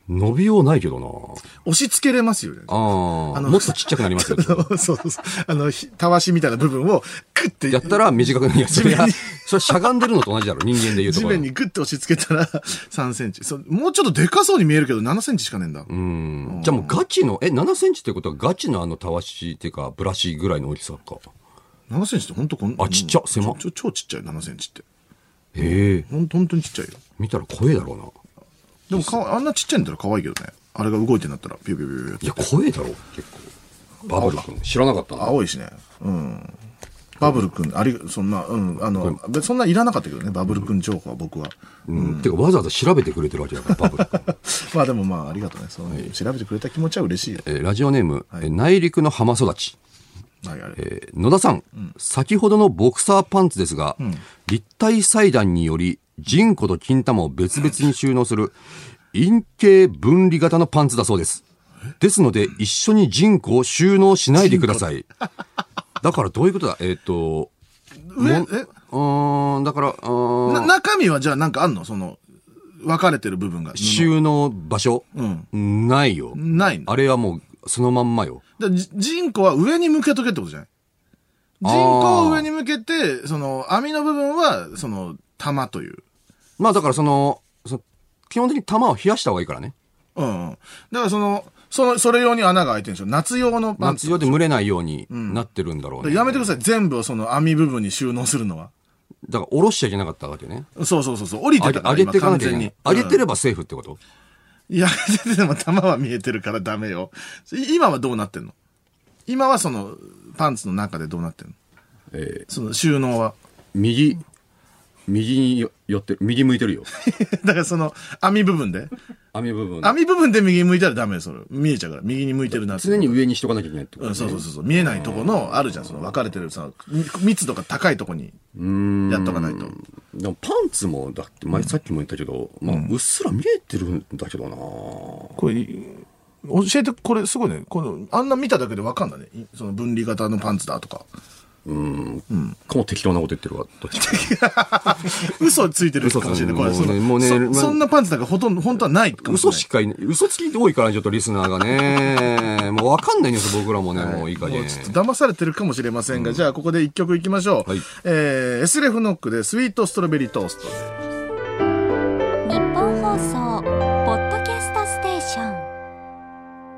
[SPEAKER 3] 伸びようないけどな
[SPEAKER 1] 押し付けれますよね。
[SPEAKER 3] あ
[SPEAKER 1] あ
[SPEAKER 3] あ
[SPEAKER 1] の
[SPEAKER 3] もっとちっちゃくなりますよ。 (laughs)
[SPEAKER 1] (laughs) そうそうそう。あの、ひたわしみたいな部分を、クッて
[SPEAKER 3] やったら短くなりやすい。それ
[SPEAKER 1] 地面
[SPEAKER 3] は
[SPEAKER 1] に、
[SPEAKER 3] (laughs) それはしゃがんでるのと同じだろ、人間で言うと
[SPEAKER 1] 地
[SPEAKER 3] ころ
[SPEAKER 1] 面
[SPEAKER 3] の。
[SPEAKER 1] にグッと押し付けたら (laughs) 3センチ。そうもうちょっとでかそうに見えるけど7センチしかねえんだ。
[SPEAKER 3] うん。じゃあもうガチの、え、7センチってことはガチのあのたわしっていうか、ブラシぐらいの大きさか。
[SPEAKER 1] 7センチってほんとこん
[SPEAKER 3] あちっちゃ狭っ
[SPEAKER 1] ちょ超ちっちゃい7センチって。
[SPEAKER 3] へえ。
[SPEAKER 1] ほんほんとにちっちゃいよ。
[SPEAKER 3] 見たら怖えだろうな。
[SPEAKER 1] でもかわあんなちっちゃいんだったら可愛いけどね。あれが動いてんだったらピュピュピュピュっ
[SPEAKER 3] い
[SPEAKER 1] て。
[SPEAKER 3] や、怖えだろう、結構。バブル君。知らなかったな。
[SPEAKER 1] 青いしね。うん。バブル君、あり、そんな、うん、あの、別そんないらなかったけどね、バブル君情報は僕は。 (laughs)
[SPEAKER 3] うん。てか、わざわざ調べてくれてるわけだ (laughs) から、バブル君。
[SPEAKER 1] まあでもまあ、ありがとうね。その、調べてくれた気持ちは嬉しいよ。
[SPEAKER 3] えーラジオネーム、えー内陸の浜育ち。
[SPEAKER 1] はい、あれ。
[SPEAKER 3] えー野田さん、先ほどのボクサーパンツですが、立体裁断により、ジンコと金玉を別々に収納する、陰茎分離型のパンツだそうです。ですので、一緒にジンコを収納しないでください。だからどういうことだえっ、と、
[SPEAKER 1] 上、え
[SPEAKER 3] うーん、だから、うーん
[SPEAKER 1] な中身はじゃあなんかあんのその、分かれてる部分が。
[SPEAKER 3] 収納場所、ないよ。
[SPEAKER 1] ないの
[SPEAKER 3] あれはもう、そのまんまよ。
[SPEAKER 1] だじ人口は上に向けとけってことじゃない人
[SPEAKER 3] あ
[SPEAKER 1] 口
[SPEAKER 3] ー
[SPEAKER 1] を上に向けて、その、網の部分は、その、玉という。
[SPEAKER 3] まあだからその、その基本的に玉を冷やした方がいいからね。
[SPEAKER 1] うん。だからその、その、それ用に穴が開いてるんですよ。夏用のパンツ。
[SPEAKER 3] 夏用で蒸れないようになってるんだろうね。
[SPEAKER 1] やめてください。全部をその網部分に収納するのは。
[SPEAKER 3] だから、おろしちゃいけなかったわけね。
[SPEAKER 1] そうそうそうそう。降りて
[SPEAKER 3] あ
[SPEAKER 1] た
[SPEAKER 3] げ
[SPEAKER 1] から
[SPEAKER 3] 上げていかなきゃいけない。上げて
[SPEAKER 1] る。
[SPEAKER 3] ればセーフってこと
[SPEAKER 1] うんいや、上げてても玉は見えてるからダメよ。い今はどうなってんの今はその、パンツの中でどうなってんの
[SPEAKER 3] え
[SPEAKER 1] その収納は。 (laughs)
[SPEAKER 3] 右、右によ寄ってる。右向いて
[SPEAKER 1] (laughs)
[SPEAKER 3] るよ。
[SPEAKER 1] だからその、網部分で。
[SPEAKER 3] 網部分
[SPEAKER 1] 網部分で右向いたらダメよ、それ。見えちゃうから。右に向いてるなって。
[SPEAKER 3] 上にしとかなきゃいけないってこ
[SPEAKER 1] うん、そうそうそうそう。見えないとこの、あるじゃん、その分かれてるさ、み密度が高いとこに、やっとかないと。
[SPEAKER 3] でもパンツもだって前さっきも言ったけど、まあ、うっすら見えてるんだけどな、
[SPEAKER 1] これ、教えて、これすごいね。この、あんな見ただけで分かんないね。いその分離型のパンツだとか。
[SPEAKER 3] もう適当なこと言ってるわ
[SPEAKER 1] 嘘ついてる人かもしれない。これ、
[SPEAKER 3] 嘘
[SPEAKER 1] そ
[SPEAKER 3] つい
[SPEAKER 1] の
[SPEAKER 3] てるもうねもうね
[SPEAKER 1] そそんなパンツなんかほとんど、本当はないかもしれ
[SPEAKER 3] 嘘
[SPEAKER 1] ない。
[SPEAKER 3] しかいない嘘つき多いからちょっとリスナーがねもう分かんないんですよ僕らもね、もういい加
[SPEAKER 1] も
[SPEAKER 3] 減
[SPEAKER 1] うちょっと騙されてるかもしれませんが、じゃあここで一曲いきましょう。
[SPEAKER 3] はい
[SPEAKER 1] えー、エスレフノックでスイートストロベリートースト。
[SPEAKER 2] 日本放送ポッドキャストステーション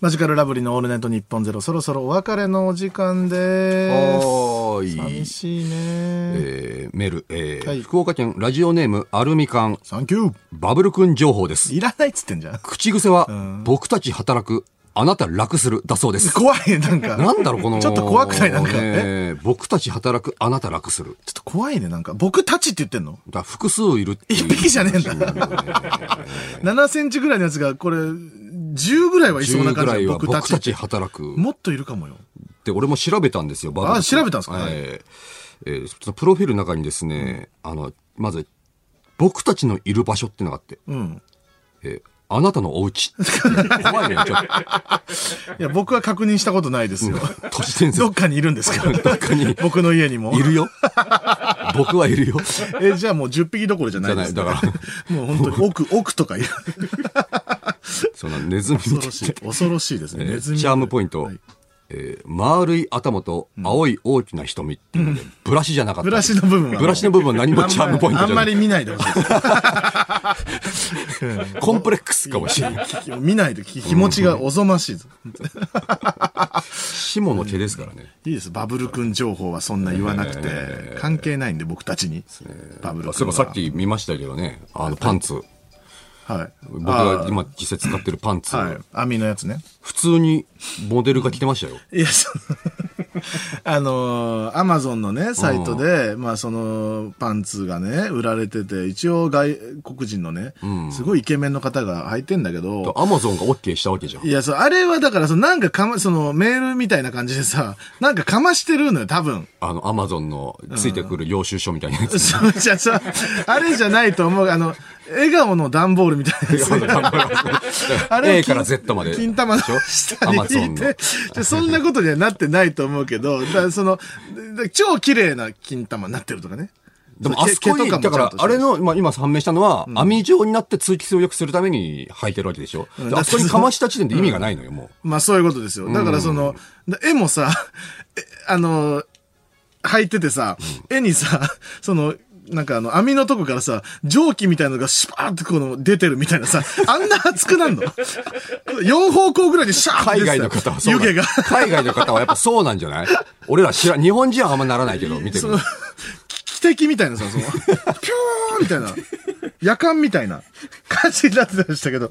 [SPEAKER 1] マジカルラブリーのオールナイトニッポンゼロ、そろそろお別れのお時間です。
[SPEAKER 3] はーい
[SPEAKER 1] 寂しいね。
[SPEAKER 3] えーメール、えー
[SPEAKER 1] はい
[SPEAKER 3] 福岡県ラジオネームアルミ缶
[SPEAKER 1] サンキュー
[SPEAKER 3] バブルくん情報です
[SPEAKER 1] いらないっつってんじゃん。
[SPEAKER 3] 口癖は、僕たち働くあなた楽するだそうです
[SPEAKER 1] 怖い、なんか。
[SPEAKER 3] なんだろうこの
[SPEAKER 1] ちょっと怖くないなんか。え
[SPEAKER 3] ね僕たち働くあなた楽する
[SPEAKER 1] ちょっと怖いね、なんか。僕たちって言ってんの
[SPEAKER 3] だから複数いるっていう
[SPEAKER 1] 一匹じゃねえんだ。7センチぐらいのやつが、これ、10ぐらいはいそうな
[SPEAKER 3] 10
[SPEAKER 1] 感
[SPEAKER 3] ぐら
[SPEAKER 1] じ
[SPEAKER 3] いは
[SPEAKER 1] 僕
[SPEAKER 3] 僕
[SPEAKER 1] た
[SPEAKER 3] た
[SPEAKER 1] ち
[SPEAKER 3] ち。働くっ
[SPEAKER 1] もっといるかもよ。
[SPEAKER 3] て俺も調べたんですよ、バブル
[SPEAKER 1] あ調べたんですか
[SPEAKER 3] はいえーそのプロフィールの中にですね、あの、まず、僕たちのいる場所ってのがあって、
[SPEAKER 1] うん。
[SPEAKER 3] えーあなたのお家怖いね、ちょっ
[SPEAKER 1] いや、僕は確認したことないですよ。 (laughs)
[SPEAKER 3] と。都市伝説
[SPEAKER 1] どっかにいるんですか
[SPEAKER 3] (laughs) どっかに
[SPEAKER 1] 僕の家にも。
[SPEAKER 3] いるよ。僕はいるよ。
[SPEAKER 1] え、じゃあもう10匹どころじゃないです、ね、
[SPEAKER 3] じゃないだか
[SPEAKER 1] もう本当に奥、奥とかいる。
[SPEAKER 3] そのネズミ
[SPEAKER 1] 恐
[SPEAKER 3] みた
[SPEAKER 1] ろ
[SPEAKER 3] い
[SPEAKER 1] しい。 (laughs) 恐ろしいですね。ネ
[SPEAKER 3] な。
[SPEAKER 1] ズミ。
[SPEAKER 3] チャームポイント。
[SPEAKER 1] はい
[SPEAKER 3] えー丸い頭と青い大きな瞳っていうので、ブラシじゃなかった。
[SPEAKER 1] ブラシの部分は。
[SPEAKER 3] ブラシの部分は何もチャームポイント
[SPEAKER 1] あん
[SPEAKER 3] じゃ
[SPEAKER 1] ま
[SPEAKER 3] ない。
[SPEAKER 1] り見ないでほしいです。
[SPEAKER 3] コンプレックスかもしれない。
[SPEAKER 1] 見ないと気気持ちがおぞましいぞ。
[SPEAKER 3] 下の毛ですからね。
[SPEAKER 1] いいです。バブル君情報はそんな言わなくて、関係ないんで僕たちに。バブル君は。
[SPEAKER 3] そういえばさっき見ましたけどね、あのパンツ。
[SPEAKER 1] はい。
[SPEAKER 3] 僕が今実際使ってるパンツ
[SPEAKER 1] あ。ーはい。網のやつね。
[SPEAKER 3] 普通にモデルが着てましたよ。
[SPEAKER 1] いや、その (laughs) あのー、アマゾンのね、サイトで、まあその、パンツがね、売られてて、一応外国人のね、すごいイケメンの方が履いてんだけど、
[SPEAKER 3] アマゾンが OK したわけじゃん
[SPEAKER 1] い。や、そう、あれはだから、そのなんかかま、そのメールみたいな感じでさ、 (laughs) なんかかましてるのよ、多分。 (laughs)
[SPEAKER 3] あの、アマゾンのついてくる領収書みたいなやつ。
[SPEAKER 1] そうじゃあさ、あれじゃないと思う。あの、笑顔の段ボールみたいなやつ。あを
[SPEAKER 3] A から Z まで。
[SPEAKER 1] 金玉の
[SPEAKER 3] でしょ
[SPEAKER 1] 下
[SPEAKER 3] ア
[SPEAKER 1] に
[SPEAKER 3] マゾ
[SPEAKER 1] 引い
[SPEAKER 3] ンの。
[SPEAKER 1] て、じゃそんなことにはなってないと思うけど、だからその、だ超綺麗な金玉になってるとかね。
[SPEAKER 3] でも
[SPEAKER 1] そ
[SPEAKER 3] あ
[SPEAKER 1] う
[SPEAKER 3] そこに、だから、あれ、の、まあ、今判明したのは、網状になって通気性を良くするために履いてるわけでしょ。
[SPEAKER 1] ん
[SPEAKER 3] であそこにかました時点で意味がないのよ、もう。
[SPEAKER 1] まあそういうことですよ。だからその、だ絵もさ、えあの、履いててさ、絵にさ、その、なんかあの、網のとこからさ、蒸気みたいなのがシュパーってこの出てるみたいなさ、あんな熱くなんの ?4 方向ぐらいにシャーって
[SPEAKER 3] 海
[SPEAKER 1] 出てた
[SPEAKER 3] 外
[SPEAKER 1] よ
[SPEAKER 3] の方は
[SPEAKER 1] (laughs) 湯
[SPEAKER 3] そうなん
[SPEAKER 1] 気が。
[SPEAKER 3] 海外の方はやっぱそうなんじゃない俺ら知らん、日本人はあんまならないけど、見て
[SPEAKER 1] そ
[SPEAKER 3] る
[SPEAKER 1] の、汽笛みたいなさ、その、ピューンみたいな、夜間みたいな感じになってましたけど、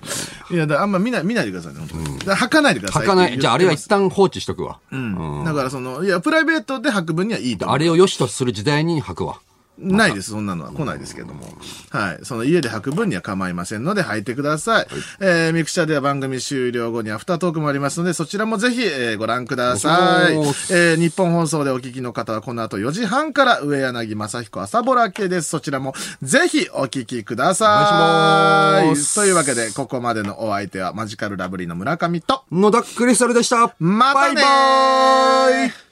[SPEAKER 1] いや、だからあんま見ない、見ないでくださいね、本当に。だから履かないでください。
[SPEAKER 3] 履かない。じゃああれは一
[SPEAKER 1] 旦。
[SPEAKER 3] 旦放置しとくわ。
[SPEAKER 1] うん。だからその、いや、プライベートで履く分にはいいと思う
[SPEAKER 3] あれを良しとする時代に履くわ。
[SPEAKER 1] ないです、そんなのは来ないですけども。はい。その家で履く分には構いませんので、履いてください。えー、ミクチャでは番組終了後にアフタートークもありますので、そちらもぜひ、えーご覧ください。え
[SPEAKER 3] お願いします
[SPEAKER 1] ー、日本放送でお聞きの方は、この後4時半から、上柳正彦朝ぼら系です。そちらもぜひお聞きください。
[SPEAKER 3] お願いします
[SPEAKER 1] というわけで、ここまでのお相手は、マジカルラブリーの村上と、
[SPEAKER 3] 野田クリスタルでした。
[SPEAKER 1] またねー
[SPEAKER 3] バイバーイ